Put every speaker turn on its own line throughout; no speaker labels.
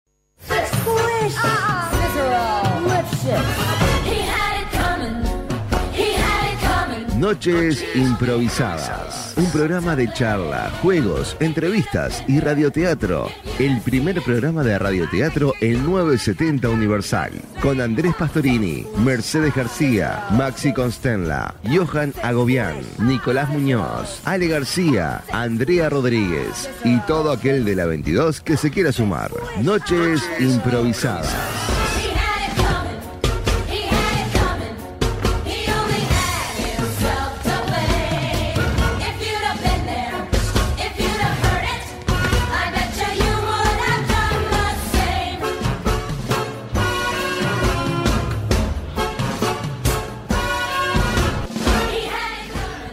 Uh-uh.
Noches Improvisadas. Un programa de charla, juegos, entrevistas y radioteatro. El primer programa de radioteatro en 970 Universal. Con Andrés Pastorini, Mercedes García, Maxi Constenla, Johan Agobián, Nicolás Muñoz, Ale García, Andrea Rodríguez y todo aquel de la 22 que se quiera sumar. Noches Improvisadas.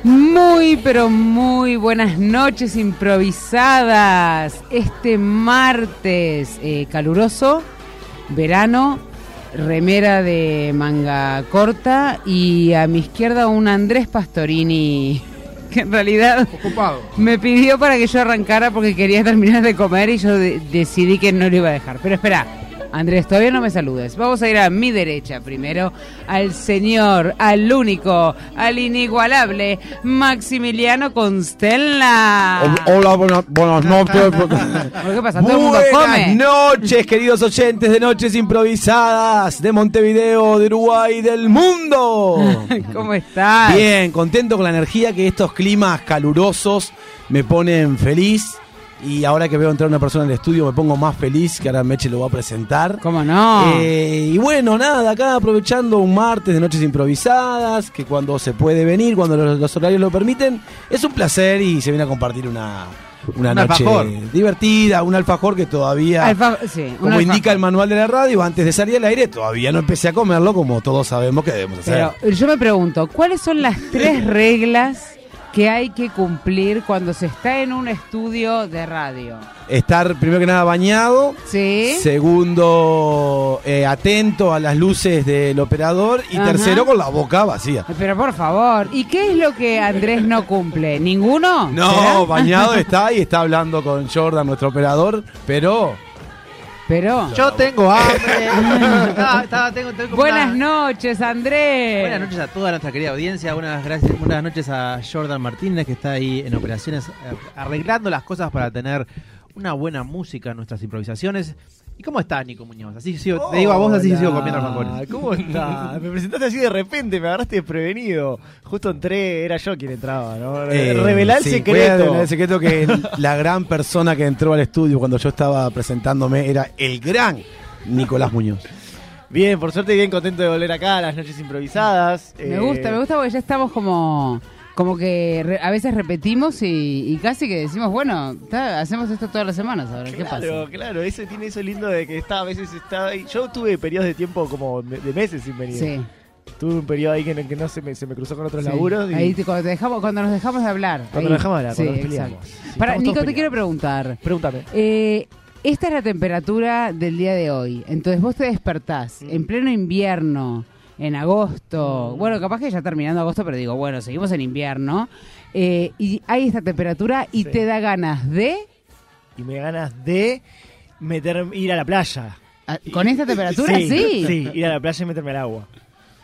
Muy, pero muy buenas noches improvisadas. Este martes eh, caluroso, verano, remera de manga corta y a mi izquierda un Andrés Pastorini que en realidad
Ocupado.
me pidió para que yo arrancara porque quería terminar de comer y yo de- decidí que no lo iba a dejar. Pero espera, Andrés, todavía no me saludes. Vamos a ir a mi derecha primero, al señor, al único, al inigualable, Maximiliano Constella.
Hola, buena- buenas noches.
¿Qué pasa? ¿Todo el mundo
Buenas
come?
noches, queridos oyentes de Noches Improvisadas de Montevideo, de Uruguay, del mundo.
¿Cómo estás?
Bien, contento con la energía que estos climas calurosos me ponen feliz. Y ahora que veo entrar una persona en el estudio me pongo más feliz, que ahora Meche lo va a presentar.
¿Cómo no?
Eh, y bueno, nada, acá aprovechando un martes de noches improvisadas, que cuando se puede venir, cuando los, los horarios lo permiten, es un placer y se viene a compartir una, una
Un
noche
alfajor.
divertida, un alfajor que todavía,
Alfa- sí, un
como
alfa-
indica el manual de la radio, antes de salir al aire, todavía no empecé a comerlo, como todos sabemos que debemos hacer.
Pero yo me pregunto, ¿cuáles son las tres reglas que hay que cumplir cuando se está en un estudio de radio?
Estar primero que nada bañado.
¿Sí?
Segundo, eh, atento a las luces del operador. Y
Ajá.
tercero, con la boca vacía.
Pero por favor, ¿y qué es lo que Andrés no cumple? ¿Ninguno?
No,
¿Será?
bañado está y está hablando con Jordan, nuestro operador, pero
Pero.
Yo tengo hambre. Estaba- estaba- tengo- tengo como
Buenas
una-
noches, Andrés.
Buenas noches a toda nuestra querida audiencia, buenas, gracias, buenas noches a Jordan Martínez que está ahí en operaciones eh, arreglando las cosas para tener una buena música en nuestras improvisaciones. ¿Y cómo estás, Nico Muñoz? Así sigo- te digo a vos, así sigo comiendo alfajores.
¿Cómo estás? Me presentaste así de repente, me agarraste desprevenido. Justo entré, era yo quien entraba, ¿no?
eh,
Revelá el
sí, voy a
secreto.
revelar el secreto que el- la gran persona que entró al estudio cuando yo estaba presentándome era el gran Nicolás Muñoz.
Bien, por suerte, bien contento de volver acá a las noches improvisadas.
Me
Eh,
gusta, me gusta porque ya estamos como. Como que re- a veces repetimos y, y casi que decimos, bueno, ta, hacemos esto todas las semanas ahora, ¿qué pasa?
Eh, Claro, claro, eso tiene eso lindo de que está, a veces está. Yo tuve periodos de tiempo como me- de meses sin venir.
Sí,
Tuve un periodo ahí que no, que no se, me, se me cruzó con otros
sí.
laburos. Y
Ahí te- cuando, te dejamos, cuando nos dejamos de hablar.
cuando
ahí.
nos dejamos hablar,
Sí,
cuando nos
exacto.
peleamos. Sí,
Para,
estamos todos
Nico, te quiero
peleados.
preguntar.
Pregúntame.
Eh, esta es la temperatura del día de hoy. Entonces vos te despertás en pleno invierno, en agosto.
Mm.
Bueno, capaz que ya terminando agosto, pero digo, bueno, seguimos en invierno. Eh, y hay esta temperatura y
Sí.
te da ganas de...
Y me ganas de meter, ir a la playa.
ah, Con esta temperatura, sí.
Sí, ir a la playa y meterme al agua.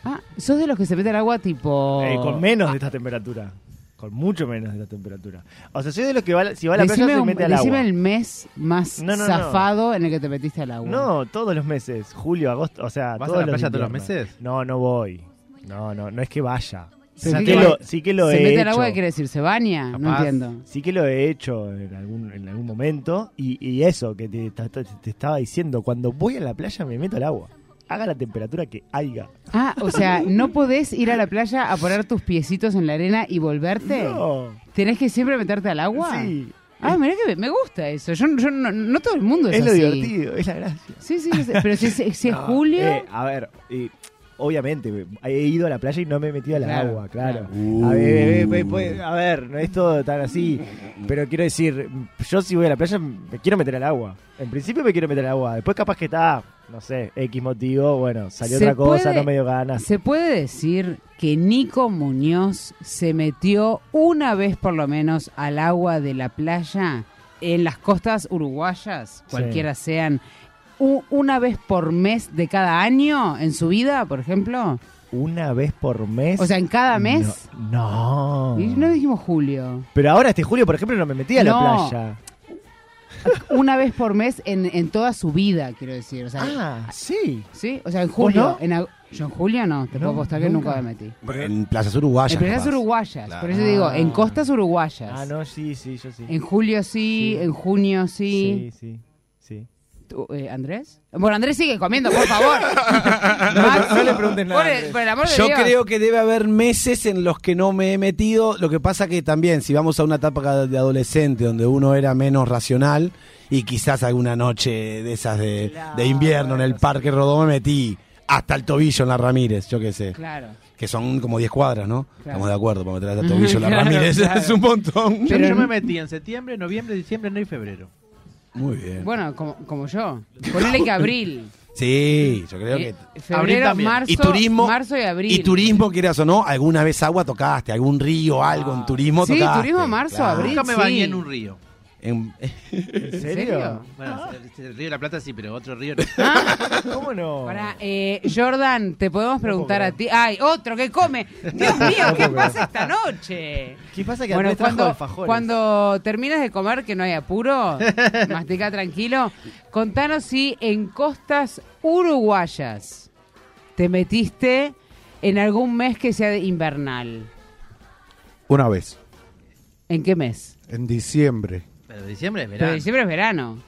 Ah, sos de los que se mete al agua tipo...
Oh.
Eh, con menos de esta temperatura. Con mucho menos de esta temperatura. O sea, soy de los que va, a la- si va a la
Decime,
playa se
un-
mete al
decime
agua.
el mes más
No, no, no.
zafado en el que te metiste al agua.
No, todos los meses. Julio, agosto. O sea,
Ah, ¿Vas
todos
a la playa
los
todos los
inviernos.
meses?
No, no voy. No, no, no es que vaya.
Pero
Sí
¿qué
que
quiere-
lo, sí que lo
se
he
mete
hecho.
al agua, ¿qué quiere decir? ¿Se baña? No
Capaz.
entiendo.
Sí que lo he hecho en algún, en algún momento. Y, y eso que te, te- te- te estaba diciendo. Cuando voy a la playa me meto al agua. Haga la temperatura que haya.
Ah, o sea, no podés ir a la playa a poner tus piecitos en la arena y volverte.
No.
¿Tenés que siempre meterte al agua?
Sí.
Ah, mirá que me- me gusta eso. Yo, yo no, no todo el mundo es,
Es lo
así.
divertido, es la gracia.
Sí, sí, sí, sí. Pero si es, si es
No,
julio.
eh, a ver, eh, obviamente, he ido a la playa y no me he metido al
Claro,
agua, claro.
claro.
A, ver, eh, eh, pues, a ver, no es todo tan así. Pero quiero decir, yo si voy a la playa me quiero meter al agua. En principio me quiero meter al agua. Después capaz que está, no sé, X motivo, bueno, salió
Se
otra cosa,
puede-
no me dio ganas.
¿Se puede decir que Nico Muñoz se metió una vez por lo menos al agua de la playa en las costas uruguayas, cualquiera sean, u- una vez por mes de cada año en su vida, por ejemplo?
una vez por mes.
O sea, en cada mes.
No.
Y no dijimos julio.
Pero ahora este julio, por ejemplo, no me metí a
No.
la playa.
Una vez por mes en, en toda su vida, quiero decir. O sea,
Ah, sí.
¿sí? O sea, en julio.
no?
en ag- yo en julio no, te
No,
puedo apostar que nunca
nunca.
me metí.
En plazas uruguayas.
En playas
capaz.
uruguayas, por eso
Claro.
digo, en costas uruguayas.
Ah, no, sí, sí, yo sí.
En julio sí,
Sí.
en junio sí.
Sí, sí, sí.
Tú, eh, ¿Andrés? Bueno, Andrés sigue comiendo, por favor. Maxi,
no le preguntes nada,
Por el,
Andrés.
por el amor de
Yo
Dios.
creo que debe haber meses en los que no me he metido. Lo que pasa que también, si vamos a una etapa de adolescente donde uno era menos racional y quizás alguna noche de esas de, de invierno en el Parque Rodó me metí hasta el tobillo en la Ramírez, yo qué sé.
Claro.
Que son como 10 cuadras, ¿no?
Claro.
Estamos de acuerdo para meter hasta el tobillo en la
Claro,
Ramírez.
claro.
Es un montón.
Yo,
Pero
yo
no-
me metí en septiembre, noviembre, diciembre, enero y febrero.
Muy bien.
Bueno, como, como yo. Ponele que abril.
Sí, yo creo
eh,
que...
Abril
febrero,
también.
marzo,
Y turismo,
marzo y abril.
Y turismo, quieras o no, alguna vez agua tocaste, algún río, algo en turismo
Ah. Sí,
tocaste.
turismo, marzo, abril.
Nunca me
sí.
bañé en un río.
En-
¿En
¿En serio?
serio?
Bueno, el, el río de la Plata sí, pero otro río no.
Ah.
¿Cómo no?
Pará, eh, Jordan, te podemos preguntar a
creer.
ti. ¡Ay, otro que come! ¡Dios mío, qué pasa esta noche!
¿Qué pasa que
Bueno,
Andrés trajo
cuando,
alfajores?
cuando termines de comer, que no hay apuro, mastica tranquilo, contanos si en costas uruguayas te metiste en algún mes que sea de invernal.
Una vez,
¿En qué mes?
en diciembre.
Pero diciembre es
Pero
verano.
diciembre es verano.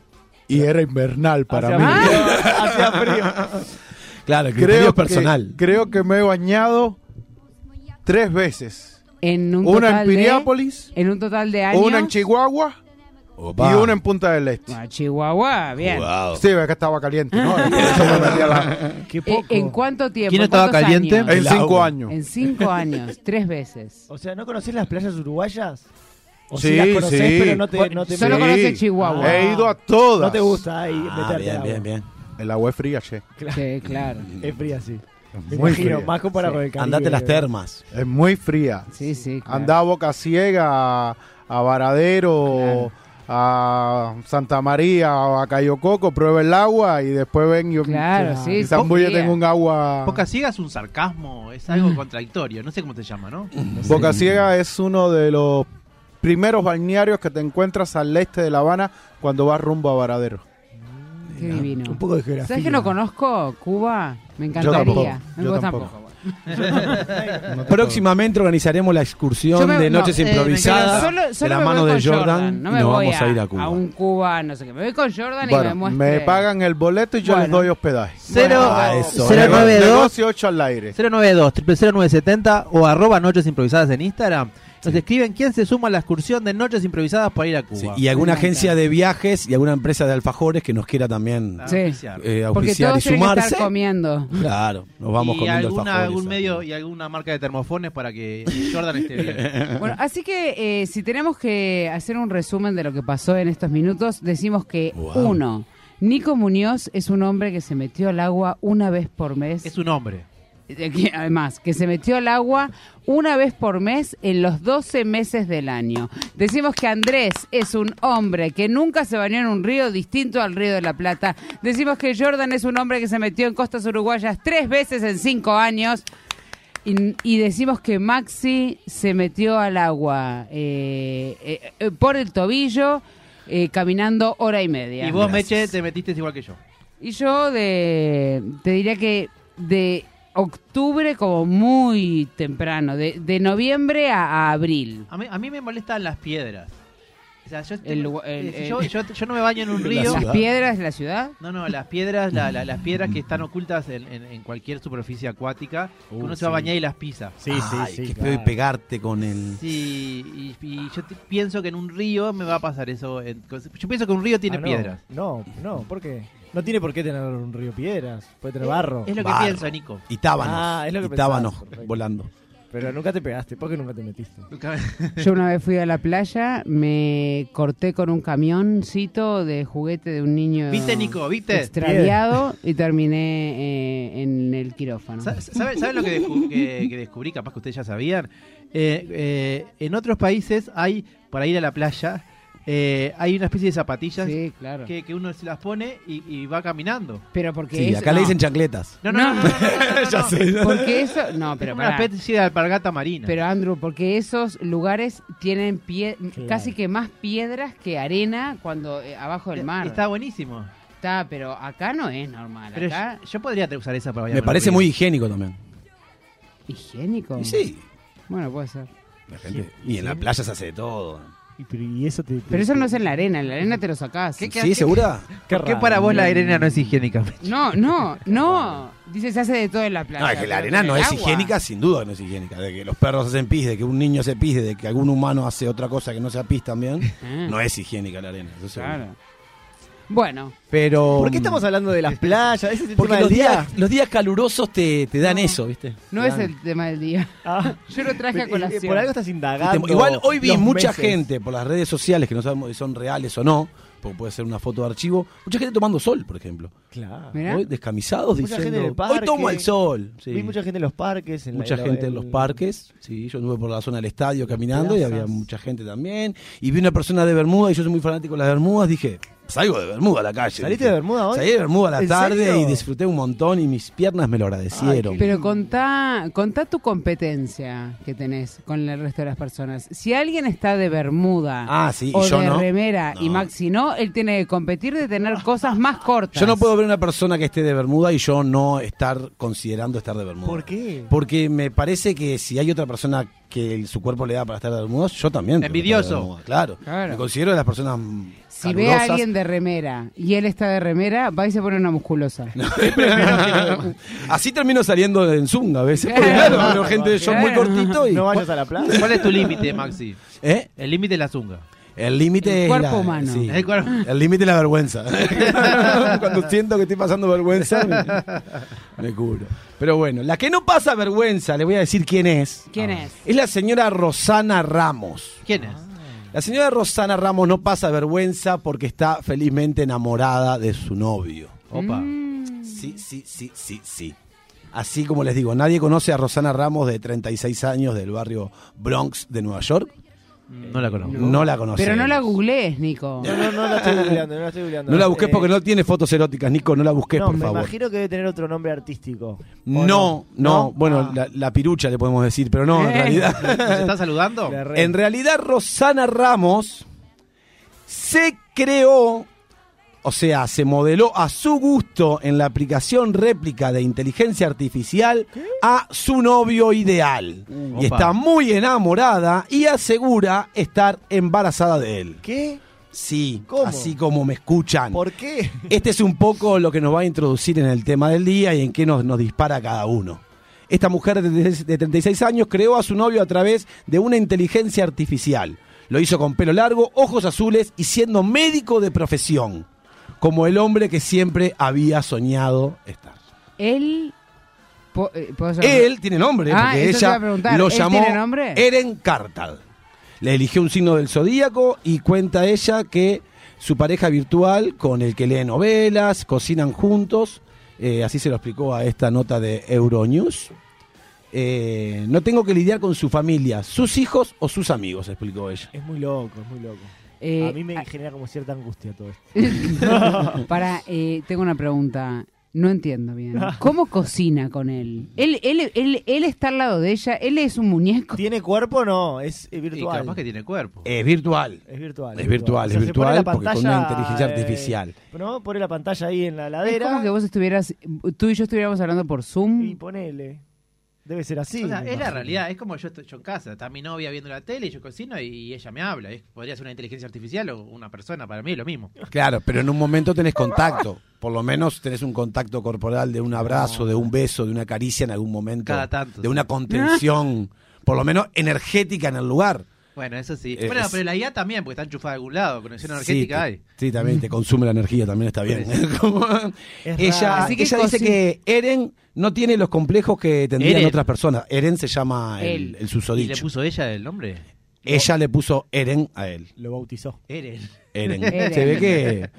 Y era invernal para
Hacia
mí.
frío, hacia frío.
Claro, el criterio
Creo
personal.
Que, creo que me he bañado tres veces.
En un
una en
total de-
Piriápolis,
en un total de años.
una en Chihuahua
Opa.
y una en Punta del Este.
Ah,
Bueno, Chihuahua, bien.
Wow.
Sí, acá estaba caliente, ¿no? Por eso me metí a la-
Qué
Eh,
poco.
¿En cuánto tiempo?
¿Quién estaba
¿Cuántos
caliente?
años?
En
Claro.
cinco años.
En cinco años, tres veces.
O sea, ¿no conocés las playas uruguayas? O
Sí,
sí, las conocés,
sí.
pero no te, no te Ah.
Solo
Sí.
conoces Chihuahua.
He ido a todas.
No te gusta ahí
Ah,
meterte
bien,
al
bien,
agua.
bien.
El agua es fría, che.
Sí, claro.
Es fría, sí. Me
Muy
imagino,
fría.
más comparado con el Caribe. Ah,
Andate las termas.
Es muy fría.
Sí, sí. claro.
Andá a Boca Ciega, a- a Varadero,
Claro.
a Santa María, a Cayo Coco, prueba el agua y después ven y,
Claro, sí.
y Zambulla
confía.
tengo un agua.
Boca ciega es un sarcasmo, es algo
Mm.
contradictorio. No sé cómo se llama, ¿no? Mm.
Boca Ciega es uno de los primeros balnearios que te encuentras al este de La Habana cuando vas rumbo a Varadero.
Mm, Qué divino.
Un poco de geografía.
¿Sabes que no conozco Cuba? Me encantaría.
tampoco,
No,
yo
vos
tampoco.
Próximamente organizaremos la excursión
Yo me-
de
no,
noches
eh, me quedo
improvisadas
Solo, solo
de la
me
mano
voy
de
con
Jordan.
No
y
me
nos
voy
vamos a, ir a Cuba.
un Cuba, no sé qué. Me voy con Jordan y me
Bueno,
muestre.
me pagan el boleto y yo les
Bueno.
doy hospedaje.
Cero-
Ah, eso.
cero
Nego-
nueve dos.
Negocio 8 al aire.
092 00970 o arroba Noches Improvisadas en Instagram. Nos escriben quién se suma a la excursión de Noches Improvisadas para ir a
Sí,
Cuba.
y alguna
Me encanta.
agencia de viajes y alguna empresa de alfajores que nos quiera también
Ah,
Sí.
oficial.
eh,
Porque
auspiciar
todos
y
tienen que estar
sumarse.
comiendo.
Claro, nos vamos
y
comiendo
alguna,
alfajores.
algún medio y alguna marca de termofones para que Jordan esté bien.
Bueno, así que eh, si tenemos que hacer un resumen de lo que pasó en estos minutos, decimos que
Wow.
uno, Nico Muñoz es un hombre que se metió al agua una vez por mes.
Es un hombre.
Eh, que- Además, que se metió al agua una vez por mes en los 12 meses del año. Decimos que Andrés es un hombre que nunca se bañó en un río distinto al río de la Plata. Decimos que Jordan es un hombre que se metió en costas uruguayas tres veces en cinco años. Y, y decimos que Maxi se metió al agua eh, eh, eh, por el tobillo eh, caminando hora y media.
Y vos,
Gracias.
Meche, te metiste igual que yo.
Y yo de, te diría que de octubre como muy temprano, de, de noviembre a, a abril.
A mí, a mí me molestan las piedras. O sea, yo, estoy-
El lu- el-
eh,
el-
yo, yo- yo no me baño en un
La
río.
ciudad.
Las piedras de la ciudad.
No, no, las piedras, la- la- las piedras
Mm.
que están ocultas en, en- en cualquier superficie acuática, que
Uh,
uno se va a
sí.
bañar y las pisa.
Sí,
Ay,
sí, sí.
qué
claro.
feo pegarte con el.
Sí, y, y yo te- pienso que en un río me va a pasar eso. en- yo pienso que un río tiene
Ah, no.
piedras.
No, no, ¿por qué? No tiene por qué tener un río piedras, puede tener barro.
Eh, Es lo que
Barro.
pienso, Nico.
Y tábanos.
Ah, es lo que
y tábanos
pensaba, perfecto.
volando.
Pero nunca te pegaste, ¿por qué nunca te metiste?
Yo una vez fui a la playa, me corté con un camioncito de juguete de un niño
¿Viste, Nico? ¿Viste?
extraviado y terminé eh, en el quirófano.
Sa- ¿Sabe- ¿Saben lo que, descu- que- que descubrí? Capaz que ustedes ya sabían. Eh, eh, en otros países hay, para ir a la playa, eh, hay una especie de zapatillas
Sí, claro.
que, que uno se las pone y, y va caminando.
Pero porque
Sí,
eso-
acá le
no,
dicen chancletas.
No, no, no. no, no, no, no, no.
Ya sé.
Porque eso. No, pero
Una
pará.
especie de alpargata marina.
Pero Andrew, porque esos lugares tienen pie, casi que más piedras que arena cuando eh, abajo del mar.
Está
Está,
buenísimo.
pero acá no es normal.
Pero
acá
yo, yo podría usar esa para
Me
bañarme
parece
en un
muy
río.
higiénico también.
higiénico.
Y sí,
Bueno, puede ser.
la gente- y en la playa se hace de todo.
Y, pero- y eso te, te-
Pero eso no es en la arena, en la arena te lo sacás.
¿Sí, segura?
¿Por qué para vos la arena no es higiénica?
No, no, no. Dice se hace de todo en la playa.
No, es que la
pero
arena
con
no
el
es
agua.
higiénica, sin duda que no es higiénica. De que los perros hacen pis, de que un niño hace pis, de que algún humano hace otra cosa que no sea pis también.
Mm.
Ah,
No es higiénica la arena, eso seguro.
claro. Bueno,
Pero. mm,
¿Por qué estamos hablando de las playas? Ese es el
Porque
tema
los
del día.
días, los días calurosos te, te dan
No.
eso, ¿viste?
no
Te
es
dan-
el tema del día.
Ah,
Yo lo traje a
eh, eh,
colación.
por algo estás
Viste,
indagando.
Igual hoy vi
los
mucha
meses.
gente por las redes sociales que no sabemos si son reales o no, porque puede ser una foto de archivo. Mucha gente tomando sol, por ejemplo.
Claro.
Mirá.
Hoy descamisados
Mucha gente en el
diciendo, hoy
parque".
tomo el sol. Sí.
Vi mucha gente en los parques. En la-
Mucha
en la-
gente en los parques, sí, yo anduve por la zona del estadio caminando y
plazas.
había mucha gente también. Y vi una persona de Bermuda y yo soy muy fanático de las Bermudas, dije, salgo de Bermuda a la calle.
¿Saliste
dije.
de Bermuda hoy?
Salí de Bermuda a la
¿En
tarde
serio?
y disfruté un montón y mis piernas me lo agradecieron.
Pero contá, contá tu competencia que tenés con el resto de las personas. Si alguien está de Bermuda
Ah, sí, y
o
yo
de
no.
remera y
No.
Maxi no, él tiene que competir de tener cosas más cortas.
Yo no puedo ver una persona que esté de Bermuda y yo no estar considerando estar de Bermuda.
¿Por qué?
Porque me parece que si hay otra persona que el- su cuerpo le da para estar de Bermuda, yo también. tengo que estar de
Envidioso.
Bermuda, claro.
Claro.
Me considero de las personas mm,
Si ve a
calurosas.
alguien de remera y él está de remera, va y se pone una musculosa.
Así termino saliendo en Zoom a veces. porque claro, veo gente de short muy
Claro.
cortito y.
No vayas a la playa.
¿Cuál es tu límite, Maxi?
¿Eh?
El límite es la zunga.
El límite.
El
es
cuerpo
la-
humano.
sí.
El cuerpo-
El límite es la vergüenza. Cuando siento que estoy pasando vergüenza, me, me cubro. Pero bueno, la que no pasa vergüenza, le voy a decir quién es.
¿Quién es?
Es la señora Rosana Ramos. Ah.
¿Quién es?
La señora Rosana Ramos no pasa vergüenza porque está felizmente enamorada de su novio.
Opa. Mm.
Sí, sí, sí, sí, sí. Así como les digo, nadie conoce a Rosana Ramos de 36 años del barrio Bronx de Nueva York.
Mm. No la conozco.
No la conoce.
Pero no la googlees, Nico.
No, no, no la estoy googleando, no la estoy googleando.
No la busques
Eh,
porque no tiene fotos eróticas, Nico, no la busques,
no,
por
me
favor.
imagino que debe tener otro nombre artístico. ¿o
No, no, bueno,
Ah, Eh.
la, la pirucha le podemos decir, pero no, en realidad.
¿Nos está saludando?
la re-
en realidad, Rosana Ramos se creó, o sea, se modeló a su gusto en la aplicación réplica de inteligencia artificial a su novio ideal.
Uh,
y
opa.
está muy enamorada y asegura estar embarazada de él.
¿Qué?
Sí,
¿Cómo?
así como me escuchan.
¿Por qué?
Este es un poco lo que nos va a introducir en el tema del día y en qué nos, nos dispara cada uno. Esta mujer de 36 de 36 años creó a su novio a través de una inteligencia artificial. Lo hizo con pelo largo, ojos azules y siendo médico de profesión, como el hombre que siempre había soñado estar.
Él. po- eh, ¿puedo saber?
Él tiene nombre,
Ah,
porque
eso te iba
ella
a preguntar.
lo
¿Él
llamó
tiene nombre?
Eren Cartal. Le eligió un signo del zodíaco y cuenta ella que su pareja virtual, con el que lee novelas, cocinan juntos, eh, así se lo explicó a esta nota de Euronews. eh, no tengo que lidiar con su familia, sus hijos o sus amigos, explicó ella.
Es muy loco, es muy loco.
Eh,
a mí me genera como cierta angustia todo esto.
Para, eh, tengo una pregunta. No entiendo bien. ¿Cómo cocina con él? Él, él, él, él está al lado de ella, él es un muñeco.
¿Tiene cuerpo o no? Es eh,
Y
virtual.
capaz que tiene cuerpo.
Es virtual.
Es virtual.
Es virtual,
O sea,
es
se pone
virtual
la
porque con
pantalla,
una inteligencia
eh,
artificial.
¿No? Pone la pantalla ahí en la
Es
ladera
como que vos estuvieras, tú y yo estuviéramos hablando por
y
Zoom.
ponele. Debe ser así.
O sea,
me
es la
imagino.
realidad, es como yo estoy yo en casa, está mi novia viendo la tele, yo cocino y ella me habla. Es- podría ser una inteligencia artificial o una persona, para mí es lo mismo.
Claro, pero en un momento tenés contacto. Por lo menos tenés un contacto corporal de un abrazo, de un beso, de una caricia en algún momento.
Cada tanto.
De una contención, por lo menos energética en el lugar.
Bueno, eso sí.
Eh, Es-
bueno, pero la IA también, porque está enchufada de algún lado, conexión
sí,
energética hay.
te- sí, también te consume la energía, también está bien. Como-
Es
ella
raro.
Así que
ella dice
cosi-
que Eren no tiene los complejos que tendrían
Eren.
otras personas. Eren se llama el,
Él.
el
¿Y le
susodicho.
puso ella el nombre?
Ella le puso Eren a él.
Lo bautizó.
Eren.
Eren.
Eren.
Se ve que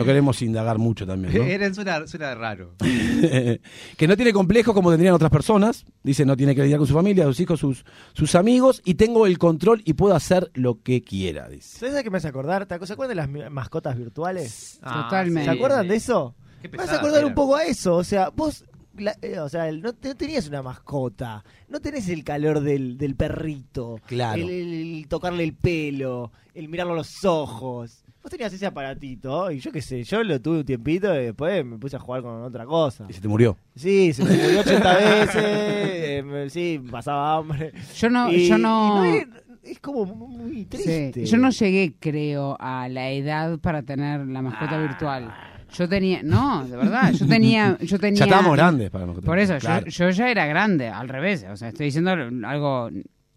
no queremos indagar mucho también. ¿no?
Eren suena, suena raro.
que no tiene complejos como tendrían otras personas. Dice, no tiene que lidiar con su familia, sus hijos, sus, sus amigos. Y tengo el control y puedo hacer lo que quiera, dice.
¿Sabes a qué me hace acordar? ¿Te acu- ¿Se acuerdan de las mi- mascotas virtuales?
Totalmente.
¿Se acuerdan de eso?
Qué
Me hace
pesadas
acordar
eran.
un poco a eso. O sea, vos. la- eh, o sea, el- no, te- no tenías una mascota. No tenés el calor del, del perrito.
Claro.
El, el- el tocarle el pelo. El mirarlo a los ojos. Vos tenías ese aparatito. Y yo qué sé, yo lo tuve un tiempito y después me puse a jugar con otra cosa.
Y se te murió.
Sí, se me murió 80 veces. eh, me- sí, pasaba hambre.
Yo no,
Y-
yo
y
no,
es, es como muy
sí,
triste.
yo no llegué, creo, a la edad para tener la
Ah.
mascota virtual. Yo tenía, no, de verdad, yo tenía, yo tenía.
Ya estábamos grandes para nosotros.
Por eso, yo-
Claro.
yo, ya era grande, al revés. O sea, estoy diciendo algo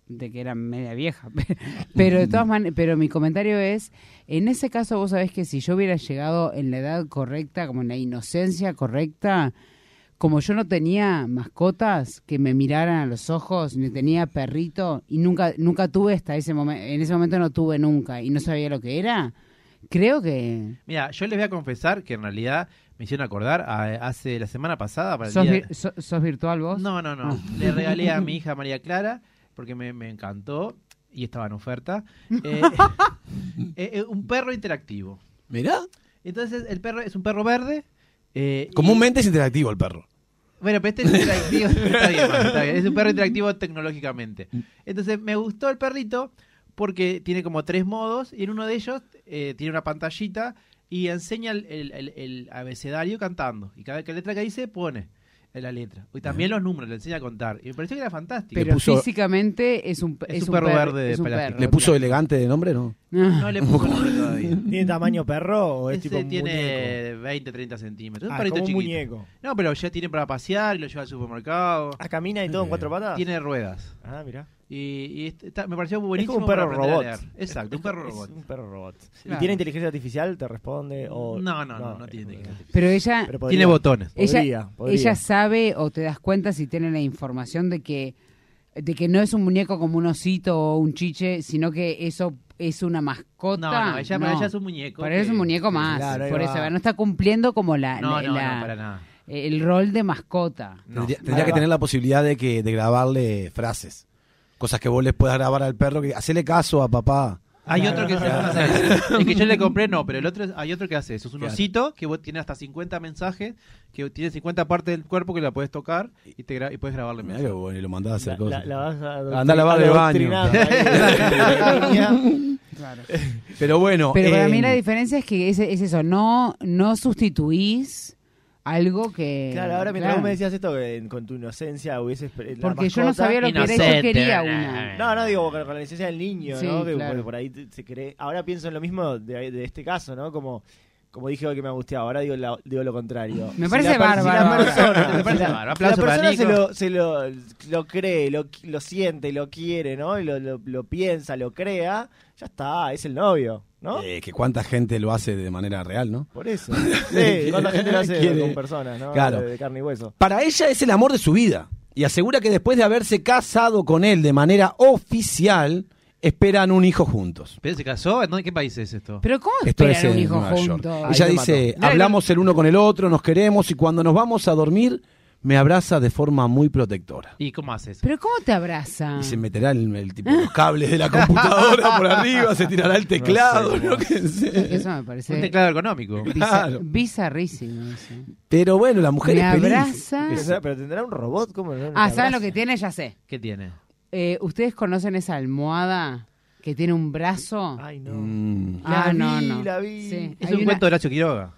de que era media vieja. Pero de todas maneras, pero mi comentario es, en ese caso vos sabés que si yo hubiera llegado en la edad correcta, como en la inocencia correcta, como yo no tenía mascotas que me miraran a los ojos, ni tenía perrito, y nunca, nunca tuve hasta ese momento, en ese momento no tuve nunca, y no sabía lo que era, creo que
Mira, yo les voy a confesar que en realidad me hicieron acordar a- hace la semana pasada para el
sos,
día-
vir- so- sos virtual vos. Ah.
No, no, no. Le regalé a mi hija María Clara porque me, me encantó y estaba en oferta. eh, eh, eh, un perro interactivo.
Mirá.
Entonces, el perro es un perro verde. eh, y-
Comúnmente es interactivo el perro.
bueno, pero este es interactivo. está bien, Max, está bien. Es un perro interactivo tecnológicamente.
Mm.
Entonces, me gustó el perrito porque tiene como tres modos y en uno de ellos eh, tiene una pantallita y enseña el, el- el- el abecedario cantando. Y cada que letra que dice, pone la letra. Y también los números, le enseña a contar. Y me pareció que era fantástico.
Pero
puso-
físicamente es un,
Es un perro
per-
verde de
es un
pelaje.
perro,
¿Le puso
claro.
elegante de nombre? No.
no le puso nombre todavía.
¿Tiene tamaño perro o es
Ese
tipo un muñeco?
Este tiene 20, 30 centímetros. Es un
Ah,
perrito
como un
chiquito.
muñeco.
No, pero ya tiene para pasear y lo lleva al supermercado.
Ah, camina y todo en cuatro patas.
Tiene ruedas.
Ah, mirá.
Y, y este- está- me pareció buenísimo.
es como un perro
para aprender a
robot.
leer. Exacto, un perro
Es
robot.
un perro robot.
Claro.
¿Y tiene inteligencia artificial? ¿Te responde? O...
No, no, no, no, tiene
eh,
inteligencia.
Pero ella,
pero podría.
Tiene botones.
ella,
Podría, podría.
ella sabe o te das cuenta si tiene la información de que, de que no es un muñeco como un osito o un chiche, sino que eso es una
No,
mascota.
no, ella,
No.
ella es un muñeco.
Pero es un
que-
muñeco más.
Claro, ahí
por eso,
va.
no está cumpliendo como la,
No,
la-
no,
la-
no, para nada.
el rol de mascota.
No.
Tendría, tendría que tener la posibilidad de que de grabarle frases. Cosas que vos les puedas grabar al perro. que Hacele caso a papá.
Hay otro que se hace eso. El que yo le compré, no, pero el otro es- hay otro que hace eso. Es un
Claro.
osito que vos tiene hasta 50 mensajes, que tiene 50 partes del cuerpo que la puedes tocar y te gra- y puedes grabarle
Mirá
mensajes.
que bueno, y lo mandaba a hacer
La, la,
cosas.
la vas a
Anda a lavar el baño.
baño.
Pero bueno.
Pero para
eh,
mí la diferencia es que es, es eso, no, no sustituís algo que...
Claro, ahora mientras
claro.
vos me decías esto, que en- con tu inocencia hubieses. pre- la
Porque yo no
mascota-
sabía lo que era y yo
Inocente.
quería una.
No, no, digo, con con la licencia del niño,
Sí,
¿no? Que
claro.
por, por ahí te- se cree. Ahora pienso en lo mismo de, de este caso, ¿no? Como, como dije hoy que me angustiaba, ahora digo, la- digo lo contrario.
Me
Si
parece
la per- si la
bárbaro.
persona-
Me parece
si la-
bárbaro.
si La
Aplauso para
persona se,
Nico.
lo, se lo, lo cree, lo, lo siente, lo quiere, ¿no? Y lo, lo- lo piensa, lo crea, ya está, es el novio, ¿no?
eh, que cuánta gente lo hace de manera real, ¿no?
Por eso. Sí, cuánta gente lo hace
Quiere.
con personas, ¿no?
Claro.
De, de carne y hueso.
Para ella es el amor de su vida. Y asegura que después de haberse casado con él de manera oficial, esperan un hijo juntos.
¿Pero se casó? ¿En dónde- qué país es esto?
Pero ¿cómo
Esto
Ah, esperan
es en
un hijo
Nueva York.
junto?
Ella
Ahí lo
dice, hablamos el uno con el otro, nos queremos y cuando nos vamos a dormir, me abraza de forma muy protectora.
¿Y cómo haces?
¿Pero cómo te abraza?
Y se meterá el, el tipo los cables de la computadora por arriba, se tirará el teclado, no qué sé.
Eso me
Un
parece
teclado económico.
bizar-
Claro.
bizarrísimo. eso.
Pero bueno, la mujer
Me
es feliz.
abraza.
Pero, pero tendrá un robot, ¿cómo? no?
Ah, ¿saben lo que tiene? Ya sé.
¿Qué tiene?
Eh, ¿Ustedes conocen esa almohada que tiene un brazo?
Ay, no.
Mm.
ah,
la
no,
vi,
no.
la vi.
Sí,
Es
hay
un
una-
cuento de Horacio Quiroga.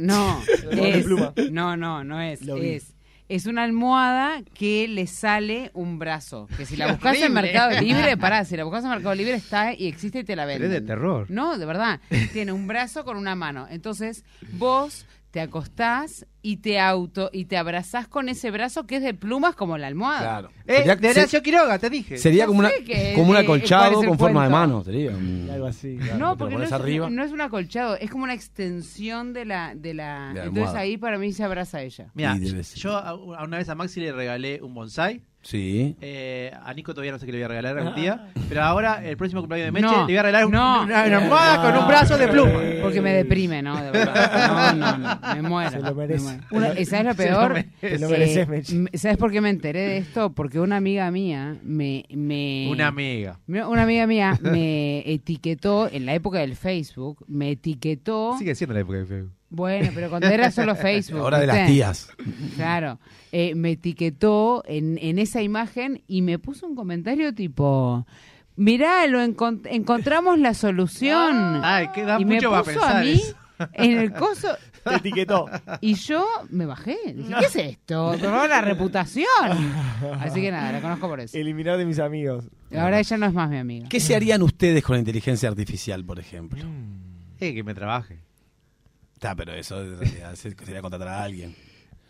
no.
de
es-
pluma.
no, no, no es.
Lo vi.
Es, es una almohada que le sale un brazo. Que si la
Qué
buscas en
horrible.
Mercado Libre, pará, si la buscas en Mercado Libre está y existe y te la
Pero
venden.
es de terror.
No, de verdad. Tiene un brazo con una mano. Entonces, vos te acostás y te auto y te abrazás con ese brazo que es de plumas como la almohada.
Claro.
Eh,
Pues Sería-
de Horacio Quiroga, te dije.
Sería
Ya
como, una,
sé que-
como un
eh, cuál
acolchado
es el
con forma de
cuento.
mano. Sería. mm.
Algo así.
Claro,
No,
te
porque
lo
no
pones
es,
arriba.
no es un acolchado, es como una extensión de la... De la
De la
entonces
almohada.
ahí para mí se abraza ella.
Mira,
Y debe ser.
yo a a una vez a Maxi le regalé un bonsai.
Sí.
Eh, a Nico todavía no sé qué le voy a regalar algún día. Pero ahora, el próximo cumpleaños de Meche,
Ah. No,
le voy a regalar un-
no.
una, una almohada con un brazo de pluma.
Porque me deprime, ¿no? De verdad. No, no, no. Me muero.
Se lo
me
merece.
muero. Una- ¿y ¿Sabes lo
Se lo
peor? Eh,
merece.
Te lo mereces, Mechi.
m- ¿Sabes por qué me enteré de esto? Porque una amiga mía me... me
Una amiga.
me- una amiga mía me etiquetó, en la época del Facebook, me etiquetó...
Sigue siendo la época de Facebook.
Bueno, pero cuando era solo Facebook.
Ahora de las
¿viste?
tías.
Claro. Eh, me etiquetó en, en esa imagen y me puso un comentario tipo... Mirá, lo encon- encontramos la solución.
Ah. Ay, qué da
y me
mucho va a
puso a
pensar.
mí
eso.
en el coso
Te etiquetó.
y yo me bajé. Dije, ¿qué es esto? Me robó la reputación. Así que nada, la conozco por eso.
Eliminar de mis amigos.
Ahora ella no es más mi amiga.
¿Qué se harían ustedes con la inteligencia artificial, por ejemplo?
Eh, que me trabaje.
Está, pero eso en realidad se- sería contratar a alguien.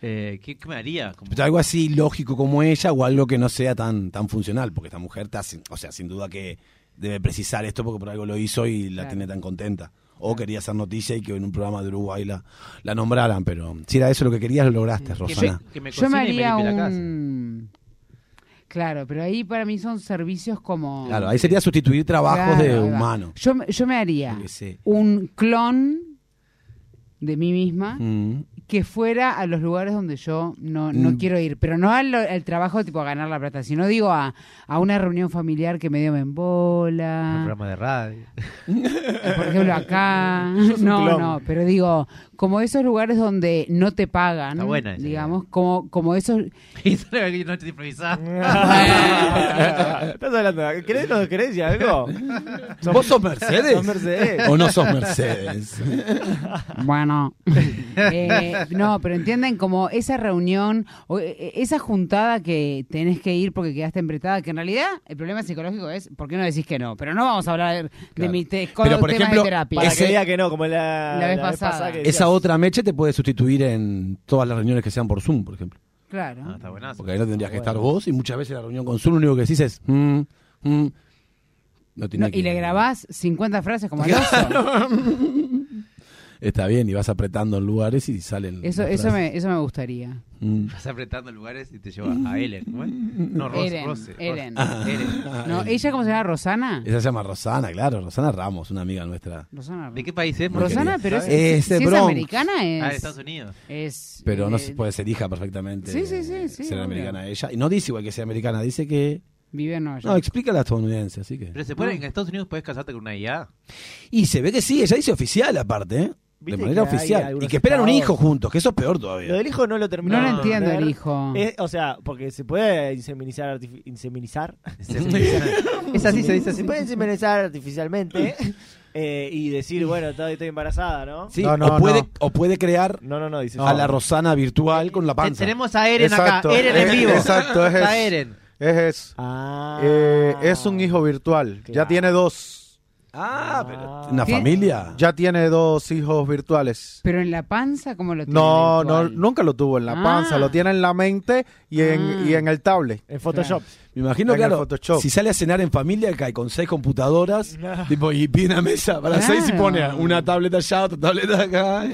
Eh, ¿qué, qué me haría? Como-
Pero algo así lógico como ella o algo que no sea tan, tan funcional, porque esta mujer está, sin- o sea, sin duda que debe precisar esto porque por algo lo hizo y la
Claro.
tiene tan contenta. O quería hacer noticia y que en un programa de Uruguay la, la nombraran, pero si era eso lo que querías, lo lograste,
que,
Rosana.
me, que me
Yo me
cocine y me
haría
limpie la casa.
un... Claro, pero ahí para mí son servicios como...
Claro, ahí sería sustituir trabajos
Claro,
de
ahí va.
humano.
Yo, me- yo me haría
Yo qué sé.
un clon de mí misma
Mm.
que fuera a los lugares donde yo no, no
Mm.
quiero ir, pero no al, al trabajo tipo a ganar la plata, sino digo a, a una reunión familiar que medio me
Un
embola.
programa de radio.
por ejemplo, acá.
un
No,
clon.
no, pero digo, como esos lugares donde no te pagan,
Está buena esa
digamos, como, como esos...
y solo que no te improvisás.
Estás hablando. ¿Querés, no, querés decir algo?
¿Vos sos Mercedes?
Sos Mercedes.
¿O no sos Mercedes?
Bueno, Eh, no, pero entienden como esa reunión, o eh, esa juntada que tenés que ir porque quedaste empretada, que en realidad el problema psicológico es, ¿por qué no decís que no? Pero no vamos a hablar de
Claro.
mi te- con
Pero, por
temas
ejemplo,
de terapia.
Para
Ese-
que diga que no, como la,
La vez pasada.
que decías.
Esa otra meche te puede sustituir en todas las reuniones que sean por Zoom, por ejemplo.
Claro.
Ah, está buenazo.
Porque ahí no tendrías que estar vos y muchas veces en la reunión con Zoom lo único que decís es... mm, mm. No tiene
No,
que-
y le grabás 50 frases como al oso.
Está bien, y vas apretando en lugares y salen...
Eso,
las
eso,
frases.
me, eso me gustaría.
Mm.
Vas apretando lugares y te lleva a Ellen. ¿cómo es? No, Ros-
Eren,
Rose,
Eren.
Rose, Eren.
Ah,
No,
eh.
¿Ella cómo se llama? ¿Rosana?
Esa se llama Rosana, claro, Rosana Ramos, una amiga nuestra.
Rosana.
¿De qué país es?
Rosana,
querida.
pero es,
Es
si
de
es
Bronx.
americana, es...
Ah, de Estados Unidos.
es,
Pero no
eh,
se puede ser hija perfectamente. eh,
Sí, sí, sí, sí,
Ser
obvio.
americana ella. Y no dice igual que sea americana, dice que...
Vive en Nueva York.
No, explica la estadounidense, así que...
Pero se puede, en Estados Unidos puedes casarte con una IA.
Y se ve que sí, ella dice oficial aparte, ¿eh? De
Viste
manera
que hay
oficial.
algunos
Y que esperan un
estados-
hijo juntos, que eso es peor
Lo
todavía.
del hijo no lo terminó.
No
de
lo entiendo el
entender.
hijo.
Es- o sea, porque se puede inseminizar. artifi- Inseminizar.
es así, se dice
Se puede inseminizar artificialmente eh, y decir, bueno, todavía estoy embarazada, ¿no?
Sí,
No, no,
o, puede,
no.
o puede crear
No, no, no, dice.
a la Rosana virtual con la panza.
Tenemos a Eren
Exacto.
acá. Eren
Es-
en vivo.
exacto, es
Está
eso.
Eren.
Es eso.
Ah.
Eh, es un hijo virtual. Ya
Claro.
tiene dos.
Ah, pero
Ah.
una
¿Qué?
familia.
Ya tiene dos hijos virtuales.
Pero en la panza, ¿cómo lo tiene?
No, no,
virtual?
nunca lo tuvo en la panza.
Ah.
Lo tiene en la mente y en,
Ah.
y en el tablet.
En Photoshop.
Me imagino,
Venga,
claro,
Photoshop.
si sale a cenar en familia, cae con seis computadoras tipo, y pide una mesa para
Claro.
seis y pone una tableta allá, otra tableta acá.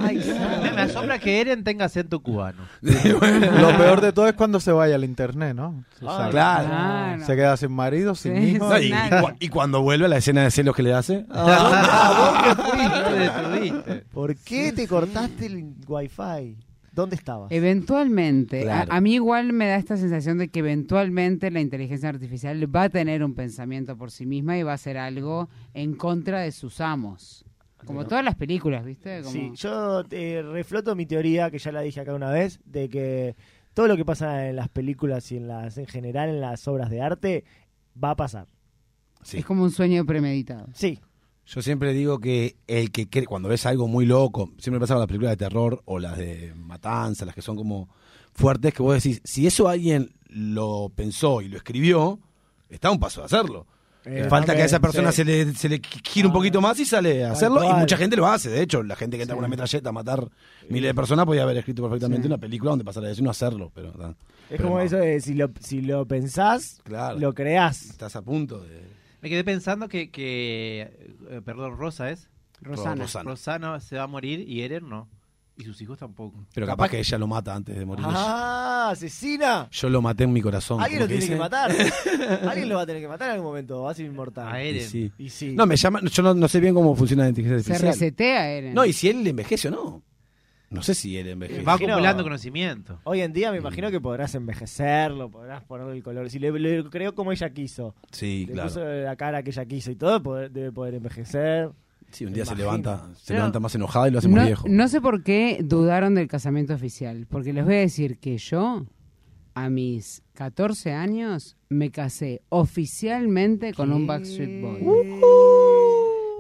Me me asombra que Eren tenga acento cubano.
Lo peor de todo es cuando se vaya al internet, ¿no? O sea,
claro.
Claro.
Se queda sin marido, sin
Sí.
hijo.
No, y, y
Nada.
cu- y cuando vuelve a la escena de celos que le hace, ah,
Ah,
¿A dónde fuiste? ¿Dónde estuviste?
¿Por qué te cortaste el wifi? ¿Dónde estabas?
Eventualmente, a-
Claro.
a, mí igual me da esta sensación de que eventualmente la inteligencia artificial va a tener un pensamiento por sí misma y va a hacer algo en contra de sus amos. Como todas las películas, ¿viste? Como-
Sí, yo eh, refloto mi teoría, que ya la dije acá una vez, de que todo lo que pasa en las películas y en las en general en las obras de arte va a pasar.
Sí.
Es como un sueño premeditado.
Sí,
Yo siempre digo que el que cree, cuando ves algo muy loco, siempre pasa con las películas de terror o las de matanza, las que son como fuertes, que vos decís, si eso alguien lo pensó y lo escribió, está a un paso de hacerlo.
Eh,
Falta que a esa
también,
persona
sí.
se, le, se le gire un poquito más y sale a hacerlo. Y
cual.
mucha gente lo hace, de hecho, la gente que entra con una metralleta a matar miles de personas podía haber escrito perfectamente una película donde pasara eso y no hacerlo. Pero,
es
ah, pero
como
no,
eso de si lo, si lo pensás,
Claro.
lo creás.
Estás a punto de...
Me quedé pensando que, que eh, perdón, Rosa es.
Rosana.
Rosana.
Rosana se va a morir y Eren no. Y sus hijos tampoco.
Pero capaz que ella lo mata antes de morir.
¡Ah, asesina!
Yo lo maté en mi corazón.
Alguien
como
lo tiene
dice.
que matar. Alguien lo va a tener que matar en algún momento. Va a ser inmortal.
A
Y
Eren.
sí.
Y sí.
No, me llama, yo no, no sé bien cómo funciona la
Se
eh.
inteligencia artificial.
resetea, Eren.
No, y si él envejece o no. No sé si él envejeció.
Va
Imagino-
acumulando conocimiento.
Hoy en
Mm.
día me imagino que podrás envejecerlo, podrás ponerle el color. Si le, le creó como ella quiso,
Sí,
le puso
claro.
la cara que ella quiso y todo, poder- debe poder envejecer.
Sí, un día se
Imagino.
levanta, se
Pero-
levanta más enojada y lo hace
No,
más viejo.
no sé por qué dudaron del casamiento oficial, porque les voy a decir que yo, a mis 14 años, me casé oficialmente con un Backstreet Boy.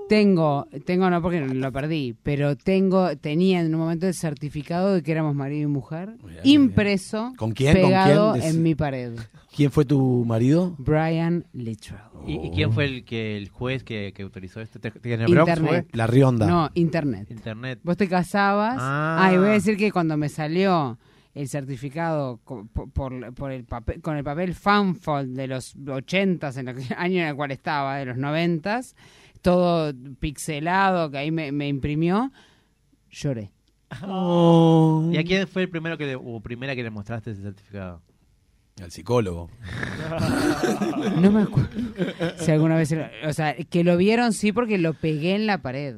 Tengo, tengo no porque lo perdí, pero tengo, tenía en un momento el certificado de que éramos marido y mujer
Mirá qué
impreso,
bien. ¿Con quién? ¿Con
pegado
quién? Decí-
en mi pared.
¿Quién fue tu marido?
Brian Littrell.
¿Y, y quién fue el que el juez que, que autorizó esto? ¿Te- te- en el Bronx
Internet.
La Rionda.
No, internet.
fue? Internet.
Vos te casabas.
Ah.
Ah, y voy a decir que cuando me salió el certificado co- por, por- por el papel, con el papel fanfold de los 80s, en el año en el cual estaba, de los 90s, todo pixelado que ahí me, me imprimió, lloré.
¿Y a quién fue el primero que le- o primera que le mostraste ese certificado?
Al psicólogo.
No me acuerdo si alguna vez... era- O sea, que lo vieron sí porque lo pegué en la pared.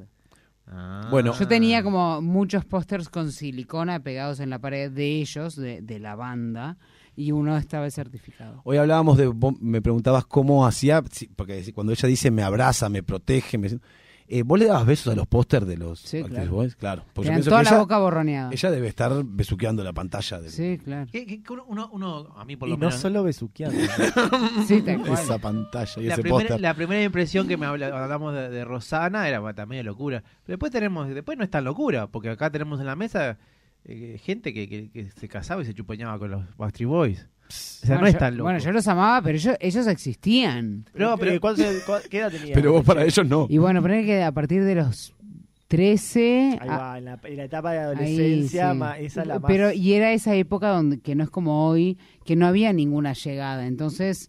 Ah.
Bueno.
Yo tenía como muchos pósters con silicona pegados en la pared de ellos, de, de la banda, y uno estaba el certificado.
Hoy hablábamos de, vos me preguntabas cómo hacía, sí, porque cuando ella dice me abraza, me protege, me... Eh, ¿Vos le dabas besos a los pósters de los
Sí,
Backstreet
claro.
Boys? Claro. porque yo
Tenían
pienso
toda
que
la
ella,
boca borroneada.
ella debe estar besuqueando la pantalla de
Sí, claro.
¿Qué- qué- qué uno, uno- uno- a mí por
Y
lo
no
menos.
solo besuqueando.
Sí, tal cual.
esa pantalla y
la,
ese
primera-
póster.
la primera impresión que me habla- hablamos de, de Rosana era bueno, también locura. Pero después tenemos, después no es tan locura, porque acá tenemos en la mesa eh, gente que, que- que se casaba y se chupoñaba con los Backstreet Boys. O sea,
Bueno,
no es
yo-
tan loco.
Bueno, yo los amaba, pero ellos, ellos existían.
No, pero-
Eh, ¿cuál se- cuál- ¿Qué edad tenía?
Pero vos para ellos no.
Y bueno, poner que a partir de los 13...
Ahí
a-
va, en la, en la etapa de
ahí,
adolescencia,
sí.
ma- esa es la más.
Pero y era esa época donde que no es como hoy, que no había ninguna llegada. Entonces,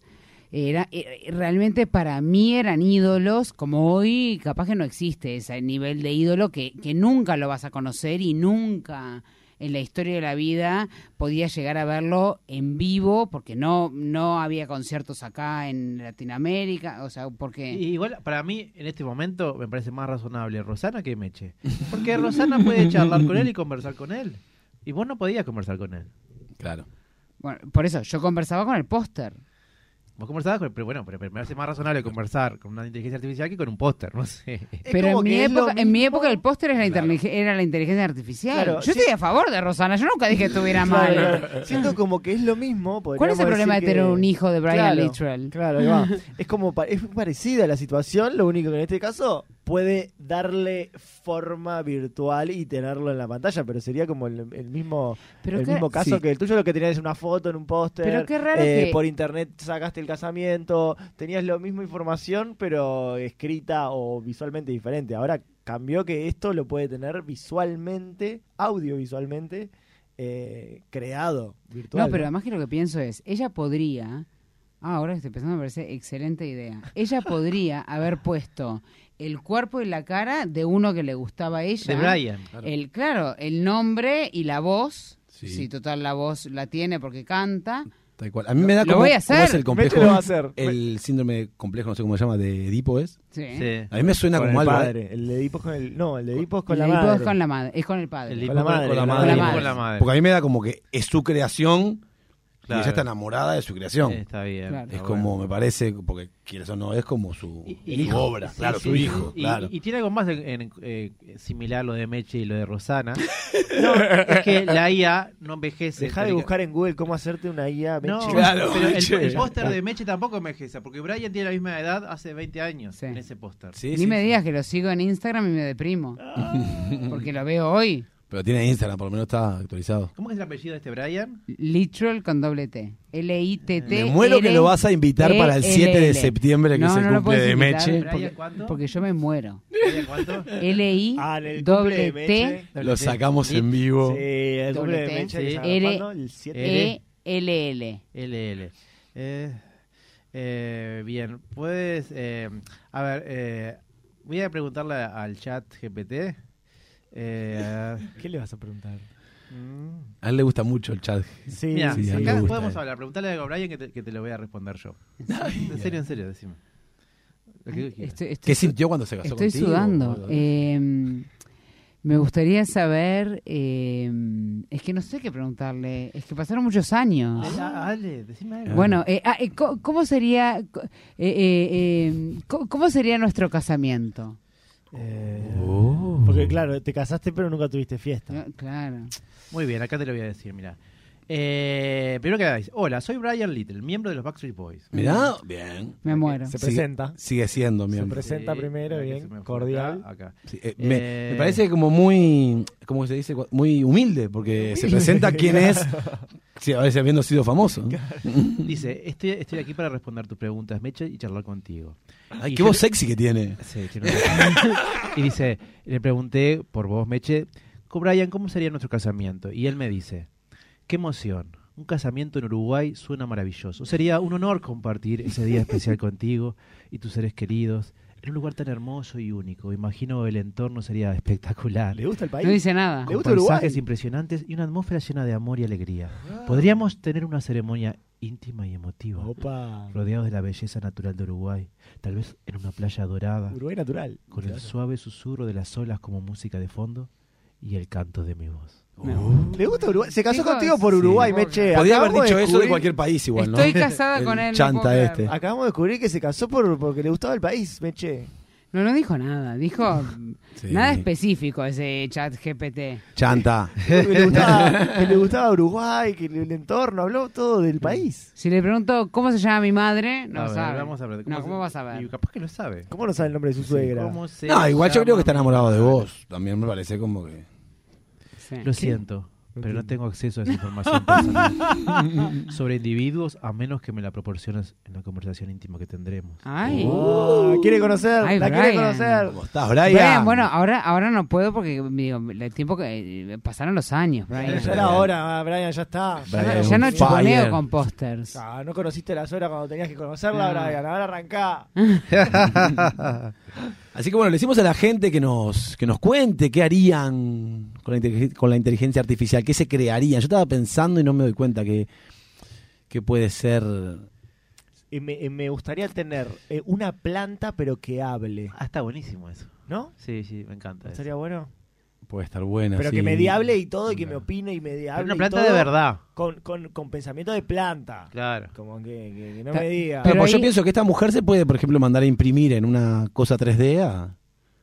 era eh, realmente para mí eran ídolos, como hoy capaz que no existe ese nivel de ídolo que, que nunca lo vas a conocer y nunca en la historia de la vida podía llegar a verlo en vivo porque no no había conciertos acá en Latinoamérica, o sea, porque
Y igual, para mí, en este momento, me parece más razonable Rosana que Meche. Porque Rosana puede charlar con él y conversar con él. Y vos no podías conversar con él.
Claro.
bueno, por eso yo conversaba con el póster.
Vos conversabas con pero bueno, pero me parece más razonable conversar con una inteligencia artificial que con un póster, no sé.
Es
Pero
como
en mi,
que es lo
época, en mi
mismo-
época el póster era, la inteligen- era la inteligencia artificial.
Claro,
yo
sí.
estoy a favor de Rosana, yo nunca dije que estuviera
Claro,
mal.
claro. Siento como que es lo mismo.
¿Cuál es el
podríamos
problema de
decir
tener
que-
un hijo de Brian
Claro.
Littrell?
Claro, ahí va. es como pa- es parecida la situación, lo único que en este caso puede darle forma virtual y tenerlo en la pantalla, pero sería como el, el mismo
Pero
el
qué-
mismo caso
sí.
que el tuyo, lo que tenías es una foto en un póster.
Pero qué raro
eh,
que-
por internet sacaste el casamiento, tenías la misma información pero escrita o visualmente diferente. Ahora cambió que esto lo puede tener visualmente, audiovisualmente eh, creado virtual.
No, pero además que lo que pienso es, ella podría, ah, ahora que estoy pensando me parece excelente idea, ella podría haber puesto el cuerpo y la cara de uno que le gustaba a ella.
De Brian.
El, claro, el nombre y la voz.
Sí.
Si total la voz la tiene porque canta.
Tal cual. A mí me da
Lo
como,
voy a
como
hacer.
es el complejo.
Meche lo va a hacer.
El síndrome de complejo, no sé cómo se llama, de Edipo es.
Sí.
Sí.
A mí me suena
este, con
como
el
algo. ¿eh?
padre. El de Edipo es con el. No, el de Edipo es con
El
la
Edipo
madre.
es con la madre, es con el padre.
El
Con
Edipo
la madre,
con la
con la
madre.
madre.
Con la madre.
Porque a mí me da como que es su creación y
Claro.
ella está enamorada de su creación.
Está bien.
Claro.
Es
está
como,
bueno.
me parece, porque quieres o no, es como su,
Y-
su
y-
obra,
Sí,
claro,
sí,
su
sí.
hijo,
Y,
claro.
y tiene algo más en- en- eh, similar lo de Meche y lo de Rosana. No, es que la IA no envejece.
Deja de buscar en Google cómo hacerte una IA.
No,
Meche.
Claro,
pero el-
Meche.
el, póster de Meche tampoco envejece, porque Brian tiene la misma edad hace 20 años
Sí.
en ese póster.
Sí,
Ni
sí,
me
sí.
digas que lo sigo en Instagram y me deprimo.
Ah.
Porque lo veo hoy.
Pero tiene Instagram, por lo menos está actualizado.
¿Cómo es el apellido de este Brian?
Literal con doble T.
Me
L-I-T-T.
muero que lo vas a invitar para el 7 de septiembre, que
No,
es el
no lo
cumple
puedes
de
invitar,
Meche.
Brian,
¿Brian
porque-
cuánto?
Porque yo me muero.
¿Brian cuánto?
Ah, en el cumple de
E
Meche.
L-I-T-T-E-L-L.
Lo sacamos en vivo.
Sí, el
Doble
doble de
T.
Meche.
Sí.
que se llama
L-
¿cuándo? El 7.
LL. Eh, eh, bien, puedes. eh, a ver, eh, voy a preguntarle al chat GPT. Eh,
¿Qué le vas a preguntar?
mm.
A él le gusta mucho el chat.
Sí,
Mira,
sí, a mí me
acá
gusta,
podemos
eh.
hablar. Preguntale algo a Brian que te, que te lo voy a responder yo. En serio, en serio, decime. Lo que vos quieras.
Estoy, estoy
¿Qué
su-
sintió cuando se casó
estoy
contigo?
sudando. Eh, Me gustaría saber, eh, es que no sé qué preguntarle, es que pasaron muchos años.
Ah, Ale, decime algo.
Bueno, eh, ah, eh, co- ¿cómo sería co- eh, eh, eh, co- cómo sería nuestro casamiento?
Eh,
Oh.
Porque claro, te casaste pero nunca tuviste fiesta.
Eh, Claro.
Muy bien, acá te lo voy a decir, mira. Eh, primero que nada, dice, hola, soy Brian Little, miembro de los Backstreet Boys.
Mirá, bien.
Me muero.
Se
Sí.
presenta.
Sigue siendo
Se
miembro.
presenta
Sí,
primero,
espera que
bien,
se me fue
cordial.
acá, acá.
Sí, eh, me,
Eh.
me parece como muy, como se dice, muy humilde, porque se presenta quién es, si a veces habiendo sido famoso.
Dice, estoy, estoy aquí para responder tus preguntas, Meche, y charlar contigo.
Ay,
Y
qué
yo-
voz sexy que tiene.
Sí, tiene una- y dice, le pregunté por vos, Meche, "Co- Brian, ¿cómo sería nuestro casamiento? Y él me dice, qué emoción. Un casamiento en Uruguay suena maravilloso. Sería un honor compartir ese día especial contigo y tus seres queridos en un lugar tan hermoso y único. Imagino el entorno sería espectacular.
¿Le gusta el país?
No dice nada.
Le
Con
gusta Uruguay.
paisajes impresionantes y una atmósfera llena de amor y alegría.
Ah.
Podríamos tener una ceremonia íntima y emotiva,
Opa.
rodeados de la belleza natural de Uruguay, tal vez en una playa dorada,
Uruguay natural.
con el suave susurro de las olas como música de fondo y el canto de mi voz.
¿Le gusta Uruguay? Se casó
Chicos,
contigo por
sí.
Uruguay, Meche.
Podría haber
Acabamos
dicho eso de
descubrir-
cualquier país igual, ¿no?
Estoy casada
El
con él. no
chanta
puedo
este.
creerlo.
Acabamos de descubrir que se casó por, porque le gustaba el país, Meche.
No, no dijo nada. Dijo
Sí.
nada específico ese chat GPT.
Chanta.
Que le gustaba, que le gustaba Uruguay, que el entorno, habló todo del país.
Si le pregunto cómo se llama mi madre, no
A ver,
sabe.
vamos a ver,
No, ¿cómo
se-
vas a ver?
Y capaz que lo sabe.
¿Cómo no sabe el nombre de su suegra?
¿Cómo se
No, igual yo
llama
creo que está enamorado de
mi-
vos. También me parece como que.
Sí.
Lo siento, pero no tengo acceso a esa información personal sobre individuos a menos que me la proporciones en la conversación íntima que tendremos. Oh.
Ay.
Uh.
Ah, quiere conocer,
Ay,
la quiere
Brian.
conocer.
¿Cómo estás, Brian?
Brian, bueno, ahora, ahora no puedo porque digo, el tiempo que eh, pasaron los años, Brian.
Ya era hora, ah, Brian, ya está.
Ya no-
Brian,
ya no
un
chuponeo
fire.
con pósters.
Ah, no conociste la suegra cuando tenías que conocerla,
No.
Brian. Ahora arrancá.
Así que bueno, le decimos a la gente que nos, que nos cuente qué harían con la, inteligen- con la inteligencia artificial, qué se crearían. Yo estaba pensando y no me doy cuenta que, que puede ser.
Y me, y me gustaría tener eh, una planta, pero que hable.
Ah, está buenísimo eso.
¿No?
Sí, sí, me encanta. Eso.
Estaría bueno.
Puede estar buena.
Pero que
sí.
me diable y todo, y que me opine y me
Pero
diable.
una
y
planta
todo,
de verdad.
Con, con, con pensamiento de planta.
Claro.
Como que, que- que no
Ta-
me diga.
Pero
Pero
pues yo
ahí-
pienso que esta mujer se puede, por ejemplo, mandar a imprimir en una cosa 3D a,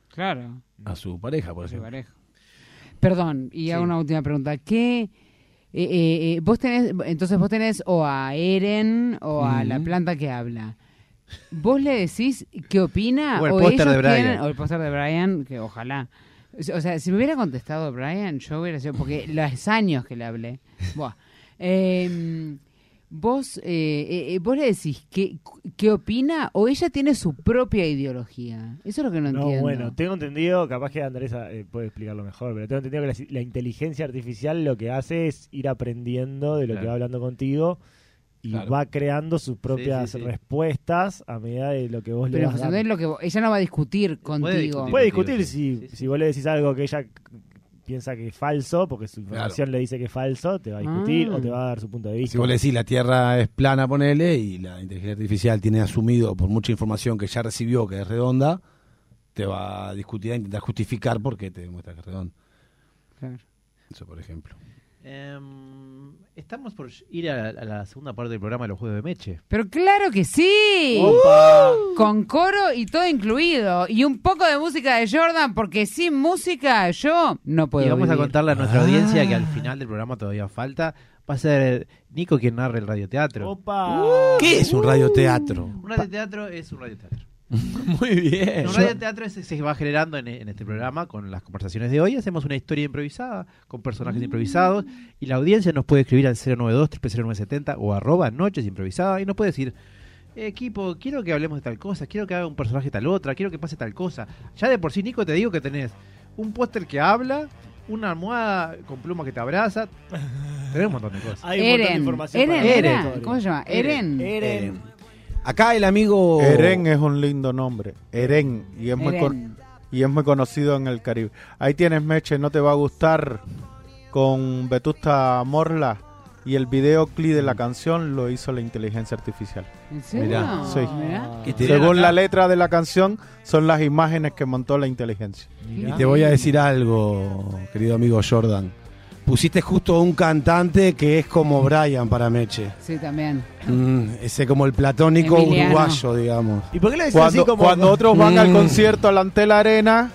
Claro.
a su pareja, por
Sí,
ejemplo.
pareja. Perdón, y hago una última pregunta. ¿Qué eh, eh, eh, vos tenés, entonces vos tenés o a Eren o a la
Ujú.
planta que habla? ¿Vos le decís qué opina?
O el póster
ellos
de Brian.
tienen- o el póster de Brian, que ojalá. O sea, si me hubiera contestado Brian, yo hubiera sido, porque los años que le hablé. Buah. Eh, vos, eh, eh, eh, vos le decís qué, qué opina o ella tiene su propia ideología. Eso es lo que no,
No,
entiendo.
bueno, tengo entendido, capaz que Andrés eh, puede explicarlo mejor, pero tengo entendido que la, la inteligencia artificial lo que hace es ir aprendiendo de lo que
Claro.
va hablando contigo y
Claro.
va creando sus propias
sí, sí.
respuestas a medida de lo que vos le
Pero
vas
José,
dando.
entonces lo que vo- ella no va a discutir contigo.
discutir.
Puede discutir
Sí,
si,
sí.
si vos le decís algo que ella c- piensa que es falso, porque su información le dice que es falso, te va a discutir
Ah.
o te va a dar su punto de vista.
Si vos le decís la Tierra es plana, ponele, y la inteligencia artificial tiene asumido por mucha información que ya recibió que es redonda, te va a discutir, a intentar justificar por qué te demuestra que es redonda.
Claro.
Eso, por ejemplo.
Em, estamos por ir a, la- a la segunda parte del programa de los Juegos de Meche.
Pero claro que sí. Uh.
Opa.
Con coro y todo incluido. Y un poco de música de Jordan, porque sin música yo no puedo.
y vamos a
vivir. Ah.
contarle a nuestra audiencia que al final del programa todavía falta. Va a ser Nico quien narre el radioteatro.
Opa.
¿Qué
Uh.
es un radioteatro?
Un radioteatro es un radioteatro.
Muy bien.
Un radioteatro es- se va generando en, en este programa con las conversaciones de hoy. Hacemos una historia improvisada con
Mm.
personajes improvisados y la audiencia nos puede escribir al 092-330-970 o arroba noches improvisadas y nos puede decir, "Eh, equipo, quiero que hablemos de tal cosa, quiero que haga un personaje tal otra, quiero que pase tal cosa. Ya de por sí, Nico, te digo que tenés un póster que habla, una almohada con pluma que te abraza, tenés un montón de cosas.
Hay un montón de
Eren.
información
Eren,
para
era.
la historia.
¿Cómo se llama? Eren.
Eren.
Acá el amigo...
Eren es un lindo nombre. Eren. Y es, Muy con-
Eren.
y es muy conocido en el Caribe. Ahí tienes, Meche, no te va a gustar con Vetusta Morla. y el videoclip de la canción lo hizo la inteligencia artificial.
¿En serio?
Mirá,
sí.
Mirá.
Que te-
Según la letra de la canción, son las imágenes que montó la inteligencia.
Y
Mirá.
te voy a decir algo, querido amigo Jordan. Pusiste justo un cantante que es como Brian para Meche.
Sí, también.
Mm, ese como el platónico
Emiliano.
uruguayo, digamos.
¿Y por qué le decís así
Cuando,
como.?
cuando otros van al
Mm.
concierto alante la arena,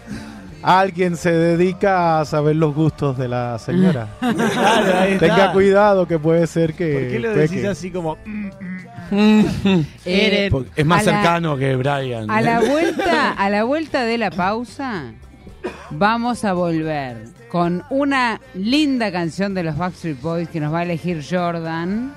alguien se dedica a saber los gustos de la señora.
Mm. Claro, ahí está.
Tenga cuidado que puede ser que...
¿Por qué lo decís
peque.
así como.? "Mm,
Eh,
Porque es más
a la-
cercano que Brian.
A la vuelta, a la vuelta de la pausa, vamos a volver con una linda canción de los Backstreet Boys que nos va a elegir Jordan.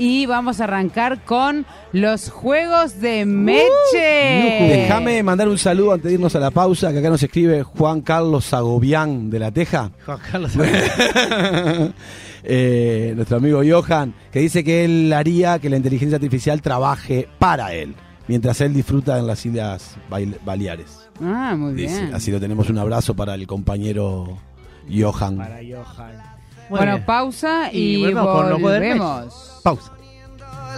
Y vamos a arrancar con los juegos de Meche.
Déjame mandar un saludo antes de irnos a la pausa, que acá nos escribe Juan Carlos Zagobián de La Teja.
Juan Carlos.
Eh, nuestro amigo Johan, que dice que él haría que la inteligencia artificial trabaje para él, mientras él disfruta en las Islas Bail- Baleares.
Ah, muy
Dice,
bien.
Así lo tenemos un abrazo para el compañero Johan.
Para Johan.
Muy
Bueno,
bien.
pausa Ah, y,
Y volvemos con los juegos del Meche.
volvemos.
Pausa.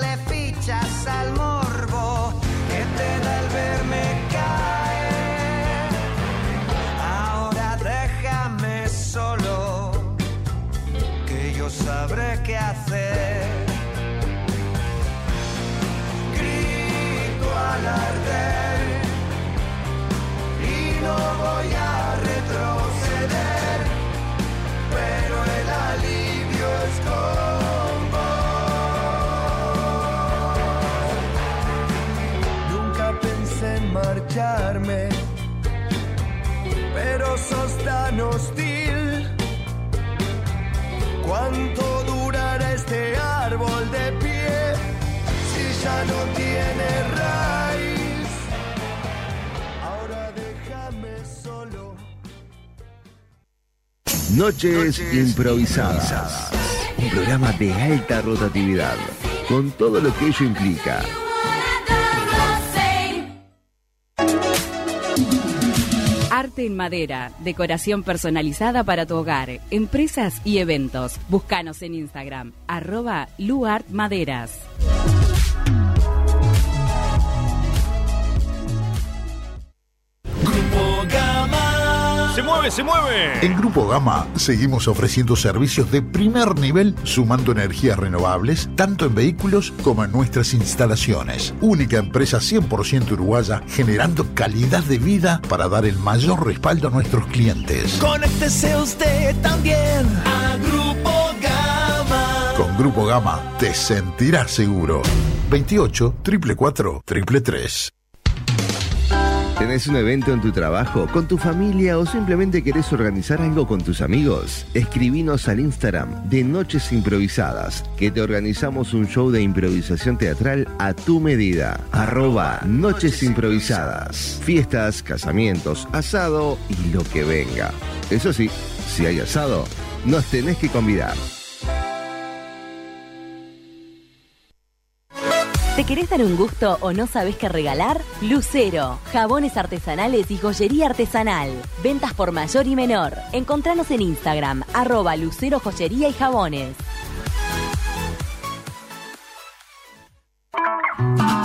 Le fichas al morbo que te da el verme caer. Ahora déjame solo, que yo sabré qué hacer. Grito al arder y no voy a retroceder, pero el alivio es con Nunca pensé en marcharme, pero sos tan hostil. ¿Cuánto durará este árbol de pie si ya no tiene raíz? Ahora déjame solo.
Noches improvisadas. Un programa de alta rotatividad, con todo lo que ello implica.
Arte en madera, decoración personalizada para tu hogar, empresas y eventos. Búscanos en Instagram, arroba luartmaderas.
¡Se mueve, se mueve!
En Grupo Gama seguimos ofreciendo servicios de primer nivel sumando energías renovables tanto en vehículos como en nuestras instalaciones. Única empresa 100% uruguaya generando calidad de vida para dar el mayor respaldo a nuestros clientes.
Conéctese usted también a Grupo Gama.
Con Grupo Gama te sentirás seguro. 28 444 333.
¿Tenés un evento en tu trabajo, con tu familia o simplemente querés organizar algo con tus amigos? Escribinos al Instagram de Noches Improvisadas, que te organizamos un show de improvisación teatral a tu medida. Arroba Noches Improvisadas. Fiestas, casamientos, asado y lo que venga. Eso sí, si hay asado, nos tenés que convidar.
¿Te querés dar un gusto o no sabes qué regalar? Lucero, jabones artesanales y joyería artesanal. Ventas por mayor y menor. Encontranos en Instagram, arroba Lucero Joyería y Jabones.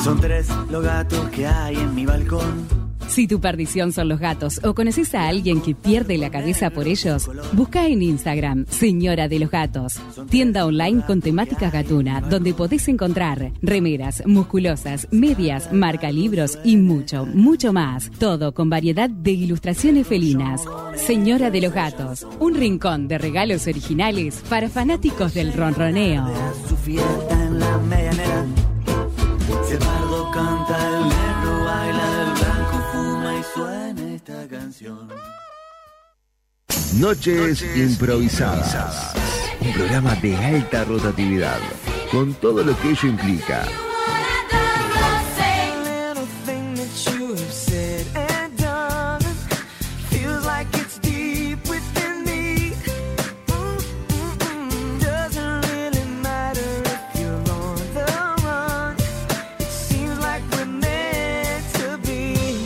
Son tres los gatos que hay en mi balcón.
Si tu perdición son los gatos o conoces a alguien que pierde la cabeza por ellos, busca en Instagram Señora de los Gatos, tienda online con temática gatuna, donde podés encontrar remeras, musculosas, medias, marca libros y mucho, mucho más. Todo con variedad de ilustraciones felinas. Señora de los Gatos, un rincón de regalos originales para fanáticos del ronroneo.
Su fiesta en la medianera. Si el pardo canta, el negro baila, el blanco fuma y suena esta canción.
Noches improvisadas. Un programa de alta rotatividad, con todo lo que ello implica.
Little thing that you have said and done feels like it's deep within me. Mm, mm, mm. Doesn't really matter if you're on the run. It seems like we're meant to be.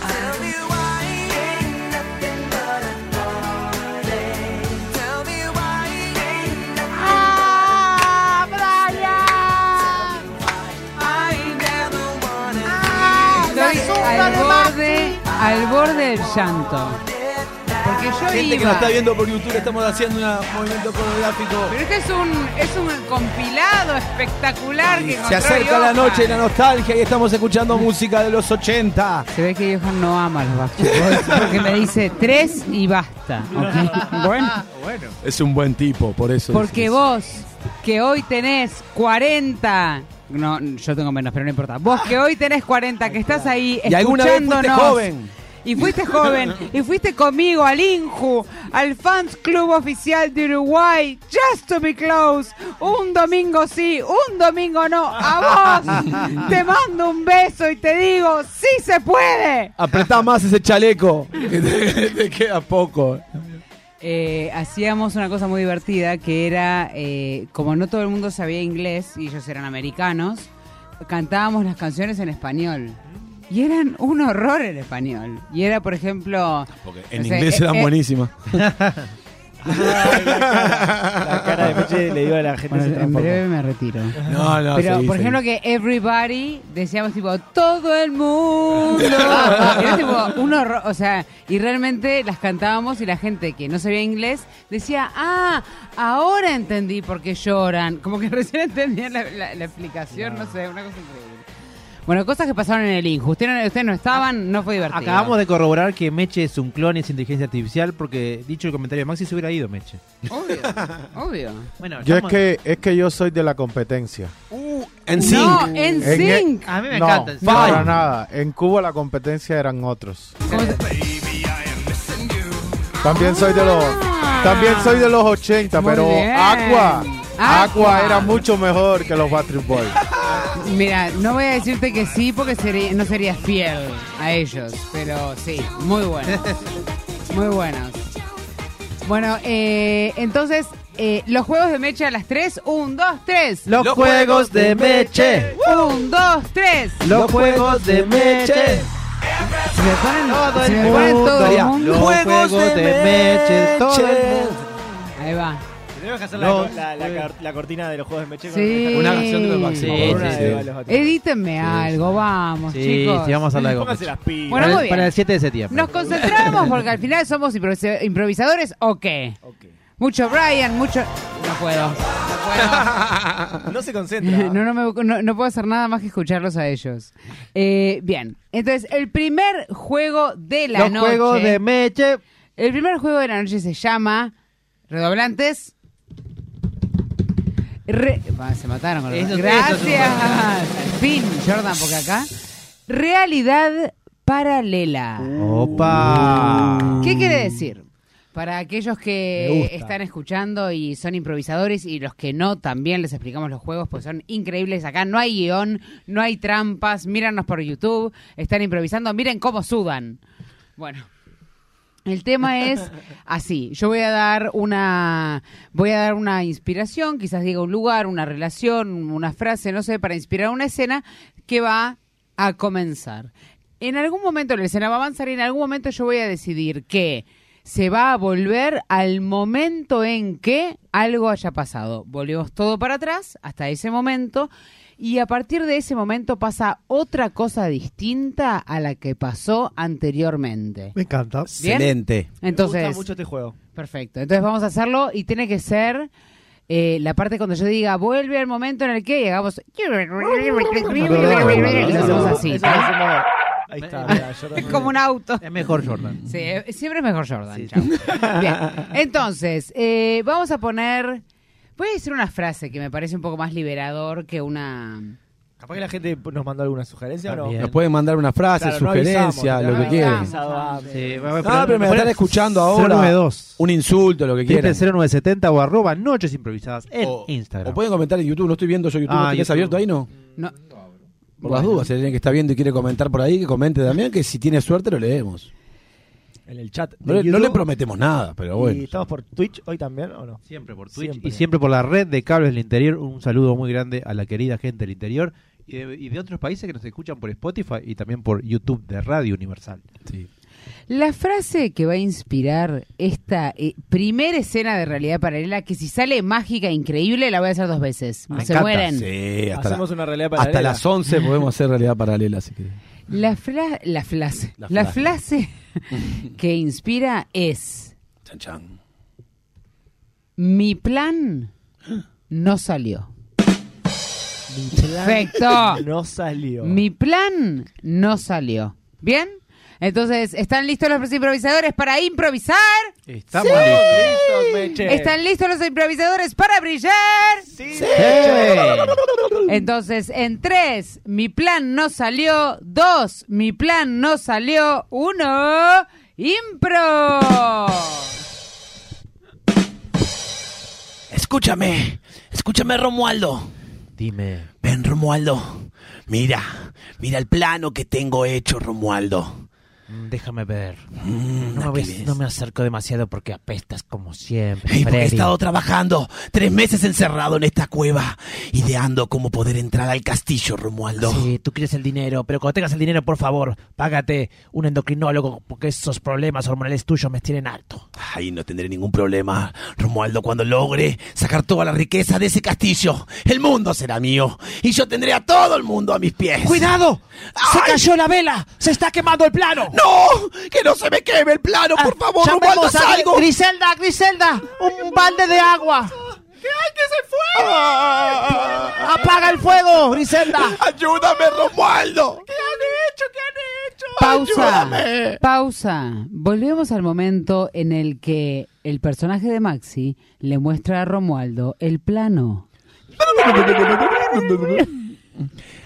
Tell me why ain't nothing but a party. Tell me why ain't nothing but a
al borde del llanto. Porque yo
Gente que
iba.
nos está viendo por YouTube, estamos haciendo un movimiento coreográfico.
Pero este es un, es un compilado espectacular que
Se
encontró
acerca la
Johan.
noche, la nostalgia y estamos escuchando música de los 80.
Se ve que Johan no ama los Backstreet Boys porque me dice tres y basta. ¿ok? Bueno,
Es un buen tipo, por eso.
porque vos que hoy tenés 40. No, yo tengo menos, pero no importa. Vos que hoy tenés 40, que estás ahí
Y alguna vez fuiste
escuchándonos,
joven.
Y fuiste joven, y fuiste conmigo al INJU, al Fans Club Oficial de Uruguay, just to be close. Un domingo sí, un domingo no. A vos te mando un beso y te digo, sí se puede.
Apretá más ese chaleco. que te, te queda poco.
Eh, hacíamos una cosa muy divertida que era, eh, como no todo el mundo sabía inglés y ellos eran americanos, cantábamos las canciones en español. Y eran un horror en español. Y era, por ejemplo...
Porque en
no sé,
inglés
eh,
eran
eh,
buenísimas.
La cara de Meche le digo a la gente
Bueno,
se
en
transforma.
breve me retiro.
No, no,
Pero,
seguí,
por
seguí.
ejemplo, que everybody decíamos tipo todo el mundo. Era tipo un horror, o sea, y realmente las cantábamos y la gente que no sabía inglés decía, ah, ahora entendí por qué lloran. Como que recién entendían la, la- la explicación, no. sé, una cosa increíble. Bueno, cosas que pasaron en el Inju. Ustedes no, ustedes no estaban, no fue divertido.
Ah, Acabamos de corroborar que Meche es un clon y es inteligencia artificial porque dicho el comentario de Maxi se hubiera ido Meche.
Obvio.
Bueno,
Yo es
estamos-
que, es que yo soy de la competencia.
En
sí. No, en sync.
A mí me
no,
encanta el
Para
sync.
nada. En Cuba la competencia eran otros. También soy de los también soy de los 80,
Muy
pero
bien.
Aqua,
Aqua.
Aqua era mucho mejor que los Backstreet Boys.
Mira, no voy a decirte que sí porque sería- no serías fiel a ellos, pero sí, muy buenos. Muy buenos. Bueno, eh, entonces, eh, los juegos de Meche a las 3, 1, 2, 3.
Los juegos de Meche.
1, 2, 3.
Los juegos de Meche.
Se me ponen,
Todo
Ah, se
el
me ponen
mundo.
todo el
Sería,
mundo.
Los juegos de Meche. Todo el mundo.
Ahí va.
Tenemos que hacer
No.
la, la- la cor- la cortina de los juegos de Meche.
Sí.
Con
Una canción de los
Backstreet
Con
Boys.
una
Sí,
de
sí,
los Backstreet
Edítenme algo, vamos,
Sí,
Eh, chicos.
sí, vamos a hablar de
Pónganse las pilas.
Bueno,
para,
muy
el,
bien.
para el 7 de septiembre.
Nos concentramos porque al final somos improvisa- improvisadores o qué. Mucho Brian, mucho... No puedo. No
Boys. No se concentra.
puedo. Ah, No, no, me- no- no puedo hacer nada más que escucharlos a ellos. Eh, bien, entonces el primer juego de la
Los
noche.
juegos de Meche.
El primer juego de la noche se llama Redoblantes. Re- Va, se mataron con los-
Eso sí, eso sí.
Gracias. Al fin, Jordan, porque acá. Realidad paralela.
Opa.
Mm. ¿Qué quiere decir? Para aquellos
Mm. Me
que
gusta.
están escuchando y son improvisadores y los que no, también les explicamos los juegos, pues son increíbles. Acá no hay guión, no hay trampas, míranos por YouTube, están improvisando, miren cómo sudan. Bueno. El tema es así, yo voy a dar una voy a dar una inspiración, quizás diga un lugar, una relación, una frase, no sé, para inspirar una escena que va a comenzar. En algún momento la escena va a avanzar y en algún momento yo voy a decidir que se va a volver al momento en que algo haya pasado. Volvemos todo para atrás hasta ese momento y a partir de ese momento pasa otra cosa distinta a la que pasó anteriormente.
Me encanta.
Bien.
Excelente.
Me
Entonces,
gusta mucho este juego.
perfecto. Entonces vamos a hacerlo y tiene que ser eh, la parte cuando yo diga vuelve al momento en el que llegamos. Hacemos así.
Eso lo hacemos- Ahí está, mirá, Jordan.
Es como un auto.
Es mejor Jordan.
Sí, eh, siempre es mejor Jordan. chau. Bien. Entonces, eh, vamos a poner. Voy a decir una frase que me parece un poco más liberador que una.
Capaz que la gente nos mandó alguna sugerencia o no.
También.
Nos pueden mandar una frase,
Claro, no avisamos,
sugerencias,
claro,
lo que
no
quieran.
avisamos.
Sí,
Ah,
va,
No, pero me están escuchando ahora.
092.
Un insulto, lo que quieran.
Triple 0970 o arroba noches improvisadas en
O-
Instagram.
O pueden comentar en YouTube, no estoy viendo yo YouTube,
Ah,
¿lo tenés
YouTube.
abierto ahí no?
No.
Por las dudas, si alguien que está viendo y quiere comentar por ahí, que comente también, que si tiene suerte lo leemos.
En el chat.
No,
de
le- no
YouTube.
le prometemos nada, pero bueno.
¿Y estamos por Twitch hoy también o no?
Siempre por Twitch
Siempre.
y siempre por la red de cables del interior. Un saludo muy grande a la querida gente del interior y de, y de otros países que nos escuchan por Spotify y también por YouTube de Radio Universal.
La frase que va a inspirar esta eh, primera escena de realidad paralela, que si sale mágica, e increíble, la voy a hacer dos veces.
Me
Ah, se
encanta.
mueren.
Sí, hasta, la-
Hacemos una realidad
hasta
paralela.
las 11 podemos hacer realidad paralela, si querés.
La, fra- la frase.
La
La
frase.
frase que inspira es:
Chan, chan.
Mi plan no salió.
plan
Perfecto.
No salió.
Mi plan no salió. ¿Bien? Entonces, ¿están listos los improvisadores para improvisar?
Estamos
¡Sí!
listos, Meche.
¿Están listos los improvisadores para brillar? Sí. Entonces, en tres, mi plan no salió. Dos, mi plan no salió. Uno, impro.
Escúchame, escúchame Romualdo.
Dime.
Ven Romualdo, mira, mira el plano que tengo hecho Romualdo.
Mm, Déjame ver.
Mm,
no, me
¿qué
ves-
ves?
no me acerco demasiado porque apestas como siempre.
Ey, porque he
Freddy.
estado trabajando tres meses encerrado en esta cueva, ideando cómo poder entrar al castillo Romualdo.
Sí, tú quieres el dinero, pero cuando tengas el dinero, por favor, págate un endocrinólogo porque esos problemas hormonales tuyos me tienen harto.
Ahí no tendré ningún problema, Romualdo, cuando logre sacar toda la riqueza de ese castillo. El mundo será mío y yo tendré a todo el mundo a mis pies.
¡Cuidado! ¡Se cayó la vela! ¡Se está quemando el plano! Ah,
¡No! ¡Que no se me queme el plano, por favor, Romualdo,
Llamemos
haz
a
algo!
Griselda, Griselda, un balde de agua.
¡Que hay que se fuego!
Apaga el fuego, Griselda.
¡Ayúdame, Romualdo!
Pausa.
Ayúdame.
Pausa. Volvemos al momento en el que el personaje de Maxi le muestra a Romualdo el plano.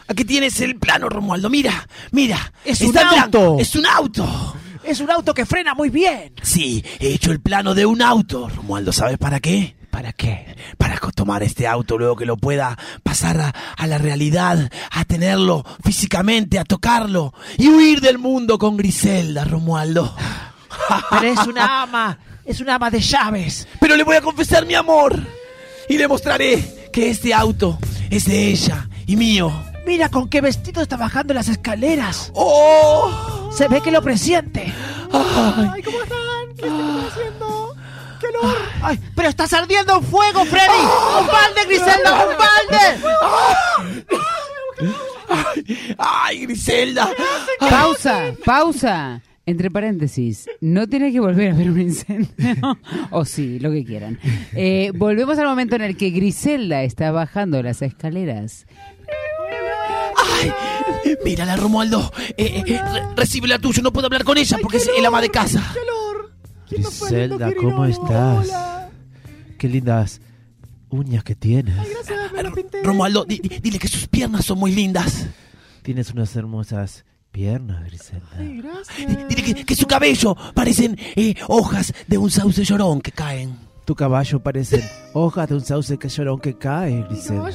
Aquí tienes el plano, Romualdo. Mira, mira.
Es
Está
un
en blanco.
auto.
Es un auto.
Es un auto que frena muy bien.
Sí, he hecho el plano de un auto, Romualdo. ¿Sabes para qué?
¿Para qué?
Para co- tomar este auto luego que lo pueda pasar a, a la realidad, a tenerlo físicamente, a tocarlo y huir del mundo con Griselda, Romualdo.
Pero es una ama. Es una ama de llaves.
Pero le voy a confesar mi amor y le mostraré que este auto es de ella y mío.
Mira con qué vestido está bajando las escaleras.
¡Oh!
Se ve que lo presiente.
Ay.
¿cómo están? ¿Qué
ah.
están haciendo? ¡Calor! ¡Ay, pero estás ardiendo en fuego, Freddy!
¡Ah! Oh.
¡Un balde, Griselda, un balde!
Ah.
¡Ah!
¡Ay, Griselda!
Pausa, pausa. Entre paréntesis, no tiene que volver a ver un incendio. o sí, lo que quieran. Eh, volvemos al momento en el que Griselda está bajando las escaleras.
Mírala, Romualdo. Eh, eh, re- recíbela tú. Yo no puedo hablar con ella porque es el ama de casa.
Griselda, ¿cómo estás? Qué lindas uñas que tienes.
Romualdo, di- di- dile que sus piernas son muy lindas.
Tienes unas hermosas piernas, Griselda.
Dile que, que su cabello parecen eh, hojas de un sauce llorón que caen.
Tu caballo parece hojas de un sauce que llorón que cae, Griselda.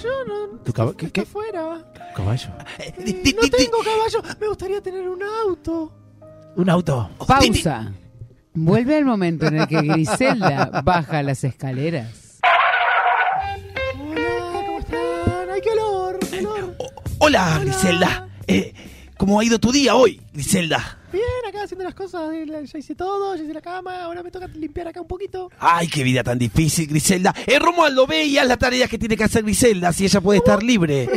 ¿Tu caballo? ¿Qué? qué?
Fuera.
¿Caballo?
Eh, No tengo caballo. Me gustaría tener un auto.
Un auto.
Pausa. Vuelve al momento en el que Griselda baja las escaleras.
Ah, ¡Ay, qué olor! qué olor.
Hola, Griselda. Eh, ¿Cómo ha ido tu día hoy, Griselda?
Bien, acá haciendo las cosas. Ya hice todo, ya hice la cama. Ahora me toca limpiar acá un poquito.
Ay, qué vida tan difícil, Griselda. Eh, Romualdo, ve y haz la tarea que tiene que hacer Griselda si ella puede estar libre.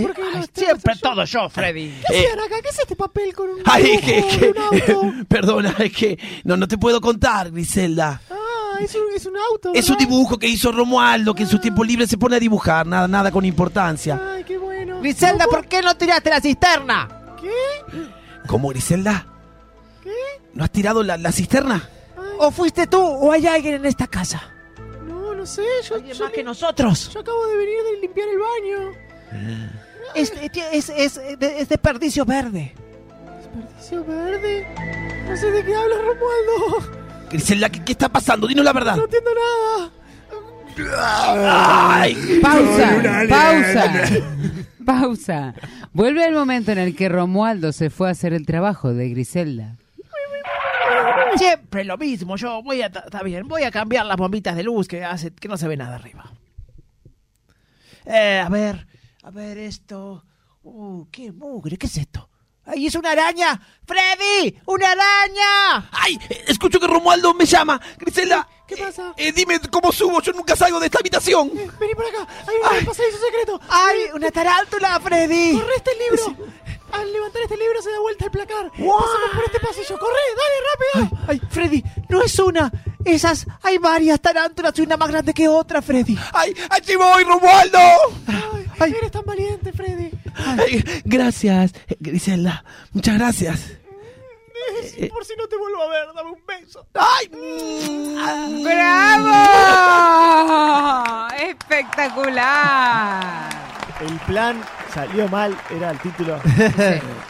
siempre todo yo, Freddy.
¿Qué hacían acá? ¿Qué es este papel con un
eh. Ay, es
dibujo
que, es que-
de un auto?
perdona, es que no, no te puedo contar, Griselda.
Ah, es un, es un auto.
Es un
¿verdad?
dibujo que hizo Romualdo, que en su tiempo libre se pone a dibujar, nada, nada con importancia.
Ay, qué bueno.
Griselda, ¿por qué no tiraste la cisterna?
¿Qué?
¿Cómo, Griselda? ¿No has tirado la, la cisterna?
¿O fuiste tú o hay alguien en esta casa?
No, no sé. Yo, yo-
que nosotros.
yo acabo de venir de limpiar el baño.
Es, es, es, es de- es desperdicio verde.
Desperdicio verde. No sé de qué hablas, Romualdo.
Griselda, ¿qué, qué está pasando? Dinos la verdad.
No entiendo nada.
Ay.
Pausa,
Soy un alien.
pausa, pausa. Vuelve al momento en el que Romualdo se fue a hacer el trabajo de Griselda.
Siempre lo mismo. Yo voy a, ta- está bien, voy a cambiar las bombitas de luz que hace que no se ve nada arriba. Eh, a ver, a ver esto. Uh, qué mugre, ¿qué es esto? ¡Ay, es una araña! ¡Freddy! ¡Una araña!
¡Ay! eh, Escucho que Romualdo me llama. Griselda,
¿Qué pasa?
eh, dime cómo subo. Yo nunca salgo de esta habitación.
Vení por acá. Hay un pasadizo secreto.
¡Ay, una tarántula, Freddy!
Corre este libro.
Al levantar este libro se da vuelta el placar. Pasamos por este pasillo. ¡Corre! ¡Dale, rápido! Ay, Freddy, no es una. Esas, hay varias tarántulas y una más grande que otra, Freddy.
¡Ay, allí voy, Romualdo!
Ay, eres tan valiente, Freddy.
Ay, Gracias, eh, Griselda. Muchas gracias.
Eh, Por si no te vuelvo a ver, dame un beso.
¡Ay!
¡Bravo! ¡Espectacular!
El plan salió mal, era el título.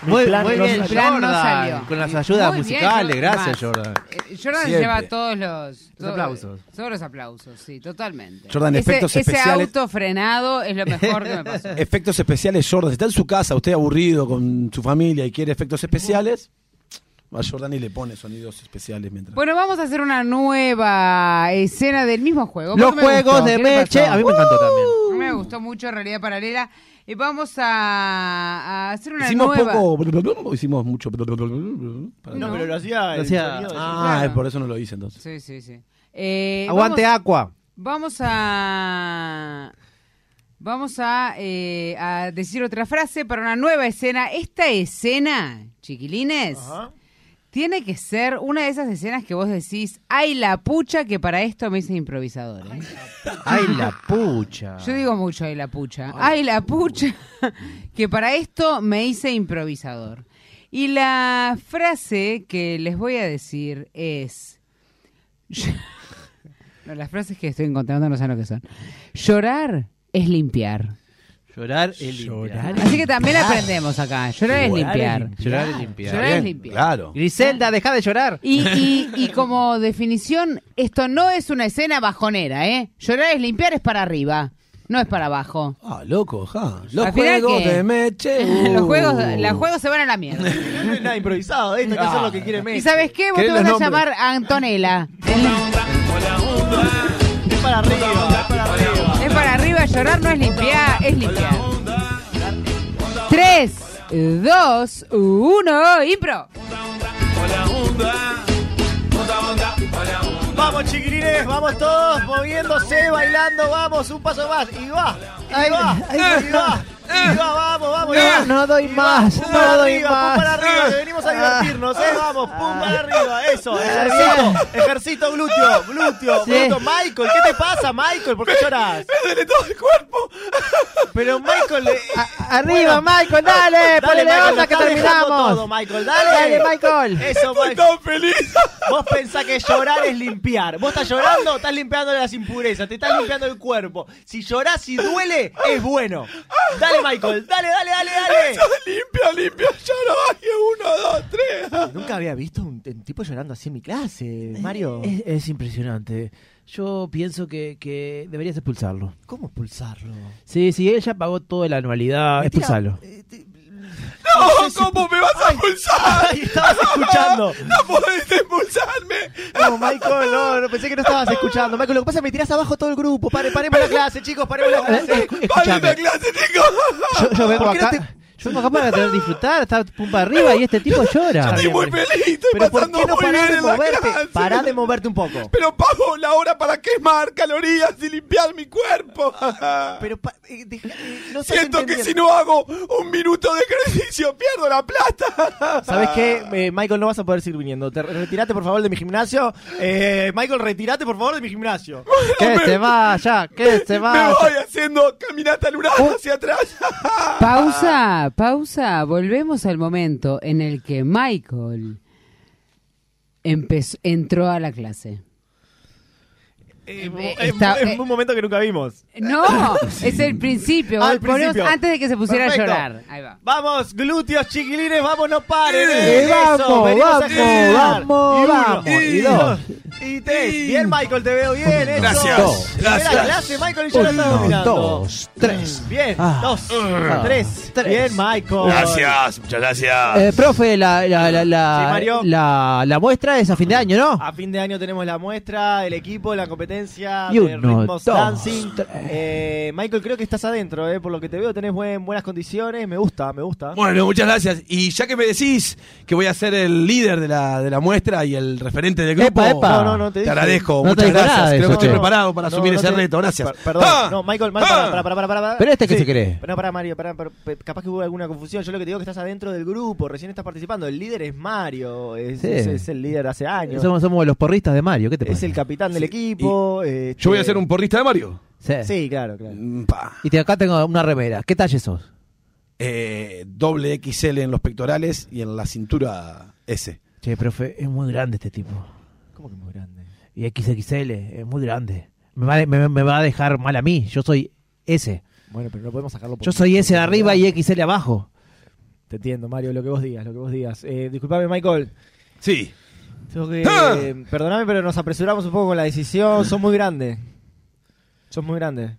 Mi
Muy,
plan
muy
no
bien,
salió.
Jordan.
salió.
Con las ayudas
Muy bien,
musicales,
Jordan.
gracias,
Más.
Jordan.
Eh, Jordan
Siempre.
lleva todos los, todo-
aplausos.
Todos los aplausos, sí, totalmente.
Jordan,
ese,
efectos
ese
especiales.
auto frenado es lo mejor que me pasó.
Efectos especiales Jordan. Si está en su casa, usted aburrido con su familia y quiere efectos especiales, va Jordan y le pone sonidos especiales mientras.
Bueno, vamos a hacer una nueva escena del mismo juego.
Los
porque me
juegos
gustó.
de
¿Qué le
Meche,
pasó?
a mí me encantó también.
Me gustó mucho Realidad Paralela. Y vamos a, a hacer una
Hicimos
nueva.
poco, o hicimos mucho. para-
No, pero lo hacía.
Lo
el
hacía-
sonido de-
ah, es por eso no lo hice entonces.
Sí, sí, sí. Eh,
Aguante
vamos-
Aqua.
Vamos a. Vamos a, eh, a decir otra frase para una nueva escena. Esta escena, chiquilines, tiene que ser una de esas escenas que vos decís, ay la pucha que para esto me hice improvisador. ¿eh?".
¡Ay, la pucha!
Yo digo mucho ay la pucha. Ay la pucha que para esto me hice improvisador. Y la frase que les voy a decir es... No, las frases que estoy encontrando no sé lo que son. Llorar es limpiar.
Llorar es limpiar.
Así que también aprendemos acá. Llorar es limpiar.
Llorar es limpiar.
Llorar es Bien, limpiar.
Claro. Griselda, deja de llorar.
Y, y- y como definición, esto no es una escena bajonera, ¿eh? Llorar es limpiar, es para arriba, no es para abajo.
Ah, loco, ja. Los
Al final,
juegos
¿qué?
de Meche.
Los
uh.
juegos, los juegos se van a la mierda.
No es nada improvisado, esto hay que hacer lo
Ah.
que quiere Messi.
¿Y sabes qué? Vos te
¿Querés
vas a
los nombres?
llamar Antonella.
Es para arriba, es para arriba.
Es para arriba, llorar no es limpiar, es limpiar. Tres, dos, uno, impro.
Vamos chiquilines, vamos todos moviéndose, bailando, vamos, un paso más, y va, y
Ay,
va,
ay,
y va, y va, vamos, vamos, y
No,
va.
no doy
Y va,
más,
pum
no
para
doy
arriba,
más.
pum para arriba, que venimos a
Ah.
divertirnos, eh, vamos, pum para arriba, eso,
Ah.
ejercito, ejercito glúteo, glúteo,
Sí.
glúteo, Michael, ¿qué te pasa, Michael? ¿Por qué lloras? Me duele todo el cuerpo. Pero Michael, eh,
Arriba,
bueno,
Michael, dale, Ah, eh, ponle
Michael,
onda
lo
que
estás dejando
terminamos.
todo, Michael, dale.
Dale, Michael.
Eso, Michael. feliz. Vos pensás que llorar es limpiar. Vos estás llorando, estás limpiando las impurezas, te estás limpiando el cuerpo. Si llorás y duele, es bueno. Dale, Michael, dale, dale, dale, dale.
limpia, limpia, lloro. Ay, uno, dos, tres.
Nunca había visto un, un tipo llorando así en mi clase, Mario.
Eh, Es, es impresionante. Yo pienso que, que deberías expulsarlo.
¿Cómo expulsarlo?
Sí, sí, ella pagó toda la anualidad. Expulsalo.
No, ¿cómo me vas a expulsar?
Ay, estabas escuchando.
No podés expulsarme.
No, Michael, no, no, pensé que no estabas escuchando. Michael, lo que pasa es que me tirás abajo todo el grupo. Pare, paremos la clase, chicos, paremos la
Eh,
clase.
Vale, la clase, chicos.
Yo, yo vengo
¿Por qué no
acá. Yo vengo acá para tener disfrutar, estar pumpa arriba y este tipo llora.
Estoy muy feliz, estoy
Pero ¿por
pasando
qué no
muy
parás
bien
de
en la
moverte?
clase.
Pará de moverte un poco.
Pero pago la hora para quemar calorías y limpiar mi cuerpo.
Pero pa- eh, deja- eh, no estás
Siento que
entendiendo.
si no hago un minuto de ejercicio pierdo la plata.
¿Sabes qué? Eh, Michael, no vas a poder seguir viniendo. Te- retirate, por favor, de mi gimnasio. Eh, Michael, retirate, por favor, de mi gimnasio.
Que se vaya, que se
Me
vaya.
voy haciendo caminata lunar hacia atrás.
Pausa, pausa. Volvemos al momento en el que Michael empezó, entró a la clase.
Eh,
Eh,
es-
está-
es
eh.
un momento que nunca vimos.
No, es el principio.
Ah, el
Volvemos
principio.
antes de que se pusiera
Perfecto.
a llorar. Ahí va.
Vamos, glúteos, chiquilines, vamos, no paren.
Eh,
Eso,
vamos,
venimos a
vamos,
girar.
vamos,
Y uno,
vamos, y dos.
Y tres. Bien, Michael, te veo bien. Eso.
Gracias,
Primera
gracias.
clase, Michael, y yo la estaba dominando.
tres.
Bien,
Ah.
dos,
Ah.
tres. Bien, Michael.
Gracias, muchas gracias.
Eh, profe, la, la, la, la,
Sí, Mario. Ah.
la, la muestra es a fin de año, ¿no?
A fin de año tenemos la muestra, el equipo, la competencia
Y
de
uno,
Ritmos
dos,
Dancing.
tres.
Eh, Michael, creo que estás adentro, eh, por lo que te veo tenés buen- buenas condiciones, me gusta, me gusta.
Bueno, muchas gracias. Y ya que me decís que voy a ser el líder de la, de la muestra y el referente del grupo.
Epa, epa.
No, no, no te dije.
agradezco,
No
muchas
te dijo
gracias.
nada de
Creo
eso,
que estoy
che.
preparado para
No,
asumir
no
ese
te-
reto, gracias. Ah,
Per- perdón, no, Michael, Michael, para, para, para, para, para.
Pero este que se cree.
Pero no, para, Mario, para, para, pe- capaz que hubo alguna confusión. Yo lo que te digo es que estás adentro del grupo, recién estás participando. El líder es Mario, es,
Sí.
es- es el líder hace años.
Somos, somos los porristas de Mario, ¿qué te
Es
pasa?
el capitán del equipo. este,
Yo voy a ser un porrista de Mario.
Sí.
Sí, claro, claro.
Mm. Y te- acá tengo una remera. ¿Qué talle sos?
Eh, doble XL en los pectorales y en la cintura S.
Che, profe, es muy grande este tipo.
¿Cómo que muy grande?
Y XXL, es muy grande. Me va, me- me va a dejar mal a mí. Yo soy S.
Bueno, pero no podemos sacarlo por-
Yo soy S de arriba y XL abajo.
Te entiendo, Mario, lo que vos digas, lo que vos digas. Eh, disculpame, Michael.
Sí.
Tengo que-
¡Ah!
eh, perdoname, pero nos apresuramos un poco con la
Mm.
decisión. Sos muy grande. Sos muy grande.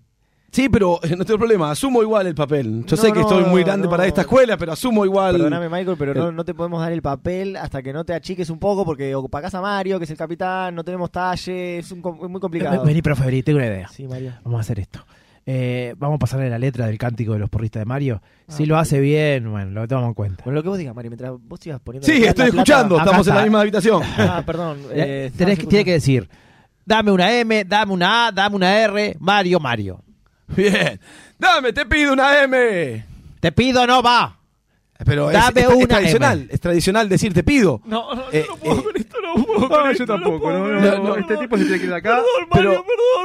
Sí, pero eh, no tengo problema, asumo igual el papel. Yo
No,
sé que
no,
estoy muy
no,
grande
no.
para esta escuela, pero asumo igual.
Perdóname, Michael, pero
Eh.
no,
El-
no te podemos dar el papel hasta que no te achiques un poco porque o pagás a Mario, que es el capitán, no tenemos talle, es, un com- es muy complicado.
Vení, profe, vení, tengo una idea.
Sí, Mario.
Vamos a hacer esto. Eh, vamos a pasarle la letra del cántico de los porristas de Mario. si lo hace bien, bueno, lo tomamos en cuenta.
Bueno, lo que vos digas, Mario, mientras vos sigas poniendo.
Sí,
la- la
estoy
plata-
escuchando,
Acá
estamos en la
está.
misma habitación.
Ah, perdón. eh,
Eh,
estamos
tenés que- tiene
escuchando.
que decir, dame una M, dame una A, dame una R, Mario, Mario.
Bien. Dame, te pido una M.
Te pido, no va.
Pero es,
Dame
es- es
una
tradicional,
M.
es tradicional decir te pido.
No, no,
Eh,
No, yo tampoco. No,
No,
no, no,
no.
Este tipo se tiene que ir de acá.
pero,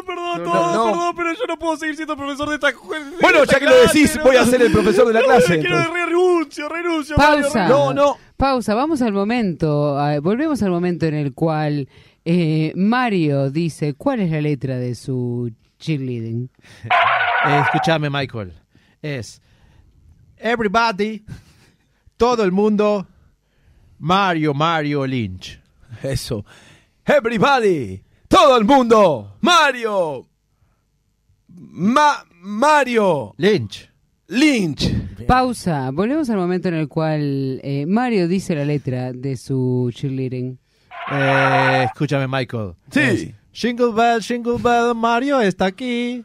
No, no,
Todo,
no.
perdón, pero yo no puedo seguir siendo profesor de esta escuela.
bueno, ya que lo decís, voy a ser el profesor de la clase. entonces.
Renuncio, renuncio.
Pausa.
No, no.
Pausa, vamos al momento. a- volvemos al momento en el cual eh, Mario dice cuál es la letra de su cheerleading.
Eh, escúchame, Michael. Es Everybody, todo el mundo, Mario, Mario Lynch.
Eso. Everybody, todo el mundo, Mario. Ma- Mario.
Lynch.
Lynch.
Pausa, volvemos al momento en el cual eh, Mario dice la letra de su cheerleading.
Eh, escúchame, Michael. Sí. Jingle Bell, Jingle Bell, Mario está aquí.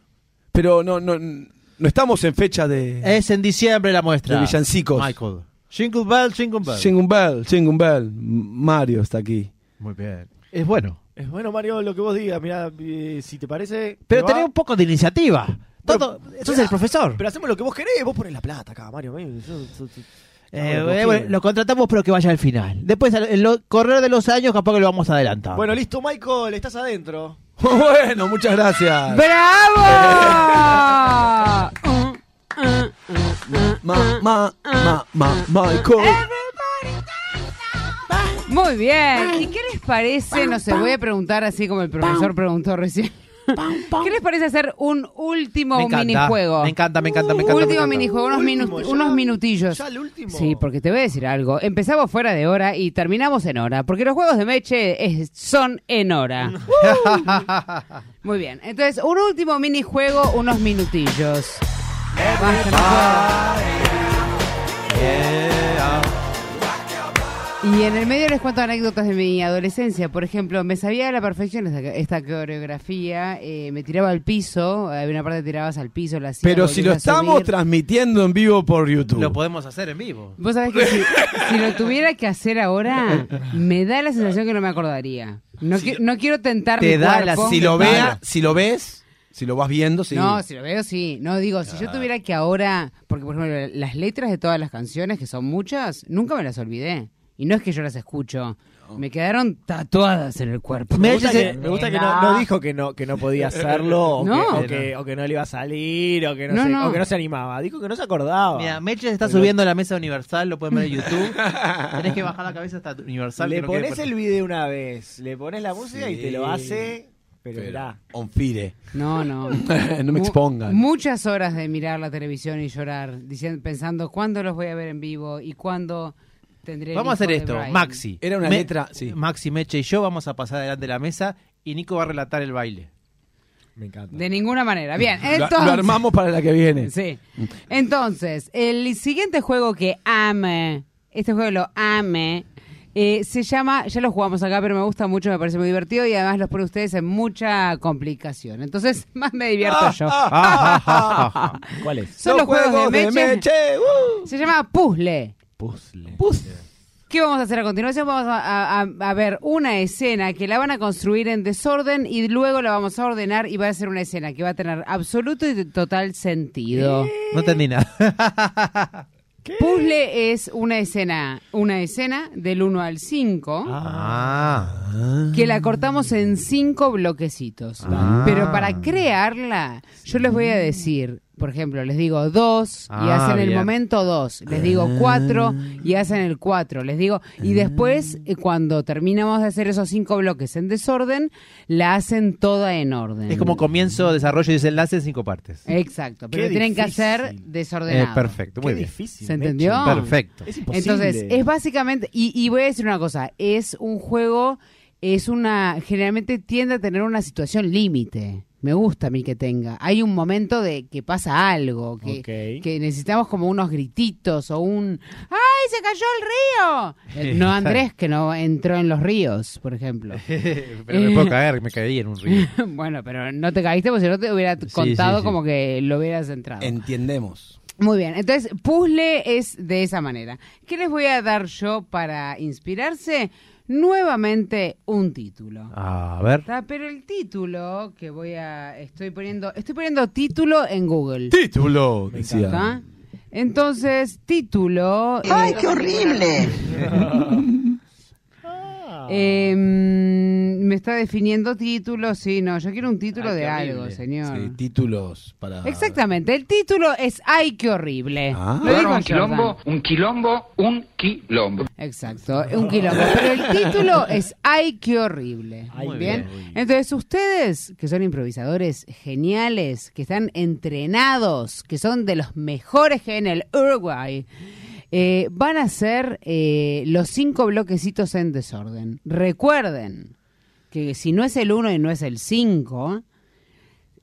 Pero no, no, no estamos en fecha de,
Es en diciembre la muestra.
de villancicos.
Michael. Jingle Bell, Jingle Bell.
Jingle Bell, Jingle Bell. Mario está aquí.
Muy bien. Es bueno.
Es bueno, Mario, lo que vos digas. Mira, si te parece.
Pero
¿te va?
tenés un poco de iniciativa. Todo, sos el profesor.
Pero hacemos lo que vos querés, vos pones la plata acá, Mario. ven, yo- yo- yo-
Eh,
Hago lo que
eh,
vos
bueno,
quieras.
lo contratamos, pero que vaya al final. Después, al en lo- correr de los años, capaz que lo vamos adelantando.
Bueno, listo, Michael, estás adentro.
bueno, muchas gracias.
¡Bravo!
Ma, ma, ma, ma, Michael.
Muy bien. ¿Y qué les parece? No sé, voy a preguntar así como el profesor preguntó recién. ¿Qué les parece hacer un último
me encanta,
minijuego?
Me encanta, me encanta, me encanta. me
Último
encanta.
minijuego, unos,
Último,
minu-
Pues ya.
unos minutillos.
Ya el último.
Sí, porque te voy a decir algo. Empezamos fuera de hora y terminamos en hora, porque los juegos de Meche es- son en hora. Uh. Muy bien. Entonces, un último minijuego, unos minutillos. Ah, Basta, no
Ah.
puedo. Y en el medio les cuento anécdotas de mi adolescencia. Por ejemplo, me sabía a la perfección esta, esta coreografía. eh, me tiraba al piso. Había una parte que tirabas al piso. La hacía,
Pero si lo
volvías a
estamos
subir.
transmitiendo en vivo por YouTube.
Lo podemos hacer en vivo.
Vos sabés que si, si lo tuviera que hacer ahora, me da la sensación que no me acordaría. No, qui- no quiero tentar
te
mi
da la-
cuerpo.
si lo
Claro.
vea, si lo ves, si lo vas viendo, sí.
No, si lo veo, sí. No, digo, si yo tuviera que ahora... Porque, por ejemplo, las letras de todas las canciones, que son muchas, nunca me las olvidé. Y no es que yo las escucho. Me quedaron tatuadas en el cuerpo.
Me gusta que, me gusta que no, no dijo que no, que no podía hacerlo, o,
No.
Que, o, que, o que no le iba a salir, o que no,
No,
se,
no.
o que no se animaba. Dijo que no se acordaba.
Mira, Meche está
Pero-
subiendo a la mesa universal, lo pueden ver en YouTube. Tenés que bajar la cabeza hasta universal. que
le
no quede
pones
por-
el video una vez, le pones la música y te lo hace. Pero,
Pero-
mirá.
On fire.
No, no.
Eh, No me
Mu-
expongan.
Muchas horas de mirar la televisión y llorar, diciendo, pensando cuándo los voy a ver en vivo y cuándo tendré. el
Vamos a hacer
hijo de
esto,
Brian.
Maxi.
Era una letra, sí.
Maxi, Meche y yo vamos a pasar adelante de la mesa y Nico va a relatar el baile.
Me encanta.
De ninguna manera. Bien,
Lo-
entonces.
Lo, armamos para la que viene.
Sí. Entonces, el siguiente juego que ame, este juego lo ame, eh, se llama, ya lo jugamos acá, pero me gusta mucho, me parece muy divertido y además los pone ustedes en mucha complicación. Entonces, más
Ah,
me divierto yo.
¿Cuál es?
Son los, juegos, de Meche.
Meche, uh.
Se llama Puzzle.
Puzzle.
Puz.
¿Qué vamos a hacer a continuación? Vamos a, a- a ver una escena que la van a construir en desorden y luego la vamos a ordenar y va a ser una escena que va a tener absoluto y total sentido.
No entendí nada.
Puzzle es una escena, una escena del 1 al 5
Ah.
que la cortamos en cinco bloquecitos.
Ah.
Pero para crearla, yo les voy a decir, por ejemplo, les digo dos y
Ah,
hacen el
bien. Ah.
momento dos. Les digo cuatro y hacen el cuatro. Les digo, y después, eh, cuando terminamos de hacer esos cinco bloques en desorden, la hacen toda en orden.
Es como comienzo, desarrollo y desenlace en cinco partes.
Exacto, pero
Qué
lo tienen que hacer desordenado.
Eh, perfecto, muy bien.
¿Se entendió?
Perfecto.
Entonces, es básicamente, y, y voy a decir una cosa, es un juego, es una, generalmente tiende a tener una situación límite. Me gusta a mí que tenga. Hay un momento de que pasa algo, que, que necesitamos como unos grititos o un... ¡Ay, se cayó el río! Eh, No Andrés, que no entró en los ríos, por ejemplo. Eh,
Pero me puedo caer, me caí en un río.
bueno, pero no te caíste porque si no te hubiera contado
sí.
como que lo hubieras entrado.
Entendemos.
Muy bien, entonces puzzle es de esa manera. ¿Qué les voy a dar yo para inspirarse? Nuevamente un título.
A ver.
Está, Pero el título que voy a estoy poniendo, estoy poniendo título en Google.
Título, decía.
¿Está? Entonces, título. eh, ¡Ay, qué horrible! Em, me está definiendo título, sí, no, yo quiero un título de algo, señor.
Sí, títulos para.
Exactamente, el título es ¡Ay, qué horrible! Lo
Claro,
dijo
un
Jordan.
quilombo, un quilombo, un quilombo.
Exacto, un quilombo. Pero el título es ¡Ay, qué horrible!
Ay,
Muy
qué
bien. Entonces, ustedes, que son improvisadores geniales, que están entrenados, que son de los mejores que hay en el Uruguay, eh, van a hacer eh, los cinco bloquecitos en desorden. Recuerden que si no es el uno y no es el cinco,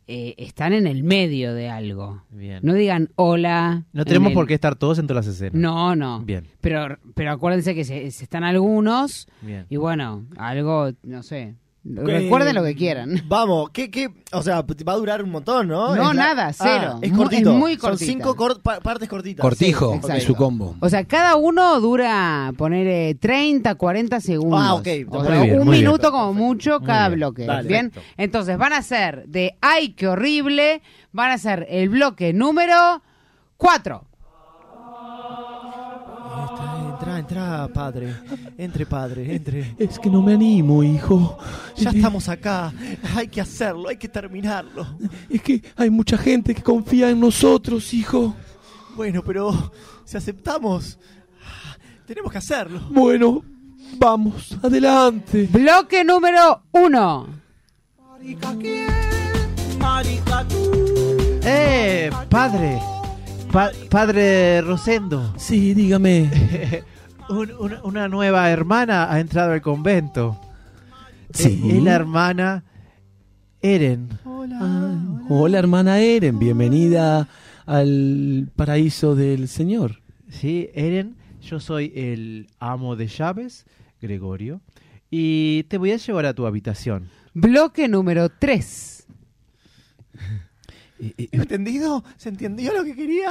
eh, están en el medio de algo.
Bien.
No digan hola.
No tenemos
en el-
por qué estar todos en todas las escenas.
No, no.
Bien.
Pero, pero acuérdense que se, se están algunos
Bien.
y bueno, algo, no sé. Recuerden lo que quieran.
Vamos, ¿qué, qué? O sea, va a durar un montón, ¿no?
No,
Es la-
nada, cero.
Ah, es
Mu-
cortito.
es muy
Son
cortita.
cinco cor- pa- partes cortitas.
Cortijo
Sí,
y
exacto.
su combo.
O sea, cada uno dura, poner 30, 40 segundos.
Ah, ok.
O
Muy
sea,
bien,
un
muy bien.
minuto como mucho
Muy
cada
bien.
bloque.
Dale.
bien. Entonces van a hacer de ¡Ay, qué horrible! Van a hacer el bloque número 4.
Entra, entra, padre. Entre, padre, entre.
Es que no me animo, hijo.
Ya estamos acá. Hay que hacerlo, hay que terminarlo.
Es que hay mucha gente que confía en nosotros, hijo.
Bueno, pero si aceptamos, tenemos que hacerlo.
Bueno, vamos, adelante.
Bloque número 1.
Eh, padre. Pa- padre Rosendo.
Sí, dígame.
Un- un- una nueva hermana ha entrado al convento. Sí. Es, la hermana Eren.
Ah, Hola, hermana Eren. Bienvenida al paraíso del Señor.
Sí, Eren, yo soy el amo de llaves, Gregorio. Y te voy a llevar a tu habitación.
Bloque número 3.
¿Entendido? ¿Se entendió lo que quería?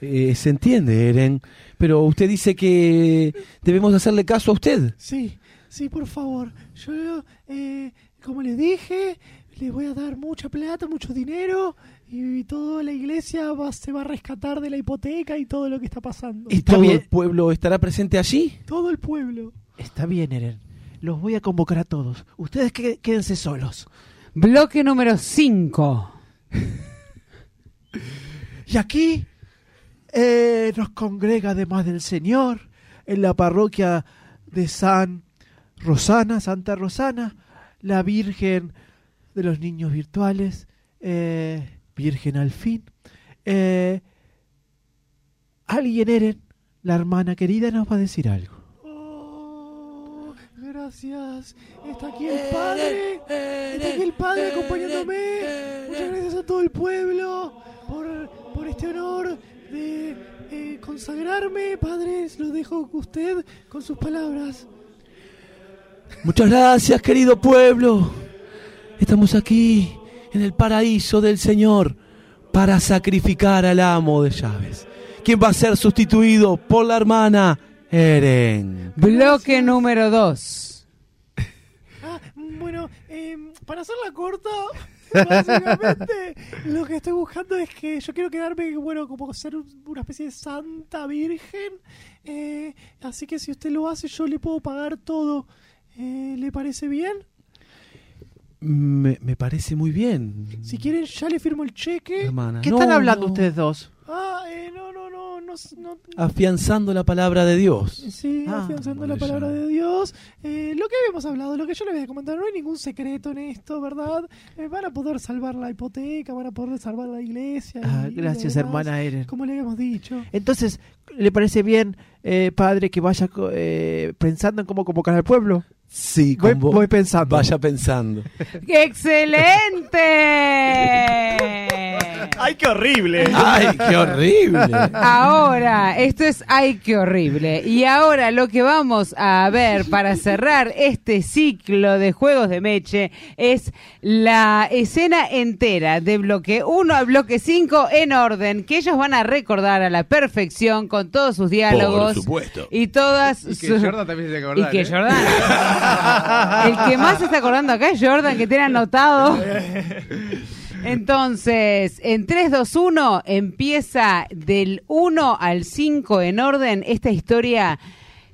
Eh, se entiende, Eren. Pero usted dice que debemos hacerle caso a usted.
Sí, sí, por favor. Yo, eh, como les dije, les voy a dar mucha plata, mucho dinero y toda la iglesia va- se va a rescatar de la hipoteca y todo lo que está pasando.
¿Y todo el pueblo estará presente allí?
Todo el pueblo.
Está bien, Eren. Los voy a convocar a todos. Ustedes que- quédense solos.
Bloque número 5.
Y aquí eh, nos congrega además del Señor en la parroquia de San Rosana, Santa Rosana, la Virgen de los Niños Virtuales, eh, Virgen al fin. Eh, alguien, Eren, la hermana querida, nos va a decir algo.
Gracias. Está aquí el padre. Está aquí el padre acompañándome. Muchas gracias a todo el pueblo por, por este honor de eh, consagrarme. Padre, se lo dejo a usted con sus palabras.
Muchas gracias, querido pueblo. Estamos aquí en el paraíso del Señor para sacrificar al amo de llaves, quien va a ser sustituido por la hermana Eren.
Bloque número 2.
Ah, Bueno, em, para hacerla corta, básicamente lo que estoy buscando es que yo quiero quedarme, bueno, como ser un- una especie de santa virgen. eh, así que si usted lo hace, yo le puedo pagar todo. Eh, ¿Le parece bien?
Me, me parece muy bien.
Si quieren, ya le firmo el cheque.
Hermana,
¿Qué
no,
están
no.
hablando
ustedes dos?
Ah, eh, no, no, no, no, no-
Afianzando la palabra de Dios.
Sí,
Ah,
afianzando la
bueno,
palabra de Dios. Eh, lo que habíamos hablado, lo que yo les había comentado, no hay ningún secreto en esto, ¿verdad? Eh, van a poder salvar la hipoteca, van a poder salvar la iglesia. y-
Ah,
y lo
gracias,
demás,
hermana Eren.
Como le habíamos dicho.
Entonces, ¿le parece bien, eh, padre, que vaya co- eh, pensando en cómo convocar al pueblo?
Sí,
voy, voy pensando.
Vaya pensando.
¡Qué excelente!
¡Ay, qué horrible!
¡Ay, qué horrible!
Ahora, esto es ¡Ay, qué horrible! Y ahora lo que vamos a ver para cerrar este ciclo de juegos de Meche es la escena entera de bloque 1 a bloque 5 en orden, que ellos van a recordar a la perfección con todos sus diálogos.
supuesto.
Y todas
Y que
sus-
Jordan también se tiene que acordar,
Y que
¿eh?
Jordan. El que más se está acordando acá es Jordan, que tiene anotado. Entonces, en 3, 2, 1, empieza del 1 al 5 en orden esta historia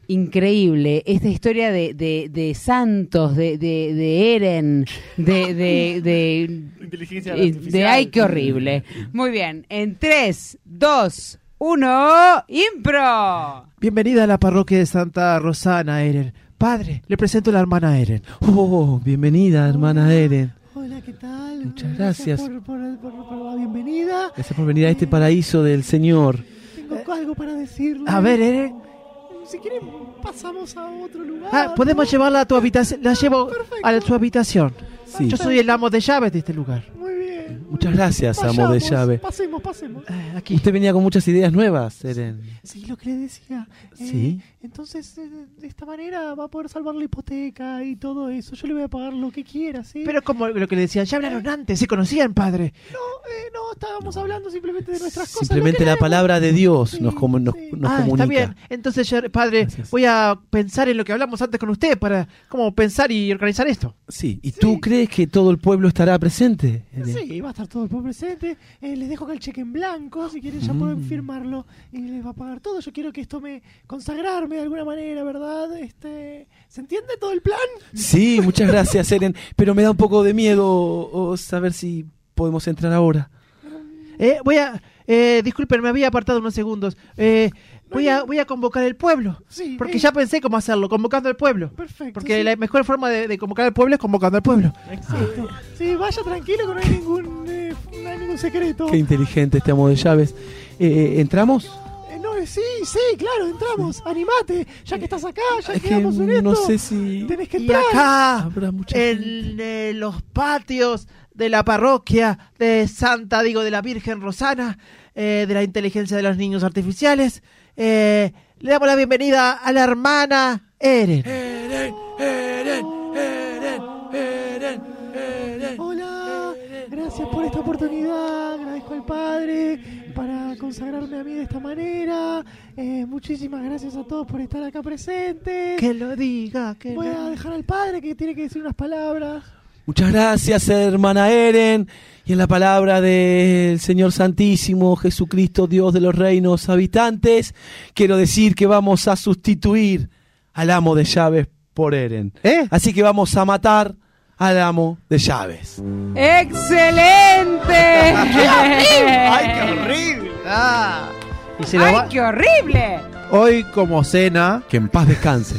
increíble, esta historia de, de- de Santos, de, de- de Eren, de... de, de
Inteligencia
y-
artificial.
de ay, qué horrible. Muy bien, en 3, 2, 1, impro.
Bienvenida a la parroquia de Santa Rosana, Eren. Padre, le presento a la hermana Eren.
Oh, bienvenida, hermana Eren.
Hola, ¿qué tal?
Muchas gracias.
por, por- por- por la bienvenida.
Gracias por venir a este paraíso del Señor.
Tengo algo para decirle.
Eh, A ver, Eren.
Si quieren, pasamos a otro lugar.
Ah, podemos llevarla a tu habitación. La llevo a su habitación.
Sí.
Yo soy el amo de llaves de este lugar.
Muchas gracias,
Pues
amo de
Vayamos,
llave.
Pasemos, pasemos.
Eh,
Usted venía con muchas ideas nuevas, Eren.
Sí, lo que le decía. Eh,
Sí.
Entonces, eh, de esta manera va a poder salvar la hipoteca y todo eso. Yo le voy a pagar lo que quiera, ¿sí?
Pero como lo que le decían, ya hablaron antes, se conocían, padre.
No, eh, no, estábamos hablando simplemente de nuestras cosas.
Simplemente la palabra de Dios nos, comu- nos- nos
ah,
comunica.
está bien. Entonces, ya, padre, voy a pensar en lo que hablamos antes con usted para como pensar y organizar esto.
Sí. ¿Y tú crees que todo el pueblo estará presente? Eren?
Sí, va a estar todo el pueblo presente. Eh, les dejo acá el cheque en blanco, si quieren ya pueden firmarlo y les va a pagar todo. Yo quiero que esto me consagrarme de alguna manera, ¿verdad? Este, ¿Se entiende todo el plan?
Sí, muchas gracias, Eren. Pero me da un poco de miedo o saber si podemos entrar ahora.
Eh, voy a. Eh, disculpen, me había apartado unos segundos. Eh, voy, a, voy a convocar el pueblo.
Sí,
Porque
eh.
ya pensé cómo hacerlo, convocando al pueblo.
Perfecto.
Porque
sí.
la mejor forma de, de convocar al pueblo es convocando al pueblo.
Exacto. Sí, vaya tranquilo que no hay ningún, eh, no hay ningún secreto.
Qué inteligente este amo de llaves. Eh, ¿Entramos?
Eh, no, eh, sí, sí, claro, entramos. Animate, ya que estás acá, ya
Es que
quedamos en esto.
no sé si...
Tenés que
Y
entrar.
acá, en eh, los patios de la parroquia de Santa, digo, de la Virgen Rosana, eh, de la inteligencia de los niños artificiales, eh, le damos la bienvenida a la hermana Eren.
Hola, gracias por esta oportunidad, agradezco al Padre para consagrarme a mí de esta manera. Eh, muchísimas gracias a todos por estar acá presentes.
Que lo diga, que
Voy
lo-
a dejar al Padre que tiene que decir unas palabras.
Muchas gracias, hermana Eren. Y en la palabra del Señor Santísimo, Jesucristo, Dios de los reinos habitantes, quiero decir que vamos a sustituir al amo de llaves por Eren.
¿Eh?
Así que vamos a matar al amo de llaves.
¡Excelente!
¡Ay,
qué
horrible!
Y se lo
¡Ay,
va-
qué horrible!
Hoy como cena...
Que en paz descanse.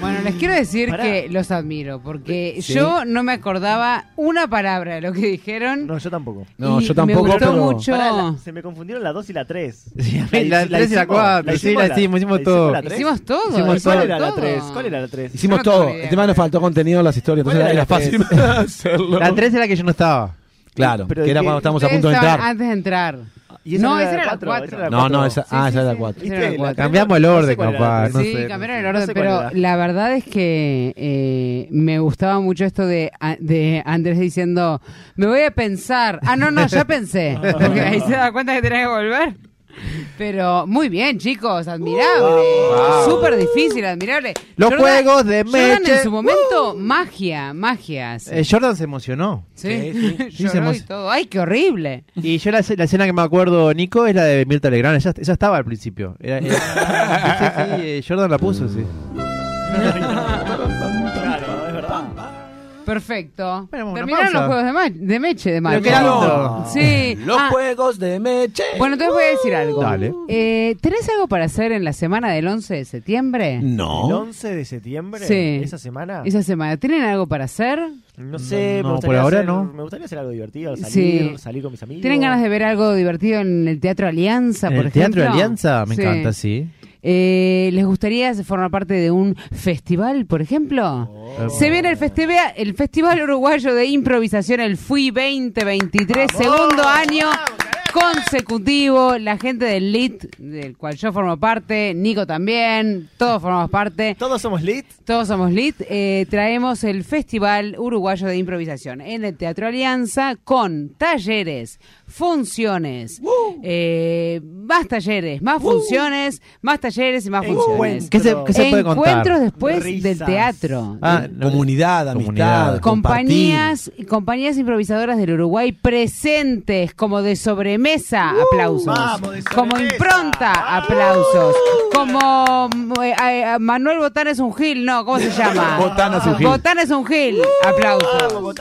Bueno, les quiero decir
Pará.
que los admiro,
Eh,
porque
Sí.
yo no me acordaba una palabra de lo que dijeron.
No, yo tampoco.
No,
Y
yo tampoco,
Me gustó
pero-
mucho.
Pará, la- se me confundieron la 2 y la 3.
la tres y la cuatro, sí, la hicimos, hicimos todo.
Hicimos todo,
¿Cuál
hicimos
era la
todo.
3? ¿Cuál era la 3?
Hicimos todo. El tema nos faltó contenido en las historias, entonces era,
¿Cuál era
fácil
la
hacerlo.
La 3 era que yo no estaba.
Claro,
Pero
que era
¿de qué?
cuando estábamos a
Ustedes
punto de
estaban
entrar.
Antes de entrar.
Ah, Y esa era
no,
la
esa era la
cuatro,
4.
esa era la
No, no,
cuatro.
esa, ah, esa era la 4.
Esa era la cuatro.
Cambiamos el orden,
cuál era la
papá.
tres.
no
sí,
sé.
cambiaron el
no
orden,
sé cuál
pero
era.
la verdad es que eh, me gustaba mucho esto de, a- de Andrés diciendo, me voy a pensar. Ah, no, no, ya pensé. Porque ahí se da cuenta que tenés que volver. Pero muy bien, chicos, admirable.
Wow.
Súper difícil, admirable.
Los juegos de
Jordan en
Meche.
su momento, magia, magia. sí.
Eh, Jordan se emocionó.
Sí,
Sí, se
lloró y
emocionó.
todo. Ay, qué horrible.
Y yo la, escena- la escena que me acuerdo, Nico, es la de Mirta Legrand. Ella, ella estaba al principio. Era- era- sí, sí, sí, eh, Jordan la puso, sí.
Claro, es verdad.
Perfecto.
una
Terminaron los
pausa.
juegos de, ma- de Meche de magia.
qué lindo.
Sí.
Los
Ah,
juegos de Meche.
Bueno, entonces voy a decir algo.
Dale.
Eh, ¿Tenés algo para hacer en la semana del 11 de septiembre?
¿El 11 de septiembre?
Sí.
¿Esa semana?
Esa semana. ¿Tienen algo para hacer?
No sé, me
No, no,
gustaría
por ahora
hacer-
no.
Me gustaría hacer algo divertido, salir,
Sí.
salir con mis amigos.
¿Tienen ganas de ver algo divertido en el Teatro Alianza,
En
por
el Teatro
ejemplo?
Alianza me
Sí.
encanta, sí.
Eh, ¿Les gustaría formar parte de un festival, por ejemplo? Se viene el, festive- el Festival Uruguayo de Improvisación, el FUI 2023, segundo año consecutivo. La gente del LIT, del cual yo formo parte, Nico también, todos formamos parte.
¿Todos somos LIT?
Todos somos LIT. Eh, traemos el Festival Uruguayo de Improvisación en el Teatro Alianza con talleres, funciones, eh, más talleres, más funciones, más talleres y más funciones.
¿Qué se- qué se puede contar?
Encuentros después del
Risas.
teatro.
Ah,
comunidad, amistad,
Compañías, compañías improvisadoras del Uruguay presentes como de sobremesa,
Uh,
aplausos.
vamos, de
Como
Ah.
impronta, aplausos. Como mm, eh, eh, Manuel Botana es un Gil, no, ¿cómo se llama?
Botana es un Gil. Uh,
Botana es un Gil, aplausos.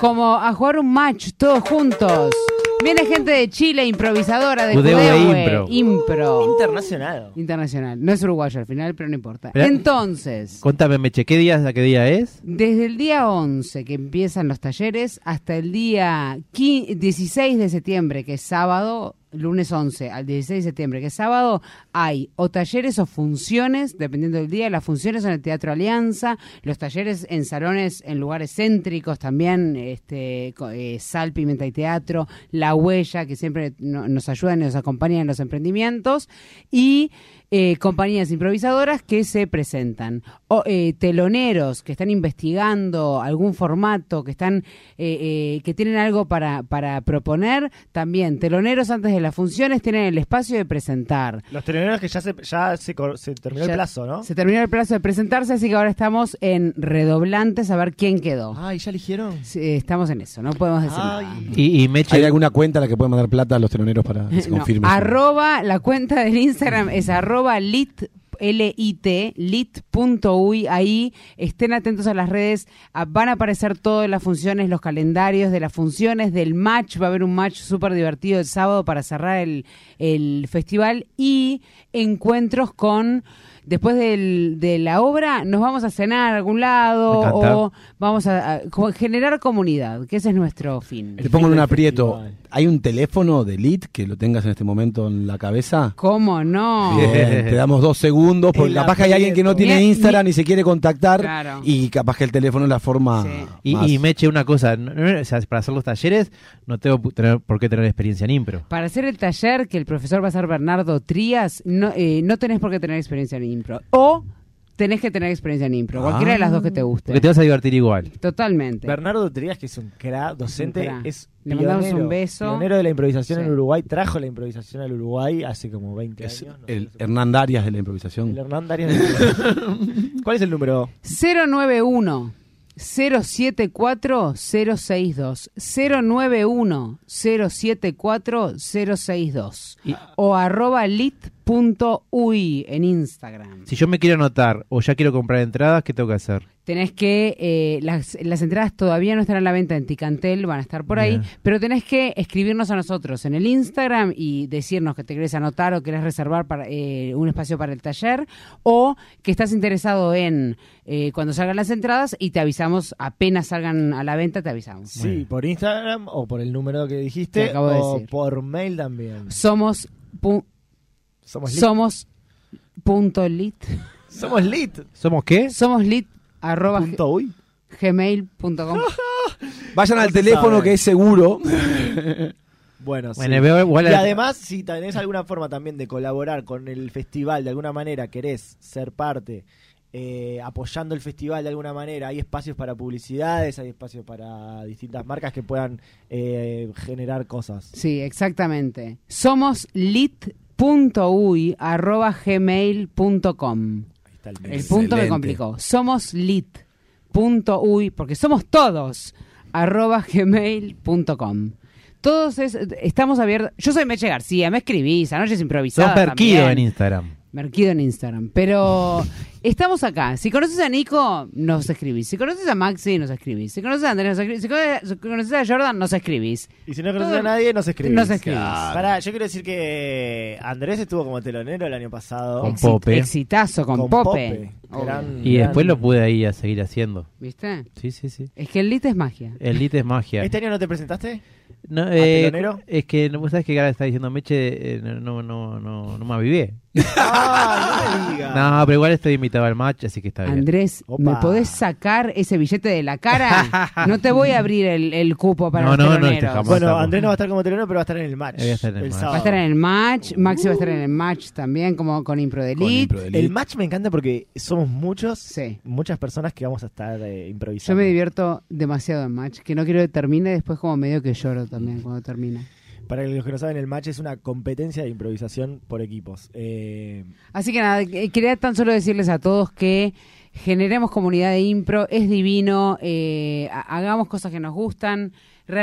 Como a jugar un match todos juntos.
Uh.
Viene gente de Chile, improvisadora de
Udehue
Udehue,
Impro.
impro.
Internacional.
Internacional. No es uruguayo al final, pero no importa.
Mirá.
Entonces,
Contame, Meche, ¿qué día es la que día es?
desde el día 11 que empiezan los talleres hasta el día qui- 16 de septiembre, que es sábado, lunes 11 al 16 de septiembre, que es sábado, hay o talleres o funciones, dependiendo del día. Las funciones son en el Teatro Alianza, los talleres en salones, en lugares céntricos también, este, co- eh, Sal, Pimenta y Teatro, La Huella, que siempre no- nos ayudan y nos acompañan en los emprendimientos. Y eh, compañías improvisadoras que se presentan, o eh, teloneros que están investigando algún formato, que están eh, eh, que tienen algo para, para proponer, también teloneros antes de las funciones tienen el espacio de presentar.
Los teleneros que ya se, ya se, cor- se terminó
Ya
el plazo, ¿no?
Se terminó el plazo de presentarse, así que ahora estamos en redoblantes a ver quién quedó.
Ay, ¿ya eligieron?
Sí, Estamos en eso, no podemos decir nada.
Y, y Meche.
¿Hay alguna cuenta a la que puede mandar plata a los teloneros para que se
No,
confirme?
arroba, la cuenta del Instagram es arroba lit L-I-T, lit.ui, ahí estén atentos a las redes, ah, van a aparecer todas las funciones, los calendarios de las funciones, del match, va a haber un match súper divertido el sábado para cerrar el, el festival y encuentros con, después del- de la obra, nos vamos a cenar a algún lado
Me encanta.
o vamos a, a co- generar comunidad, que ese es nuestro fin.
Te pongo en un aprieto. ¿Hay un teléfono de Elite que lo tengas en este momento en la cabeza?
¿Cómo no?
Bien, te damos dos segundos, porque
El
capaz que hay alguien que no
aprieto.
tiene
Ni-
Instagram y se quiere contactar
Claro.
y capaz que el teléfono es la forma
Y,
más-
y Meche, una cosa, no- no- o sea, para hacer los talleres no tengo pu- tener- por qué tener experiencia en impro.
Para hacer el taller que el profesor va a ser Bernardo Trías, no, eh, no tenés por qué tener experiencia en impro. O tenés que tener experiencia en impro. Cualquiera de las dos que te guste.
Porque te vas a divertir igual.
Totalmente.
Bernardo Trías, que es un cra docente,
Un cra.
es
Le mandamos
pionero,
un beso.
pionero de la improvisación
Sí.
en Uruguay, trajo la improvisación al Uruguay hace como 20
es
años. ¿no?
el Hernán Darias de la
El
improvisación.
Hernán Darias de- ¿Cuál es el número?
091 074 062 091 074 062 o arroba lit.ui en Instagram.
Si yo me quiero anotar o ya quiero comprar entradas, ¿qué tengo que hacer?
Tenés que, eh, las, las entradas todavía no están a la venta en Ticantel, van a estar por ahí,
Bien.
pero tenés que escribirnos a nosotros en el Instagram y decirnos que te querés anotar o querés reservar para, eh, un espacio para el taller o que estás interesado en eh, cuando salgan las entradas y te avisamos, apenas salgan a la venta te avisamos.
Sí, por Instagram o por el número que dijiste
Te acabo de
o
decir.
por mail también.
Somos, pu-
Somos lit.
somos punto lit,
Somos lit.
¿Somos qué?
somos lit arroba
Punto uy. Ah.
gmail.com.
Vayan al
No se
teléfono
sabe.
que es seguro.
Bueno, sí.
Bueno, veo igual
y
la-
además, si tenés alguna forma también de colaborar con el festival, de alguna manera querés ser parte, eh, apoyando el festival de alguna manera, hay espacios para publicidades, hay espacios para distintas marcas que puedan eh, generar cosas.
Sí, exactamente. Somos lit somoslit.uy arroba gmail.com. El punto me
Excelente.
complicó. Somoslit.uy, porque somos todos, arroba gmail.com. Todos es- estamos abiertos. Yo soy Meche García, me escribís, anoche es improvisada.
Sos perquido en
también.
Instagram.
Merquido en Instagram. Pero estamos acá. Si conoces a Nico, nos escribís. Si conoces a Maxi, nos escribís. Si conoces a Andrés, nos escribís. Si conoces, si conoces a Jordan, nos escribís.
Y si no conoces a nadie, nos escribís.
Nos escribís.
Pará, yo quiero decir que Andrés estuvo como telonero el año pasado.
Con Pope.
Exitazo con,
Con
Pope.
Pope. Gran-
Y después lo pude ahí a seguir haciendo.
¿Viste?
Sí, sí, sí.
Es que el lit es magia.
El lit es magia.
¿Este año no te presentaste?
No,
¿A
eh,
telonero?
es que no- vos sabés que Gara está diciendo Meche, eh, no, no, no, no, no me avivé.
Ah, no me digas.
No, pero igual estoy invitado al match, así que está bien.
Andrés, ¿me podés sacar ese billete de la cara? No te voy a abrir el, el cupo para
No,
los
no, no,
teloneros.
este jamás.
Bueno,
Vamos.
Andrés no va a estar como telonero, pero va a estar en el match.
Voy a estar en el
el
match.
sábado.
Va a estar en el match, Maxi va a estar en el match también, como con Impro de Elite.
El match me encanta porque somos muchos, muchas personas que vamos a estar eh,
Yo
improvisando.
me divierto demasiado en match, que no quiero que termine, después como medio que lloro también cuando termina.
Para los que no saben, el match es una competencia de improvisación por equipos. Eh,
Así que nada, eh, quería tan solo decirles a todos que generemos comunidad de impro, es divino, eh, ha- hagamos cosas que nos gustan.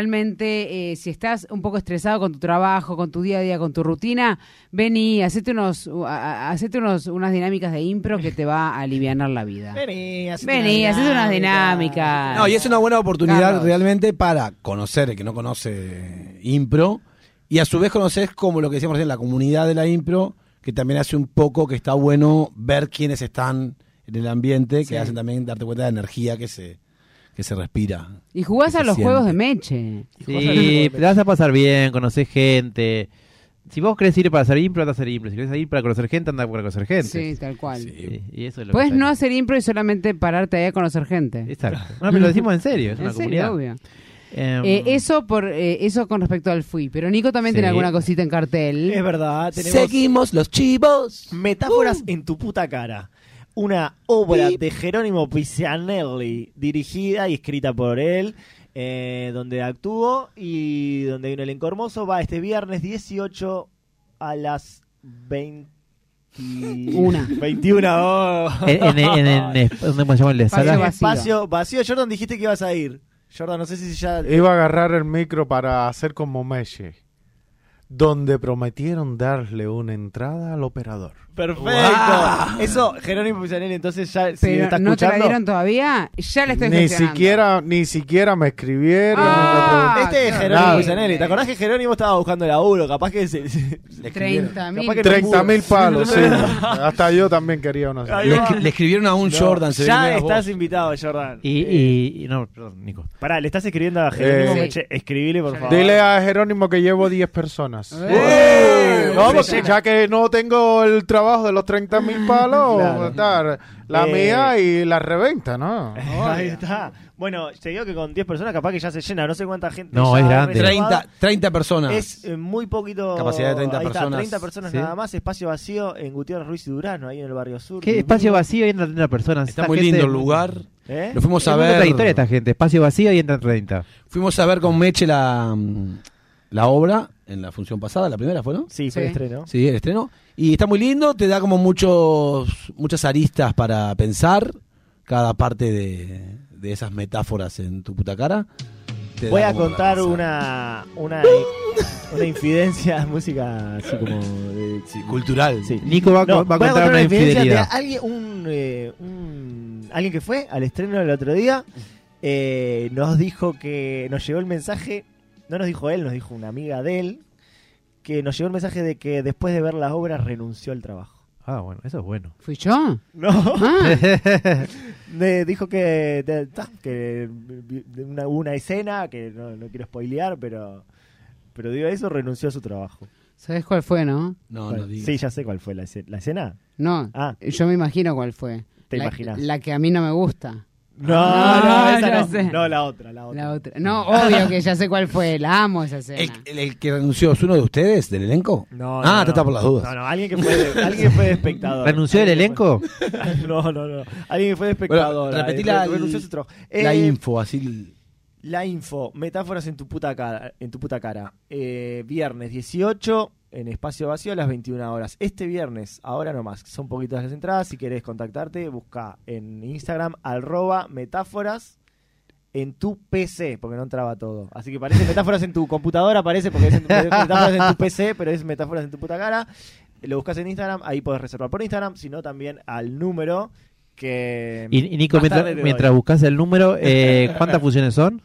Realmente, eh, si estás un poco estresado con tu trabajo, con tu día a día, con tu rutina, vení, hacete, unos, uh, a- a- hacete unos, unas dinámicas de impro que te va a aliviar la vida.
Vení, hacete
Vení, hacete unas dinámicas.
No, y es una buena oportunidad
Carlos.
realmente para conocer, el que no conoce impro, y a su vez conocer como lo que decíamos recién, la comunidad de la impro, que también hace un poco que está bueno ver quiénes están en el ambiente, que hacen también darte cuenta de la energía que se, que se respira.
Y jugás
que
a
se
los
siente.
juegos de meche.
Sí, te vas a pasar bien, conoces gente. Si vos querés ir para hacer impro, anda a hacer impro. Si querés ir para conocer gente, anda para conocer gente.
Sí, tal cual.
Sí, y eso es lo
Puedes
que está
no hacer impro y solamente pararte ahí a conocer gente.
Exacto. No, pero lo decimos en serio, es
En
una
serio,
comunidad.
obvio.
Em,
Eh, eso por eh, eso con respecto al fui, pero Nico también
Sí.
tiene alguna cosita en cartel.
Es verdad, tenemos-
Seguimos los chivos. Uh.
Metáforas en tu puta cara. Una obra de Jerónimo Pisianelli, dirigida y escrita por él, eh, donde actuó y donde hay un elenco hermoso. Va este viernes 18 a las 20.
Una.
21 horas.
en, en, en, en,
eh,
¿Dónde me llaman? ¿La
Espacio
sala?
vacío. Jordan, dijiste que ibas a ir. Jordan, no sé si ya.
Iba a agarrar el micro para hacer como Meche, donde prometieron darle una entrada al operador.
Perfecto. Eso, Jerónimo Pisianelli, entonces ya. si
Pero
está
no te la
escuchando-
dieron todavía, ya la estoy
Ni
gestionando.
siquiera, ni siquiera me escribieron.
Ah,
no
Este
me
es
preguntaron
Jerónimo
nada.
Pizanelli. ¿Te acordás que Jerónimo estaba buscando laburo? Capaz que se. se- capaz que no
30 mil
pudo.
palos, sí. Hasta yo también quería una.
Ahí Le va. escri- le
escribieron a un
No, ya estás invitado, Jordan.
Y, y, y- no, perdón, Nico.
Pará, le estás escribiendo a Jerónimo.
Eh,
Meche? escribile, por favor.
Dile a Jerónimo que llevo 10 personas.
¡Eh!
No,
Se
porque
llena.
ya que no tengo el trabajo de los 30 mil palos,
Claro.
está la
Eh.
mía y la reventa, ¿no?
Ahí está. Bueno, te digo que con 10 personas capaz que ya se llena. No sé cuánta gente.
No,
ya
es
ha
grande.
reservado.
30 30 personas.
Es eh, muy poquito.
Capacidad de 30
Ahí está,
personas.
30 personas
Sí.
nada más. Espacio vacío en Gutiérrez Ruiz y Durano, ahí en el barrio sur.
¿Qué
Divino.
espacio vacío y entran 30 personas?
Está
Esta
muy
gente-
lindo el lugar.
¿Eh?
Lo fuimos a
Es muy
ver.
contradictoria esta gente. Espacio vacío y entran 30.
Fuimos a ver con Meche la, mm, la obra en la función pasada, la primera fue, ¿no?
Sí, fue el Sí. estreno.
Sí, el estreno. Y está muy lindo, te da como muchos muchas aristas para pensar cada parte de, de esas metáforas en tu puta cara. Te
Voy
da
a
como
contar
para pensar.
una, una, una infidencia, música así como de-
cultural.
Sí.
Nico va a co- va a
voy
contar una
infidencia
infidelidad.
de alguien, un, eh, un- alguien que fue al estreno el otro día eh, nos dijo que nos llegó el mensaje, no nos dijo él, nos dijo una amiga de él, que nos llegó el mensaje de que después de ver las obras renunció al trabajo.
Ah, bueno, eso es bueno.
¿Fui yo?
No.
Ah.
De- dijo que, de- ta, que vi- de una, hubo una escena que no, no quiero spoilear, pero pero digo eso renunció a su trabajo.
¿Sabes cuál fue, no?
¿Cuál? Sí, ya sé cuál fue la, escena- la escena.
No, yo me imagino cuál fue.
Te
la,
imaginas.
La que a mí no me gusta.
No,
Ah,
no, esa
ya
no.
sé.
No, la otra, la otra.
La otra. No, obvio que ya sé cuál fue. La amo esa
El,
escena.
el- el que renunció es uno de ustedes, del elenco.
No,
ah,
no,
te está
no.
por las dudas.
No, no, alguien que fue de, alguien que fue de espectador.
¿Renunció el elenco?
no, no, no. Alguien que fue de espectador.
repetí
eh,
la,
renunció a su trabajo.
la
Eh,
info, así.
La info, metáforas en tu puta cara. En tu puta cara. Eh, viernes 18 en espacio vacío a las 21 horas. Este viernes, ahora nomás, son poquitas las entradas. Si querés contactarte, busca en Instagram arroba metáforas en tu PC, porque no entraba todo. Así que parece metáforas en tu computadora, parece, porque es en- metáforas en tu PC, pero es metáforas en tu puta cara. Lo buscas en Instagram, ahí podés reservar por Instagram, sino también al número
Em,
que...
Y, y Nico,
más tarde
mientras,
te doy.
mientras buscas el número, eh, ¿cuántas funciones son?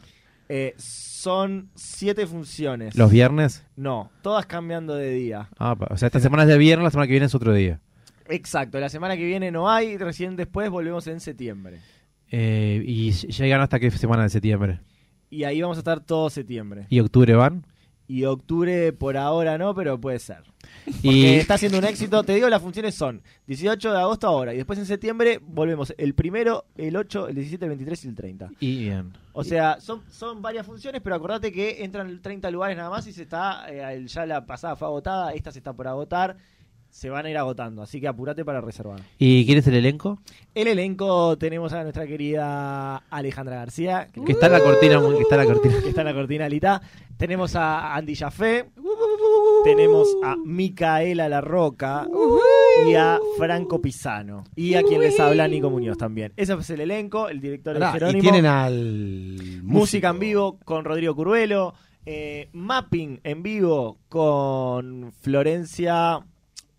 Eh, son siete funciones.
¿Los viernes?
No, todas cambiando de día.
Ah, pa- o sea, esta semana es de viernes, la semana que viene es otro día.
Exacto, la semana que viene no hay, recién después volvemos en septiembre.
Eh, ¿Y ll- llegan hasta qué semana de septiembre?
Y ahí vamos a estar todo septiembre.
¿Y octubre van?
Y octubre por ahora no, pero puede ser. Porque
Y-
está siendo un éxito. Te digo, las funciones son 18 de agosto ahora. Y después en septiembre volvemos el primero, el 8, el 17, el 23 y el 30.
Y bien.
O sea, son, son varias funciones, pero acordate que entran 30 lugares nada más y se está eh, el- ya la pasada fue agotada, esta se está por agotar, se van a ir agotando, así que apurate para reservar.
¿Y quién es el elenco?
El elenco tenemos a nuestra querida Alejandra García,
Que está en la cortina, mu- que está en la cortina.
que
Uh.
está en la cortina Lita. Tenemos a Andy Jafé, tenemos a Micaela La Roca y a Franco Pisano. Y a quien les habla Nico Muñoz también. Ese es el elenco, el director es
Pará,
Jerónimo.
y tienen al
Música en vivo con Rodrigo Curuelo. eh, mapping en vivo con Florencia.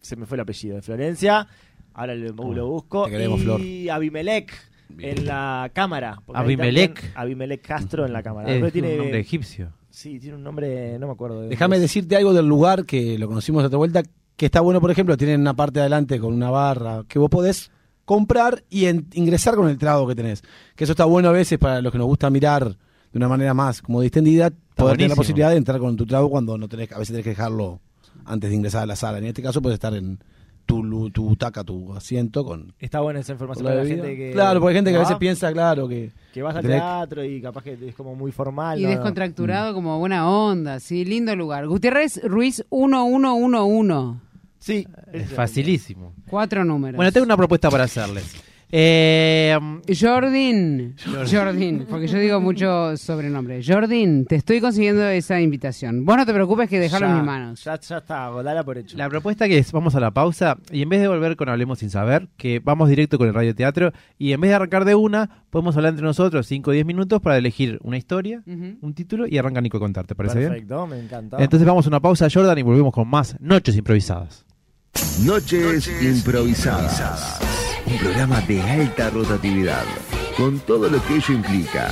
Se me fue el apellido de Florencia. Ahora lo, lo busco.
Ah, te queremos,
y
Flor.
Abimelech en la cámara. porque ahí
Abimelech.
también Abimelech Castro en la cámara.
Es
Pero
un nombre egipcio.
Sí, tiene un nombre, no me acuerdo. de dónde
Déjame
es.
decirte algo del lugar que lo conocimos de otra vuelta, que está bueno, por ejemplo, tienen una parte de adelante con una barra que vos podés comprar y en- ingresar con el trago que tenés. Que eso está bueno a veces para los que nos gusta mirar de una manera más como distendida, poder tener la
buenísimo.
posibilidad de entrar con tu trago cuando no tenés, a veces tenés que dejarlo antes de ingresar a la sala. En este caso puedes estar en tu, lu- tu butaca, tu asiento con...
Está buena esa información
con la
para la
bebida.
gente que.
claro, porque hay gente que a
¿no?
veces piensa, claro, que...
Que vas al
tenés-
teatro y capaz que es como muy formal.
Y
no, no.
descontracturado como buena onda, sí, lindo lugar. Gutiérrez Ruiz 1111.
Sí,
Es facilísimo.
Cuatro números.
Bueno, tengo una propuesta para hacerles. Eh,
Jordin, Jordin, porque yo digo mucho sobrenombre. Jordin, te estoy consiguiendo esa invitación. Vos no te preocupes que dejarlo en
Ya.
mis manos.
Ya, ya está, dala por hecho.
La propuesta que es, vamos a la pausa y en vez de volver con Hablemos sin saber, que vamos directo con el radioteatro y en vez de arrancar de una, podemos hablar entre nosotros 5 o 10 minutos para elegir una historia, un título y arranca Nico a contar, ¿te parece bien?
Perfecto, me encanta.
Entonces vamos a una pausa, Jordan, y volvemos con más Noches Improvisadas.
Noches improvisadas. Un programa de alta rotatividad, con todo lo que ello implica.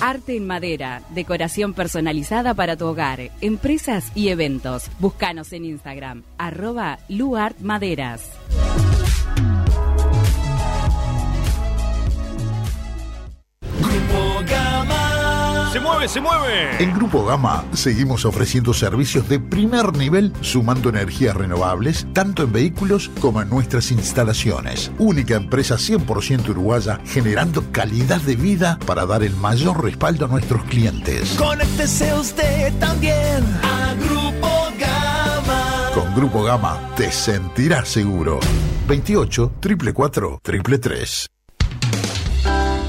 Arte en madera, decoración personalizada para tu hogar, empresas y eventos. Búscanos en Instagram, arroba luartmaderas.
Se mueve, se mueve.
En Grupo Gama seguimos ofreciendo servicios de primer nivel sumando energías renovables tanto en vehículos como en nuestras instalaciones. Única empresa 100% uruguaya generando calidad de vida para dar el mayor respaldo a nuestros clientes.
Conéctese usted también a Grupo Gama.
Con Grupo Gama te sentirás seguro. 28 444 333.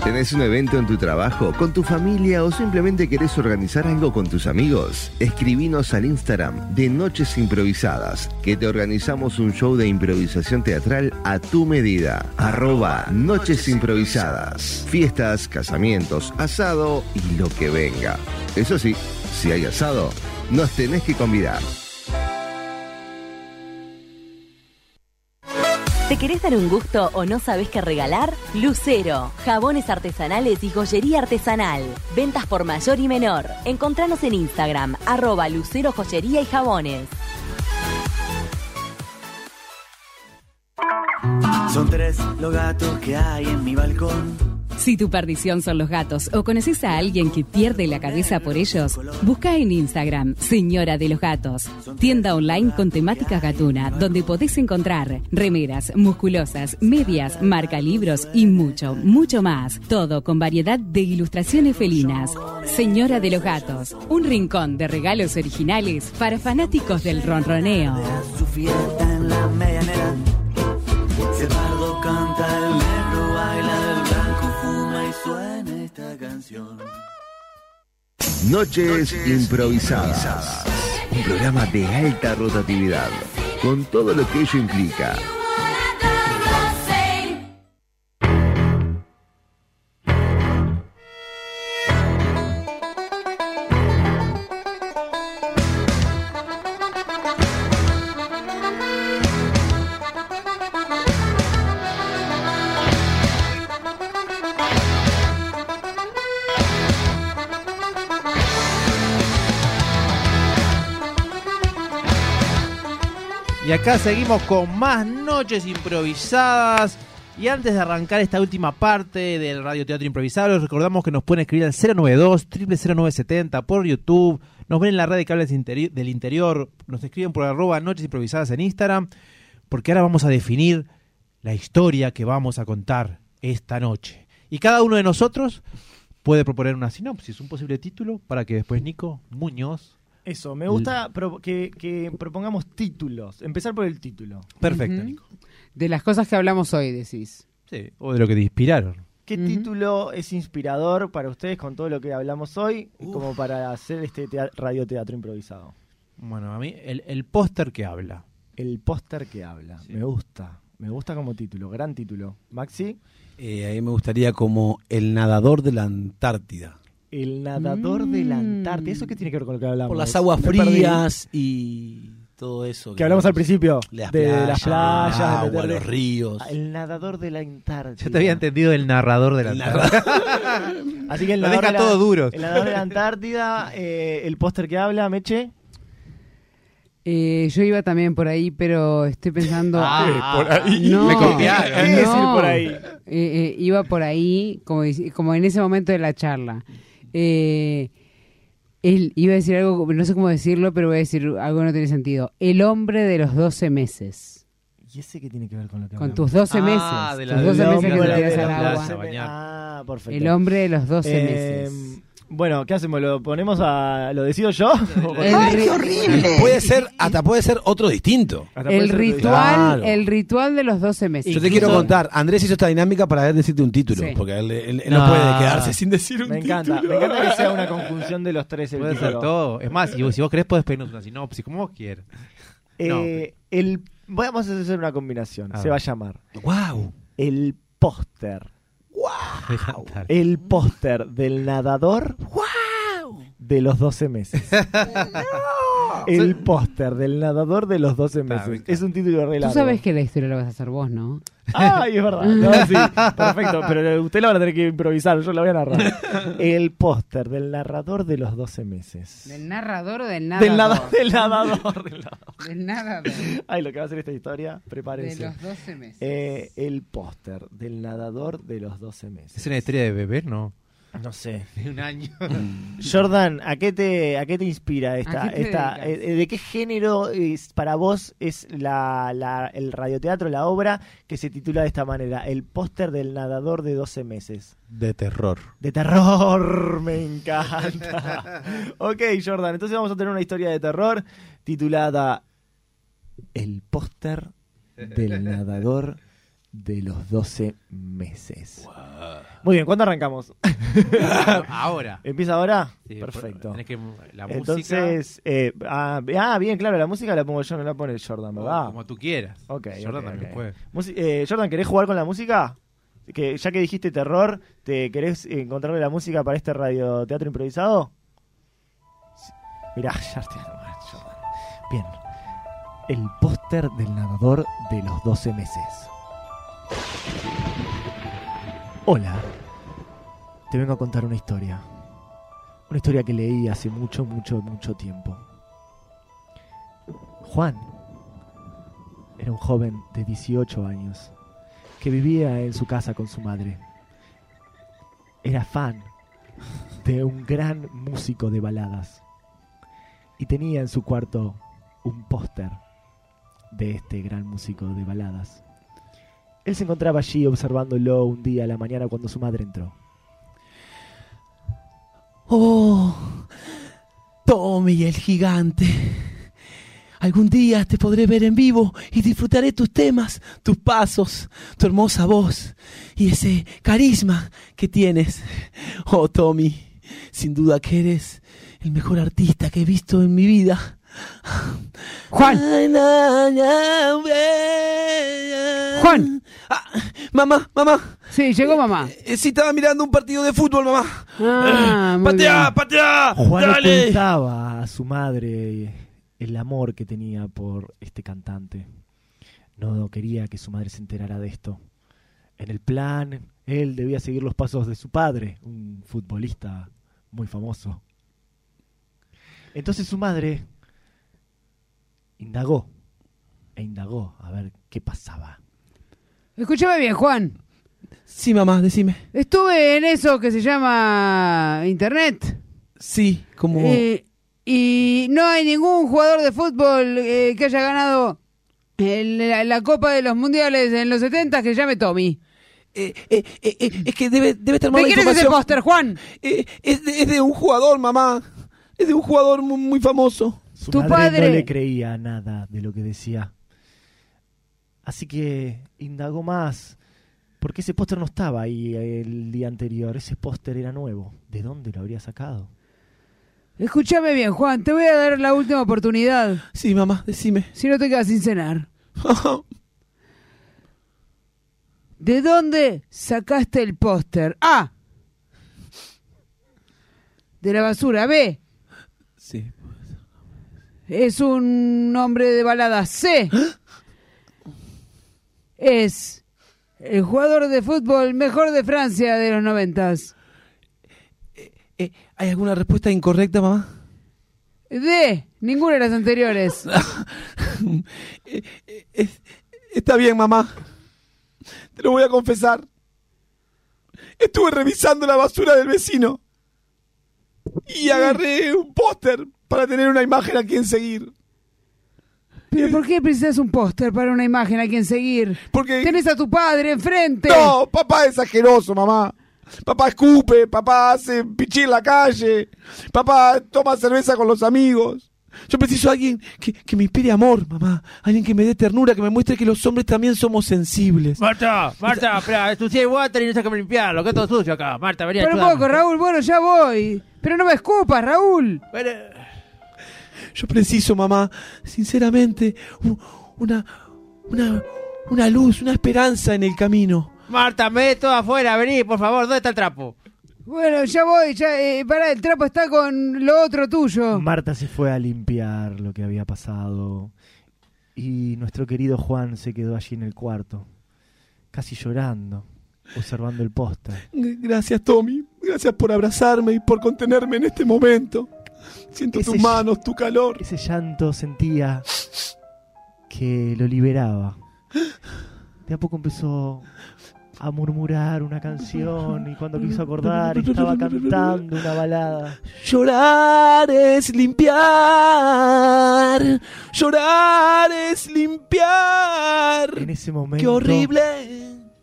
¿Tenés un evento en tu trabajo, con tu familia o simplemente querés organizar algo con tus amigos? Escribinos al Instagram de Noches Improvisadas, que te organizamos un show de improvisación teatral a tu medida. Arroba Noches Improvisadas. Fiestas, casamientos, asado y lo que venga. Eso sí, si hay asado, nos tenés que convidar.
¿Te querés dar un gusto o no sabes qué regalar? Lucero, jabones artesanales y joyería artesanal. Ventas por mayor y menor. Encontranos en Instagram, arroba Lucero Joyería y Jabones.
Son tres los gatos que hay en mi balcón.
Si tu perdición son los gatos o conoces a alguien que pierde la cabeza por ellos, busca en Instagram Señora de los Gatos, tienda online con temáticas gatuna, donde podés encontrar remeras, musculosas, medias, marcalibros y mucho, mucho más. Todo con variedad de ilustraciones felinas. Señora de los Gatos, un rincón de regalos originales para fanáticos del ronroneo.
Su fiesta en la medianera. Si el pardo canta, el negro
suena esta canción.
Noches improvisadas. Un programa de alta rotatividad, con todo lo que ello implica.
Y acá seguimos con más noches improvisadas. Y antes de arrancar esta última parte del Radio Teatro Improvisado, les recordamos que nos pueden escribir al 092 00970 por YouTube. Nos ven en la red de cables interi- del interior. Nos escriben por arroba noches improvisadas en Instagram. Porque ahora vamos a definir la historia que vamos a contar esta noche. Y cada uno de nosotros puede proponer una sinopsis, un posible título, para que después Nico Muñoz.
Eso, me gusta pro- que, que propongamos títulos. Empezar por el título.
Perfecto,
Ujú. De las cosas que hablamos hoy, decís.
Sí. O de lo que te inspiraron.
¿Qué título es inspirador para ustedes con todo lo que hablamos hoy, como para hacer este tea- radioteatro improvisado?
Bueno, a mí el, el póster que habla.
El póster que habla. Me gusta. Me gusta como título. Gran título. Maxi,
Eh, a mí me gustaría como el nadador de la Antártida.
El nadador de la Antártida. ¿Eso qué tiene que ver con lo que hablamos?
Por las aguas
Me perdí.
frías y todo eso.
Que hablamos al principio.
Las
de
playas,
las playas,
el
de
agua,
meterle-
los ríos.
El nadador de la Antártida.
Yo te había entendido el narrador de la
Así que el
Lo
nadador
deja
de la-
todo duro.
El nadador de la Antártida, eh, el póster que habla, Meche.
Eh, yo iba también por ahí, pero estoy pensando.
Ah, por ahí.
No,
Me copiaron.
no.
¿Qué decir por ahí?
Eh, eh, iba por ahí, como, dic- como en ese momento de la charla. Eh, él iba a decir algo, no sé cómo decirlo, pero voy a decir algo que no tiene sentido. El hombre de los 12 meses.
¿Y ese qué tiene que ver con lo que
Con
hablamos?
tus 12
Ah,
meses.
de
Tus
la-
12
del
meses que
hombre
te
de
tiras
la-
al
de la-
agua.
se bañar. Ah, perfecto.
El hombre de los 12
Eh,
meses.
Bueno, ¿qué hacemos? ¿Lo ponemos a. ¿Lo decido yo?
Puede ser, hasta puede ser otro distinto.
Ah,
El ritual, el ritual de los 12 meses.
Yo te quiero contar, Andrés hizo esta dinámica para decirte un título, porque él, él- él
No.
no, puede quedarse sin decir un
Me
título.
encanta, me encanta que sea una conjunción de los tres el
Puede ser
título.
todo. Es más, si vos, si vos querés, podés pedirnos una sinopsis, como vos quieras. No.
Eh, el, vamos a hacer una combinación.
A
se
ver.
va a llamar.
¡Wow!
El póster. El póster del nadador. De los 12 meses. El póster del nadador de los 12 meses. Es un título re
Tú
largo.
sabes que la historia la vas a hacer vos, ¿no?
Ay, es verdad. No, sí, perfecto. Pero usted lo va a tener que improvisar. Yo lo voy a narrar. El póster del narrador de los 12 meses.
¿Del narrador o del nadador?
Del nadador. Del nadador. del nadador.
Del nadador.
Ay, lo que va a ser esta historia, prepárense.
De los 12 meses.
Eh, el póster del nadador de los 12 meses.
¿Es una historia de bebé? No.
No sé.
De un año.
Mm.
Jordan, ¿a qué te, a qué te inspira esta?
¿A qué te
esta
dedicas?
eh, eh, ¿De qué género es, para vos es la, la- el radioteatro, la obra que se titula de esta manera? El póster del nadador de 12 meses.
De terror.
De terror, me encanta. ok, Jordan, entonces vamos a tener una historia de terror titulada El póster del nadador de los 12 meses. Muy bien, ¿cuándo arrancamos?
Ahora.
¿Empieza ahora?
Sí,
Perfecto.
tenés que- la música-
Entonces, eh, ah, ah, bien, claro, la música la pongo yo, no la pone Jordan, ¿verdad?
Oh, Como tú quieras.
Ok,
Jordan
ok,
también
ok.
puede.
Musi- eh, Jordan, ¿querés jugar con la música? Que ya que dijiste terror, ¿te querés encontrarle la música para este radioteatro improvisado? Sí. Mirá, ya te Jordan. Bien. El póster del nadador de los 12 meses. Hola. Te vengo a contar una historia. Una historia que leí hace mucho, mucho, mucho tiempo. Juan era un joven de 18 años que vivía en su casa con su madre. Era fan de un gran músico de baladas y tenía en su cuarto un póster de este gran músico de baladas. Él se encontraba allí observándolo un día a la mañana cuando su madre entró. Ah.
Oh, Tommy el gigante. Oh, Algún día te podré ver en vivo y disfrutaré tus temas, tus pasos, tu hermosa voz y ese carisma que tienes. Oh, Tommy, sin duda que eres el mejor artista que he visto en mi vida. Juan. Juan. Ah, mamá, mamá. Eh,
Sí, llegó mamá.
sí, estaba mirando un partido de fútbol, mamá. Eh,
Ah, muy
patea,
bien.
patea.
Juan le
dale.
contaba a su madre el amor que tenía por este cantante. No quería que su madre se enterara de esto. En el plan, él debía seguir los pasos de su padre, un futbolista muy famoso. Entonces su madre indagó e indagó a ver qué pasaba.
Escúchame bien, Juan.
Sí, mamá, decime.
Estuve en eso que se llama Internet.
Sí, como...
Eh, y no hay ningún jugador de fútbol eh, que haya ganado el- la, la Copa de los Mundiales en los 70 que se llame Tommy.
Eh, es que debe, debe estar mal
¿De
la
quién es ese
información.
póster, Juan?
Eh, es, de, es de un jugador, mamá. Es de un jugador mu- muy, famoso.
Su madre no le creía nada de lo que decía. Así que indagó más. Porque ese póster no estaba ahí el día anterior. Ese póster era nuevo. ¿De dónde lo habría sacado?
Escúchame bien, Juan, te voy a dar la última oportunidad.
Sí, mamá, decime.
Si no te quedas sin cenar. ¿De dónde sacaste el póster? A. De la basura. B.
Sí.
Es un hombre de balada. C. Es el jugador de fútbol mejor de Francia de los noventas.
Eh, ¿Hay alguna respuesta incorrecta, mamá?
D. Ninguna de las anteriores.
Está bien, mamá. Te lo voy a confesar. Estuve revisando la basura del vecino. Y agarré un póster para tener una imagen a quien seguir.
¿Pero por qué precisas un póster para una imagen a quien seguir?
Porque...
Tenés a tu padre enfrente.
No, papá es asqueroso, mamá. Papá escupe, papá hace pichir en la calle, papá toma cerveza con los amigos.
Yo preciso a alguien que, que me inspire amor, mamá. Alguien que me dé ternura, que me muestre que los hombres también somos sensibles.
Marta, Marta, espera, ensucié el water y no sé cómo limpiarlo, que es todo sucio acá. Marta, vení,
Para un
ayúdame.
poco, Raúl, bueno, ya voy. Pero no me escupas, Raúl.
Yo preciso, mamá, sinceramente, u- una, una, una luz, una esperanza en el camino.
Marta, me ves todo afuera, vení, por favor, ¿dónde está el trapo?
Bueno, ya voy, ya, eh, pará, el trapo está con lo otro tuyo.
Marta se fue a limpiar lo que había pasado. Y nuestro querido Juan se quedó allí en el cuarto. Casi llorando. Observando el póster.
G- Gracias, Tommy. Gracias por abrazarme y por contenerme en este momento. Siento
Ese
tus
ll-
manos, tu calor.
Ese llanto sentía que lo liberaba. De a poco empezó a murmurar una canción y cuando quiso acordar estaba cantando una balada.
Llorar es limpiar. Llorar es limpiar.
En ese momento...
¡Qué horrible!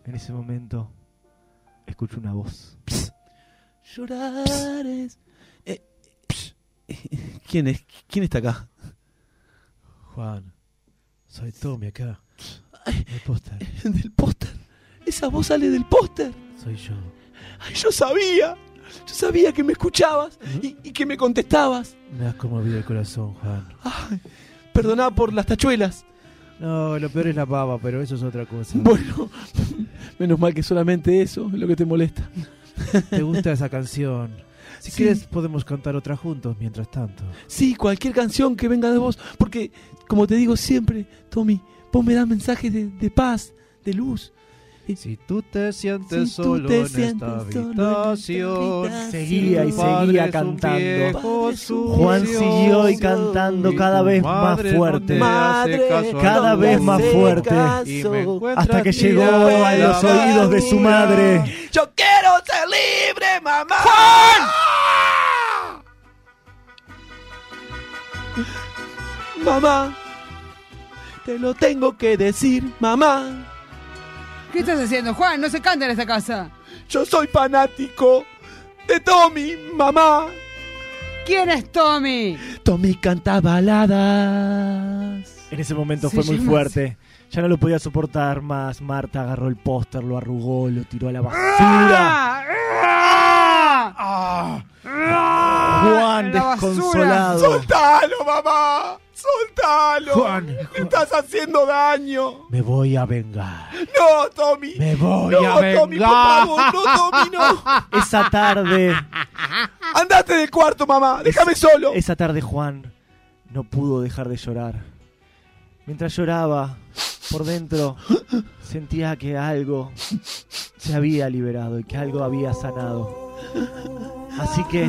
En ese momento escucho una voz.
Llorar es... Eh, psh. ¿Quién es? ¿Quién está acá?
Juan, soy Tommy acá.
El
póster.
Del póster. Esa voz sale del póster.
Soy yo.
Ay, yo sabía. Yo sabía que me escuchabas
¿Mm?
y, y que me contestabas.
Me has conmovido el corazón, Juan.
Ay, perdoná por las tachuelas.
No, lo peor es la pava, pero eso es otra cosa.
Bueno, menos mal que solamente eso es lo que te molesta.
¿Te gusta esa canción? Si
Sí.
quieres podemos cantar otra juntos mientras tanto.
Sí, cualquier canción que venga de vos. Porque, como te digo siempre, Tommy, vos me das mensajes de, de paz, de luz.
Si tú te sientes
Si tú
solo
te
en
sientes
esta
solo en
habitación,
Seguía y
oh, tu padre
seguía
es un
cantando.
viejo
Juan
sucio.
siguió y cantando cada vez más
madre no
fuerte.
te hace Madre, caso a
cada
mí.
vez más
Hace
fuerte.
caso. Y me encuentras
Hasta que llegó
tirada
a
en la
los oídos de su
basura.
madre.
Yo quiero ser libre, mamá. Mamá, te lo tengo que decir, mamá.
¿Qué estás haciendo, Juan? No se canta en esta casa.
Yo soy fanático de Tommy, mamá.
¿Quién es Tommy?
Tommy canta baladas.
En ese momento
Se
fue muy
llenó,
fuerte. Ya no lo podía soportar más. Marta agarró el póster, lo arrugó, lo tiró a la basura. Ah.
Ah.
Juan
la basura.
desconsolado.
¡Soltalo, mamá! ¡Soltalo!
Juan,
¡Me estás haciendo daño!
Me voy a vengar.
¡No, Tommy!
Me voy
¡No,
a vengar.
Tommy, por favor! ¡No, Tommy, no!
Esa tarde.
¡Andate del cuarto, mamá! ¡Déjame
Es-
solo!
Esa tarde Juan no pudo dejar de llorar. Mientras lloraba, por dentro sentía que algo se había liberado y que algo había sanado. Así que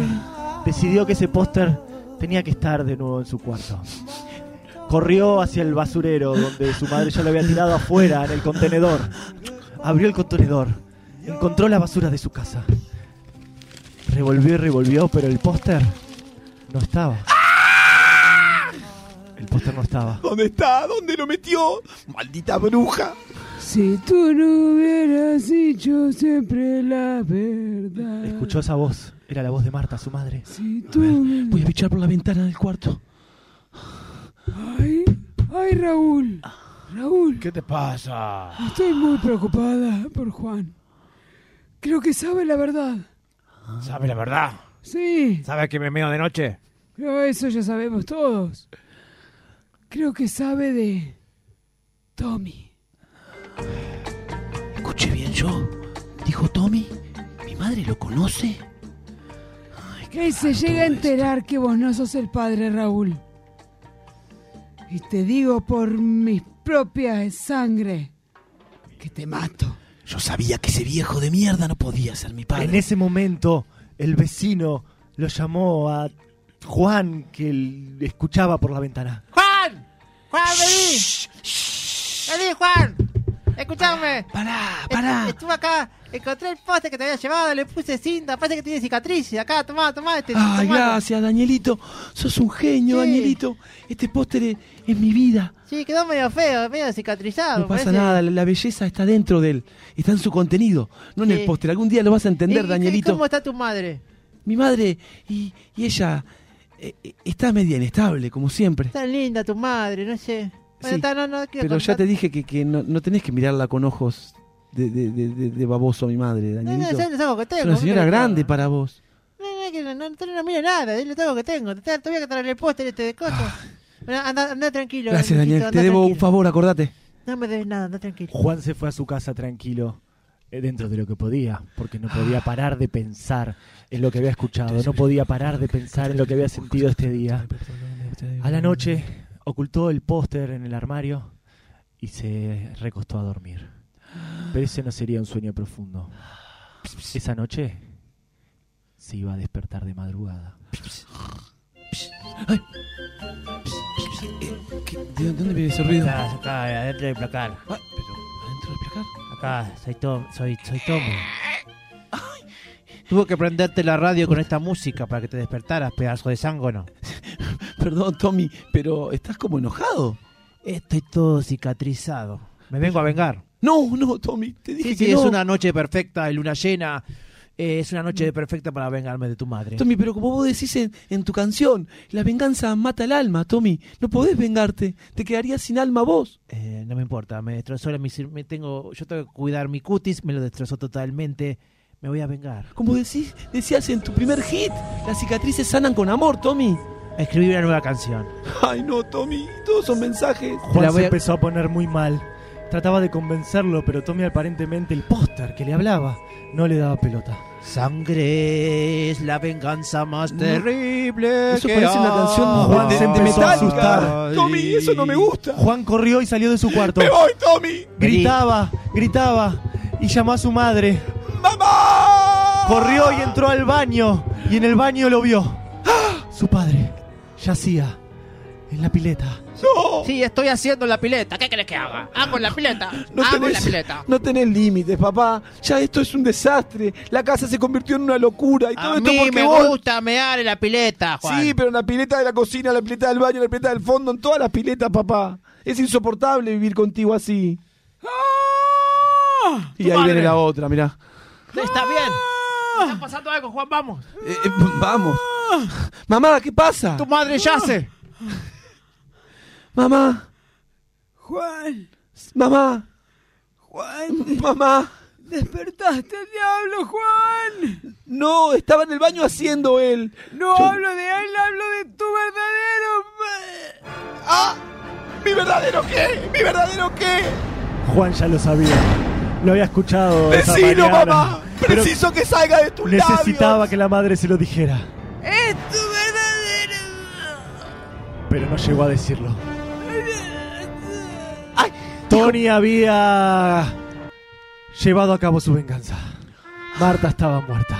decidió que ese póster tenía que estar de nuevo en su cuarto. Corrió hacia el basurero donde su madre ya lo había tirado afuera en el contenedor. Abrió el contenedor, encontró la basura de su casa. Revolvió y revolvió, pero el póster no estaba. El póster no estaba.
¿Dónde está? ¿Dónde lo metió? ¡Maldita bruja!
Si tú no hubieras dicho siempre la verdad.
Escuchó esa voz. Era la voz de Marta, su madre.
Tú me-
Voy a pichar por la ventana del cuarto.
Ay, ay, Raúl. Raúl.
¿Qué te pasa?
Estoy muy preocupada por Juan. Creo que sabe la verdad.
¿Sabe la verdad?
Sí,
¿Sabes que me meo de noche?
pero eso ya sabemos todos. Creo que sabe de Tommy.
Escuché bien yo. Dijo Tommy, mi madre lo conoce.
Él se llega a enterar que vos no sos el padre, Raúl. Y te digo por mis propias sangre que te mato.
Yo sabía que ese viejo de mierda no podía ser mi padre.
En ese momento, el vecino lo llamó a Juan, que l- escuchaba por la ventana.
¡Juan! ¡Juan, vení! ¡Vení, Juan! Escuchame. Pará,
pará.
Estuve acá, encontré el poste que te había llevado, le puse cinta, parece que tiene cicatrices. Acá, tomá, tomá este.
Ay,
tomá.
gracias, Danielito. Sos un genio, Danielito. Este póster es, es mi vida.
Sí, quedó medio feo, medio cicatrizado.
No pasa
Ah, parece.
nada, la, la belleza está dentro de él. Está en su contenido, no en
Sí.
el póster. Algún día lo vas a
¿Y
entender,
qué-
Danielito.
¿Cómo está tu madre?
Mi madre y, y ella eh, eh, está media inestable, como siempre.
Tan linda tu madre, no sé. Bueno,
Sí,
está, no, no, quiero
Pero ya
contar-
te dije que, que no, no tenés que mirarla con ojos de, de- de- de- de baboso a mi madre,
No, no,
Danielito.
ya no tengo que tengo.
es una
¿por qué
señora
no?
grande para vos.
No, no, que no, no, no, no miro nada, es lo tengo que tengo. Te, te voy a traer el póster este de cosas. Bueno, anda, anda tranquilo.
Ah. Gracias,
Luisito,
Daniel.
anda
Te debo un
tranquilo.
favor, acordate.
No me debes nada, anda tranquilo.
Juan se fue a su casa tranquilo, eh, dentro de lo que podía, porque no podía parar de pensar en lo que había escuchado, no podía parar de pensar en lo que había sentido este día. A la noche ocultó el póster en el armario y se recostó a dormir. Pero ese no sería un sueño profundo. Esa noche se iba a despertar de madrugada.
¿De dónde viene ese ruido? Ah,
Acá, acá, eh, adentro del placar.
¿Adentro del placar?
Acá, soy Tom, soy, soy Tommy.
Tuvo que prenderte la radio con esta música para que te despertaras, pedazo de zángano.
Perdón, Tommy, pero estás como enojado.
Estoy todo cicatrizado. Me vengo a vengar.
No, no, Tommy, te dije
Sí,
que
sí, es
no.
una noche perfecta, de luna llena. Eh, es una noche perfecta para vengarme de tu madre.
Tommy, pero como vos decís en, en tu canción, la venganza mata el alma, Tommy. No podés vengarte, te quedarías sin alma vos.
Eh, no me importa, me destrozó la- mi, cir- me tengo, yo tengo que cuidar mi cutis, me lo destrozó totalmente. Me voy a vengar.
Como decís, decías en tu primer hit, las cicatrices sanan con amor, Tommy.
Escribí una nueva canción.
Ay, no, Tommy, todos son mensajes.
Juan se empezó a poner muy mal. Trataba de convencerlo, pero Tommy aparentemente el póster que le hablaba no le daba pelota.
Sangre es la venganza más
No.
terrible.
Eso
que
parece una canción
hay.
Juan se empezó a asustar.
Ay.
Tommy, eso no me gusta. Juan corrió y salió de su cuarto.
¡Me
voy, Tommy!
Gritaba, gritaba y llamó a su madre. ¡Mamá! Corrió y entró al baño y en el baño lo vio. ¡Ah! Su padre yacía en la pileta.
Sí, estoy haciendo la pileta. ¿Qué querés que haga? Hago la pileta.
No
hago la
tenés,
pileta.
no tenés límites, papá. Ya esto es un desastre. La casa se convirtió en una locura y todo
A
esto
mí
porque
me
vos.
gusta mear en la pileta, Juan.
Sí, pero en la pileta de la cocina, en la pileta del baño, en la pileta del fondo, en todas las piletas, papá. Es insoportable vivir contigo así. Y
Ah, Tu
ahí
madre.
viene la otra, mirá.
Está bien.
Ah.
Está pasando algo, Juan, vamos.
Eh, eh, vamos. Ah. Mamá, ¿qué pasa?
Tu madre yace.
Mamá,
Juan,
Mamá,
Juan.
mamá.
Despertaste al diablo, Juan.
No, estaba en el baño haciendo él.
No
Yo-
hablo de él, hablo de tu verdadero. ma-
Ah, ¿Mi verdadero qué? ¿Mi verdadero qué?
Juan ya lo sabía. Lo había escuchado. esa
Decilo,
mañana.
mamá.
Ah, Pero
Preciso que salga de tu
Necesitaba que la madre se lo dijera.
Es tu verdadero.
pero no llegó a decirlo. Tony había llevado a cabo su venganza. Marta estaba muerta.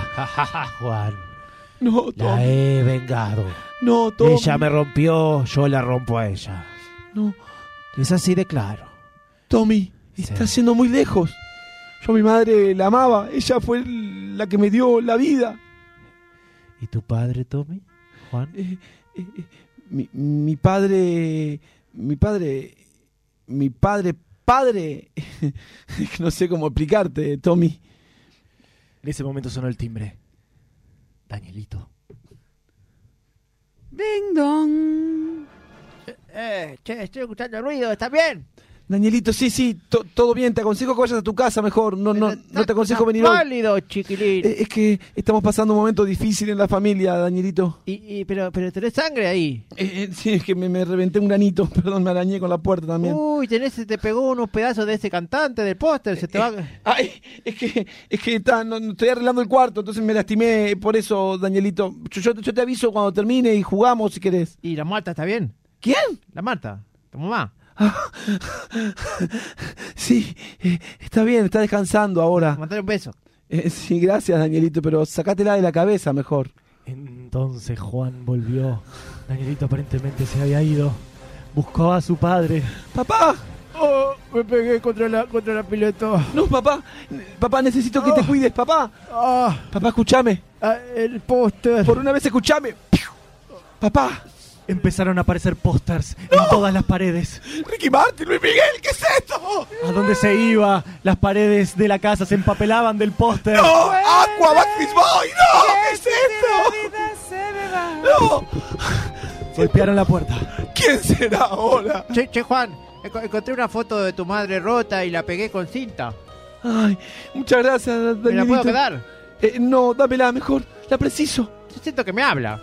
Juan,
No,
la he vengado.
No, Tommy.
Ella me rompió, yo la rompo a ella.
No,
Es así
eh,
de claro.
Tommy, estás yendo muy lejos. Yo a mi madre Eh, la amaba. Ella fue la que me dio la vida.
¿Y tu padre, Tommy? Juan.
Eh, Mi, mi padre. Mi padre. Mi padre, padre. no sé cómo explicarte, Tommy.
En ese momento sonó el timbre. Danielito.
Ding dong.
Eh, che, estoy escuchando ruido, ¿está bien?
Danielito, sí, sí, to- todo bien. Te aconsejo que vayas a tu casa mejor. No, no, no te aconsejo venir hoy.
Válido, chiquilín.
Eh, Es que estamos pasando un momento difícil en la familia, Danielito. Eh,
Y, y- pero, pero tenés sangre ahí.
sí, es que me, me reventé un granito. Perdón, me arañé con la puerta también.
Uy, tenés, se te pegó unos pedazos de ese cantante del póster. Se te va.
Eh, Ay, es que, es que está, no, no, estoy arreglando el cuarto, entonces me lastimé. Por eso, Danielito, yo, yo- yo te aviso cuando termine y jugamos si querés.
¿Y la Marta está bien?
¿Quién?
La Marta, tu mamá.
Sí, eh, está bien, está descansando ahora.
Mandale un beso.
Eh, sí, gracias, Danielito, pero sacátela de la cabeza mejor.
Entonces Juan volvió. Danielito aparentemente se había ido. Buscó a su padre.
¡Papá!
Oh, me pegué contra la, contra la pileta.
No, papá, ne- papá, necesito que te cuides, papá. Papá, escúchame.
Ah. el póster.
Por una vez, escúchame. Papá.
Empezaron a aparecer pósters en todas las paredes.
Ricky Martin, Luis Miguel, ¿qué es esto?
¿A dónde se iba? Las paredes de la casa se empapelaban del póster.
¡No! ¡Aqua, Backstreet Boy! ¡No! ¿Qué es
esto? ¡No! Golpearon la puerta.
Oh. ¿Quién será ahora?
Che, che, Juan, enco- encontré una foto de tu madre rota y la pegué con cinta.
Ay, muchas gracias, Danielito.
¿Me la puedo quedar?
Eh, no, dámela mejor. La preciso.
Yo siento que me habla.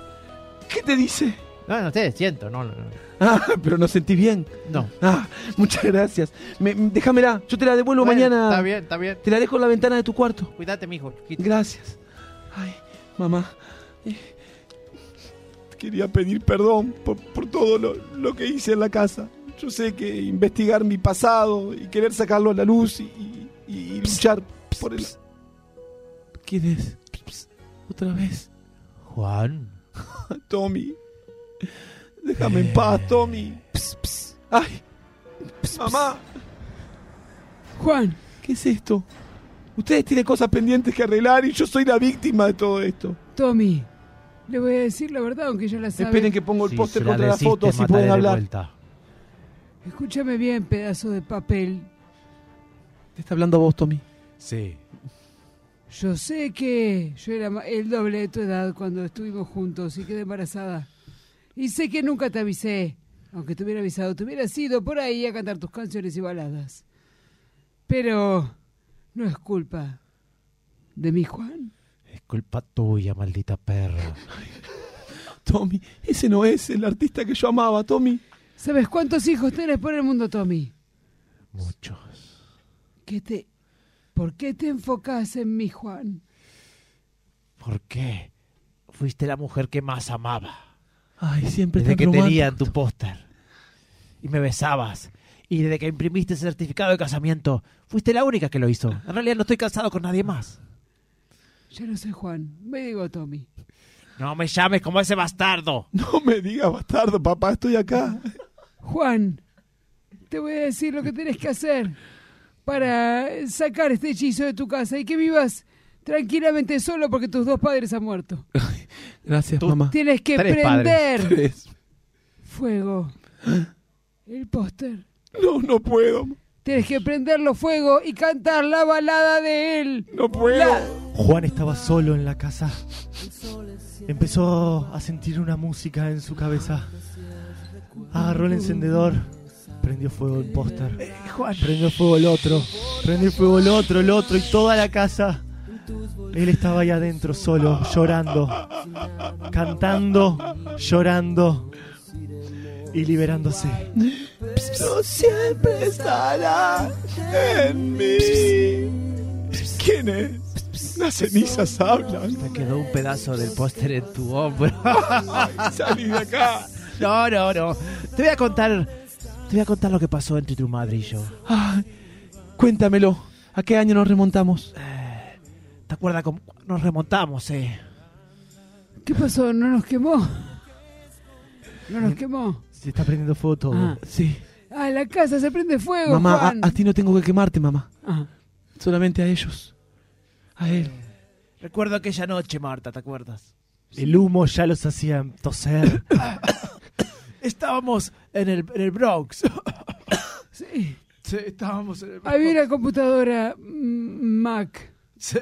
¿Qué te dice?
No, no sé, siento, no. no.
Ah, pero no sentí bien.
No.
Ah, muchas gracias. Me- me- déjamela. Yo te la devuelvo
Bueno,
mañana.
Está bien, está bien.
Te la dejo en la ventana de tu cuarto.
Cuídate, mijo. chiquito.
Gracias. Ay, mamá. Eh, Quería pedir perdón por, por todo lo, lo que hice en la casa. Yo sé que investigar mi pasado y querer sacarlo a la luz y, y- y luchar por el... ¿Quién es? Otra vez.
Juan.
Tommy. Déjame en paz, Tommy. Ay. Mamá.
Juan.
¿Qué es esto? Ustedes tienen cosas pendientes que arreglar y yo soy la víctima de todo esto.
Tommy, le voy a decir la verdad, aunque ya la sabe.
Esperen que pongo el
Si
póster
se la
contra la
decís,
foto
te
así
mataré
pueden
de
hablar.
vuelta.
Escúchame bien, pedazo de papel.
Te está hablando a vos, Tommy.
Sí.
Yo sé que yo era ma- el doble de tu edad cuando estuvimos juntos y quedé embarazada. Y sé que nunca te avisé. Aunque te hubiera avisado, te hubieras ido por ahí a cantar tus canciones y baladas. Pero no es culpa de mi Juan.
Es culpa tuya, maldita perra.
Tommy, ese no es el artista que yo amaba, Tommy.
¿Sabes cuántos hijos tenés por el mundo, Tommy?
Muchos.
¿Qué te, ¿Por qué te enfocás en mi Juan?
¿Por qué? Fuiste la mujer que más amaba.
Ay, siempre
Desde
está
que te leía en tu póster. Y me besabas. Y desde que imprimiste ese certificado de casamiento, fuiste la única que lo hizo. En realidad no estoy casado con nadie más.
Ya no soy Juan, me digo Tommy.
No me llames como ese bastardo.
No me digas, bastardo, papá, estoy acá.
Juan, te voy a decir lo que tenés que hacer para sacar este hechizo de tu casa y que vivas tranquilamente solo porque tus dos padres han muerto.
Gracias, mamá.
Tienes que
Tres padres.
prender
Tres.
fuego. El póster.
No, no puedo.
Tienes que prenderlo fuego y cantar la balada de él.
No puedo.
Juan estaba solo en la casa. Empezó a sentir una música en su cabeza. Agarró el encendedor,
Prendió fuego el póster.
Juan.
Prendió fuego el otro. Prendió fuego el otro, el otro y toda la casa. Él estaba ahí adentro solo, llorando, cantando, llorando y liberándose.
Tú siempre estará en mí. ¿Quién es? Las cenizas hablan.
Te quedó un pedazo del póster en tu hombro.
Salí de acá. No, no, no.
Te voy a contar. Te voy a contar lo que pasó entre tu madre y yo.
Ay, cuéntamelo. ¿A qué año nos remontamos?
¿Te acuerdas cómo nos remontamos, eh?
¿Qué pasó? ¿No nos quemó? ¿No nos quemó?
Se está prendiendo fuego todo.
Ah. Sí.
Ah, la casa se prende fuego,
Mamá, ah, a,
Juan.
a ti no tengo que quemarte, mamá.
Ah.
Solamente a ellos. A él.
Recuerdo aquella noche, Marta, ¿te acuerdas?
El humo ya los hacía toser.
Estábamos en el, en el Bronx. sí. estábamos en el Bronx.
Había una computadora mm, Mac.
Sí,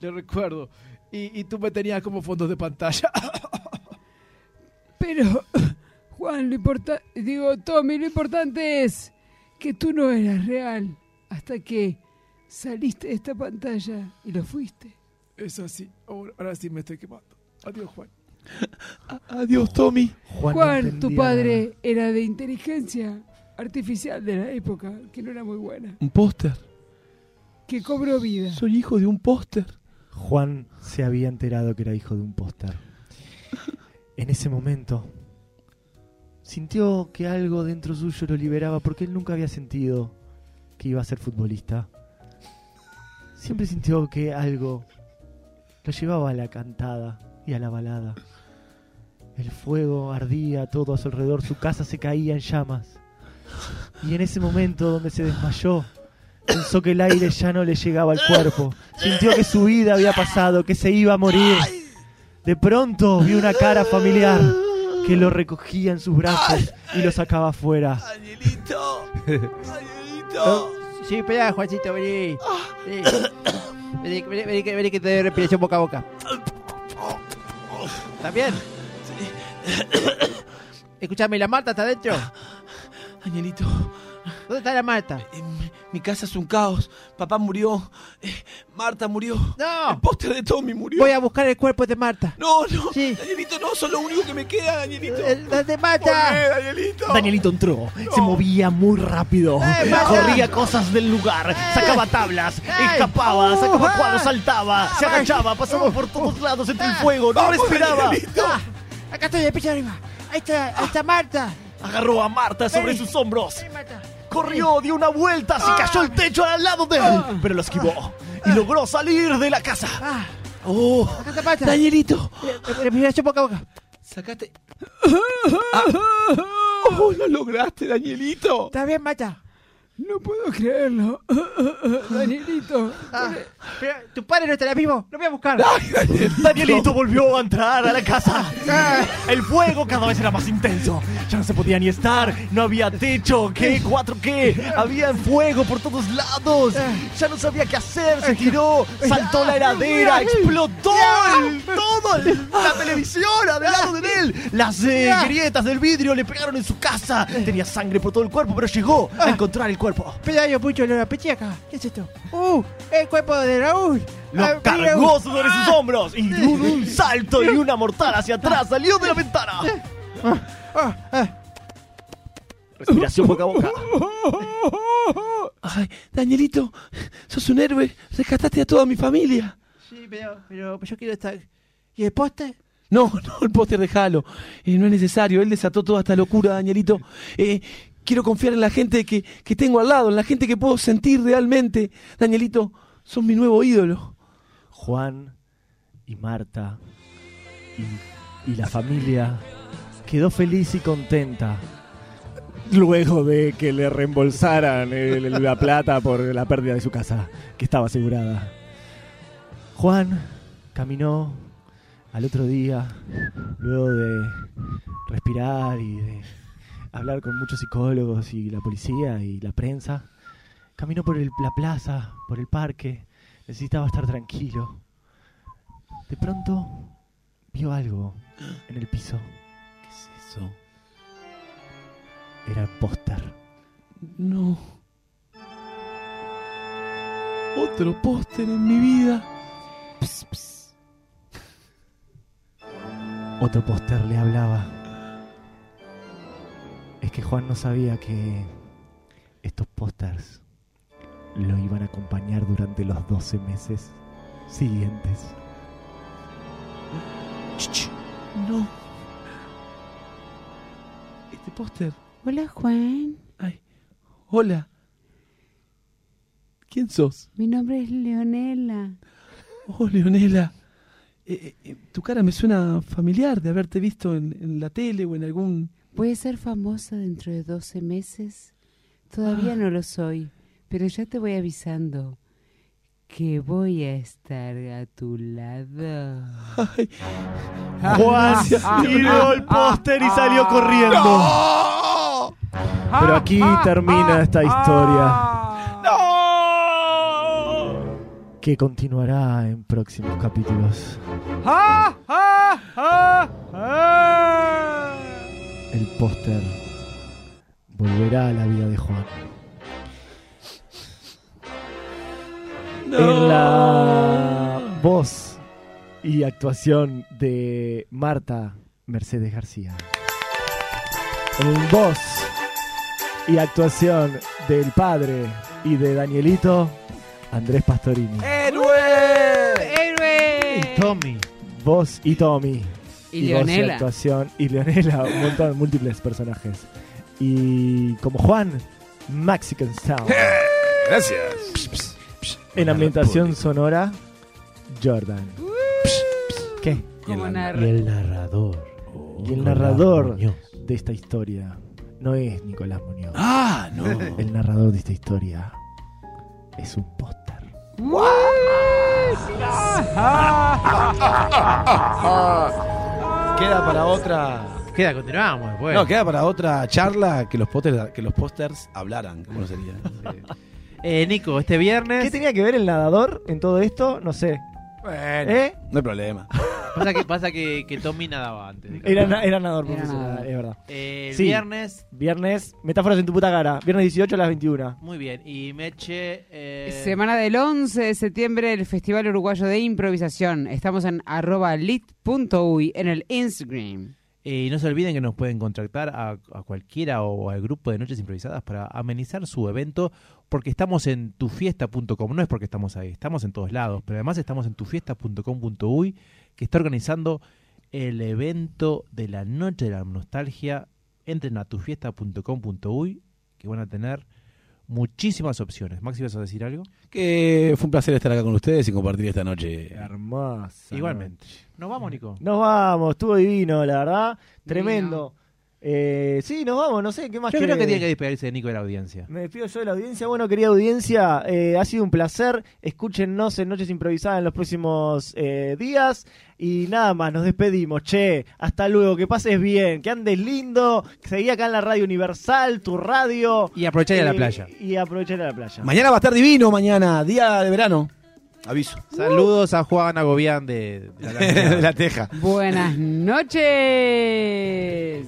lo recuerdo. Y, y tú me tenías como fondos de pantalla.
Pero, Juan, lo importante. Digo, Tommy, lo importante es que tú no eras real hasta que saliste de esta pantalla y lo fuiste.
Es así. Ahora, ahora sí me estoy quemando. Adiós, Juan.
Adiós, Tommy.
Juan, tu padre era de inteligencia artificial de la época, que no era muy buena,
Un póster.
que cobró vida.
Soy hijo de un póster.
Juan se había enterado que era hijo de un póster. En ese momento sintió que algo dentro suyo lo liberaba porque él nunca había sentido que iba a ser futbolista. Siempre sintió que algo lo llevaba a la cantada y a la balada. El fuego ardía todo a su alrededor, su casa se caía en llamas. Y en ese momento donde se desmayó, pensó que el aire ya no le llegaba al cuerpo. Sintió que su vida había pasado, que se iba a morir. De pronto vio una cara familiar que lo recogía en sus brazos y lo sacaba afuera.
¿Eh? Sí, espera, Juancito, vení. Vení. Vení, vení, vení que- vení que te doy respiración boca a boca. ¿Está bien? Escúchame, ¿la Marta está adentro?
Añelito,
¿Dónde está la Marta?
Eh, mi casa es un caos. Papá murió. Eh, Marta murió.
¡No!
El póster de Tommy murió.
Voy a buscar el cuerpo de Marta.
No, no.
Sí.
Danielito, no, son lo único que me queda, Danielito.
¿Dónde Marta?
Volvé, Danielito.
Danielito entró, se movía muy rápido,
¡Eh, vaya!
corría cosas del lugar, sacaba tablas, escapaba, sacaba cuadros, saltaba, se agachaba, pasaba por todos lados entre el fuego, no
Vamos,
respiraba.
Ah, acá estoy, de piso arriba. Ahí está, ahí está Marta.
Agarró a Marta sobre
Vení.
sus hombros,
Vení, Marta.
corrió, dio una vuelta,
Ah.
se cayó el techo al lado de él, pero lo esquivó y logró salir de la casa.
Ah,
Oh,
acá Eh, está Marta.
Danielito.
Respiración boca a boca. Ah.
Sacaste. Oh, lo lograste, Danielito.
Está bien, Marta.
No puedo creerlo. Danielito.
Ah, pero tu padre no estará vivo. Lo voy a buscar. Ah.
Danielito volvió a entrar a la casa. El fuego cada vez era más intenso. Ya no se podía ni estar. No había techo. ¿Qué?
Ah.
¿Cuatro qué? Había fuego por todos lados.
Ah.
Ya no sabía qué hacer. Se tiró. Saltó la heladera. Explotó el- todo. el- la televisión al lado de él. Las eh, grietas del vidrio le pegaron en su casa.
Eh.
Tenía sangre por todo el cuerpo, pero llegó
Ah.
a encontrar el cuerpo.
Espera, yo mucho olor a pecheca. ¿Qué es esto? ¡Uh! El cuerpo de Raúl. Ah,
Lo
mira,
cargó
uh.
sobre sus hombros y un, un salto y una mortal hacia atrás salió de la ventana.
Ah, ah.
Respiración boca a boca.
Ah, Ay, Danielito, sos un héroe. Rescataste a toda mi familia.
Sí, pero, pero pues yo quiero estar. ¿Y el poste?
No, no, el póster dejalo. Eh, no es necesario. Él desató toda esta locura, Danielito. Eh, quiero confiar en la gente que, que tengo al lado, en la gente que puedo sentir realmente. Danielito, sos mi nuevo ídolo.
Juan y Marta y, y la familia quedó feliz y contenta. Luego de que le reembolsaran el- la plata por la pérdida de su casa, que estaba asegurada. Juan caminó al otro día, luego de respirar y de hablar con muchos psicólogos y la policía y la prensa. Caminó por el- la plaza, por el parque. Necesitaba estar tranquilo. De pronto vio algo en el piso.
¿Qué es eso?
Era el póster
No. Otro póster en mi vida.
Otro póster le hablaba. Es que Juan no sabía que estos pósters lo iban a acompañar durante los 12 meses siguientes.
No. Este póster.
Hola, Juan.
Ay. Hola. ¿Quién sos?
Mi nombre es Leonela.
Oh, Leonela. Eh, eh, eh, tu cara me suena familiar de haberte visto en, en la tele o en algún...
Voy a ser famosa dentro de 12 meses.
Ah.
Todavía no lo soy, pero ya te voy avisando que voy a estar a tu lado.
Ah. Juan
ah,
tiró el póster y salió corriendo. Pero aquí termina esta historia. Que continuará en próximos capítulos.
Ah,
El póster volverá a la vida de Juan. En la voz y actuación de Marta Mercedes García. En voz y actuación del padre y de Danielito, Andrés Pastorini.
¡Héroe!
Tommy.
Vos y Tommy.
Y
voz
Leonela.
actuación. Y Leonela, un montón, múltiples personajes. Y como Juan, Mexican Sound.
Eh,
Gracias.
En ambientación sonora, Jordan. ¿Qué?
Como
Y
narra.
el narrador. y el narrador de esta historia no es Nicolás Muñoz.
Ah, no.
El narrador de esta historia es un post.
Queda para otra.
Queda, continuamos pues. después.
No, queda para otra charla que los pósters, que los pósters hablaran. ¿Cómo sería?
Eh, Nico, este viernes.
¿Qué tenía que ver el nadador en todo esto? No sé.
Bueno,
¿Eh?
no hay problema.
Pasa que, pasa que, que Tommy nadaba antes.
Era, na- era nadador
Era
profesional,
nadador.
es verdad.
Eh, el
Sí.
viernes.
Viernes, metáforas en tu puta cara. Viernes 18 a las 21.
Muy bien. Y Meche. eh,
Semana del 11 de septiembre, el Festival Uruguayo de Improvisación. Estamos en arroba lit.uy en el Instagram.
eh, y no se olviden que nos pueden contactar a, a cualquiera o al grupo de Noches Improvisadas para amenizar su evento, porque estamos en tufiesta.com. No es porque estamos ahí, estamos en todos lados, pero además estamos en tufiesta.com.uy, que está organizando el evento de la Noche de la Nostalgia. Entren a tufiesta.com.uy, que van a tener muchísimas opciones. Maxi, ¿vas a decir algo?
Que fue un placer estar acá con ustedes y compartir esta noche.
Hermosa.
Igualmente. Nos vamos, Nico.
Nos vamos, estuvo divino, la verdad.
Divino.
Tremendo. Eh, sí, nos vamos, no sé, ¿qué más
Yo creo que tiene que despedirse de Nico de la audiencia.
Me despido yo de la audiencia. Bueno, querida audiencia, eh, ha sido un placer. Escúchennos en Noches Improvisadas en los próximos eh, días. Y nada más, nos despedimos. Che, hasta luego, que pases bien, que andes lindo. Seguí acá en la Radio Universal, tu radio.
Y aprovechá de la
Eh,
playa.
Y aprovechar la playa.
Mañana va a estar divino, mañana, día de verano. Aviso.
Saludos a Juan Agobián de, de la
de la teja.
Buenas noches.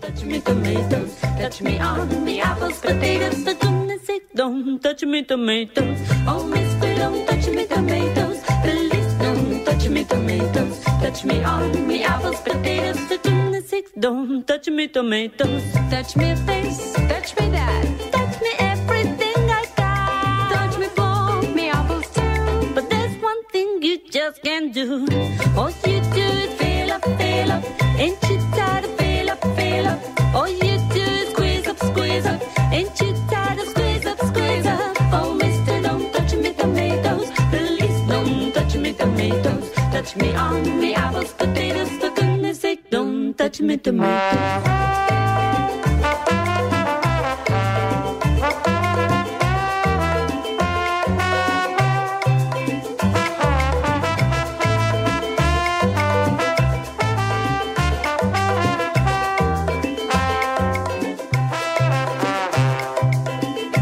touch me tomatoes, touch me on the apples, potatoes. The goodness sake, don't touch me tomatoes. Oh, Miss Blue, don't touch me tomatoes. Please don't touch me tomatoes. Touch me on the apples, potatoes. The goodness sake, don't touch me tomatoes. Touch me face, touch me that, touch me everything I got. Touch me for me apples too. But there's one thing you just can't do. All you do is fill up, fill up. Ain't you tired of fill up, fill up? All you do is squeeze up, squeeze up. Ain't you tired of squeeze up, squeeze up? Oh, mister, don't touch me tomatoes. Please don't touch me tomatoes. Touch me on the apples, potatoes. For goodness sake, don't touch me tomatoes.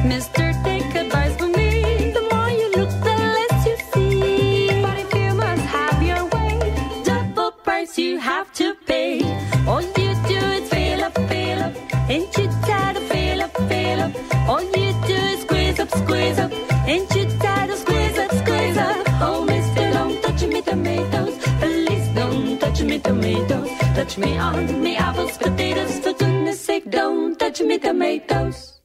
Mister, take advice from me. The more you look, the less you see. But if you must have your way, double price you have to pay. All you do is fill coisa, enche as coisas, coisa. Oh, Mr. Long, touch me tomatoes, please don't touch me tomatoes. Touch me on me apples, potatoes, for goodness sake, don't touch me tomatoes.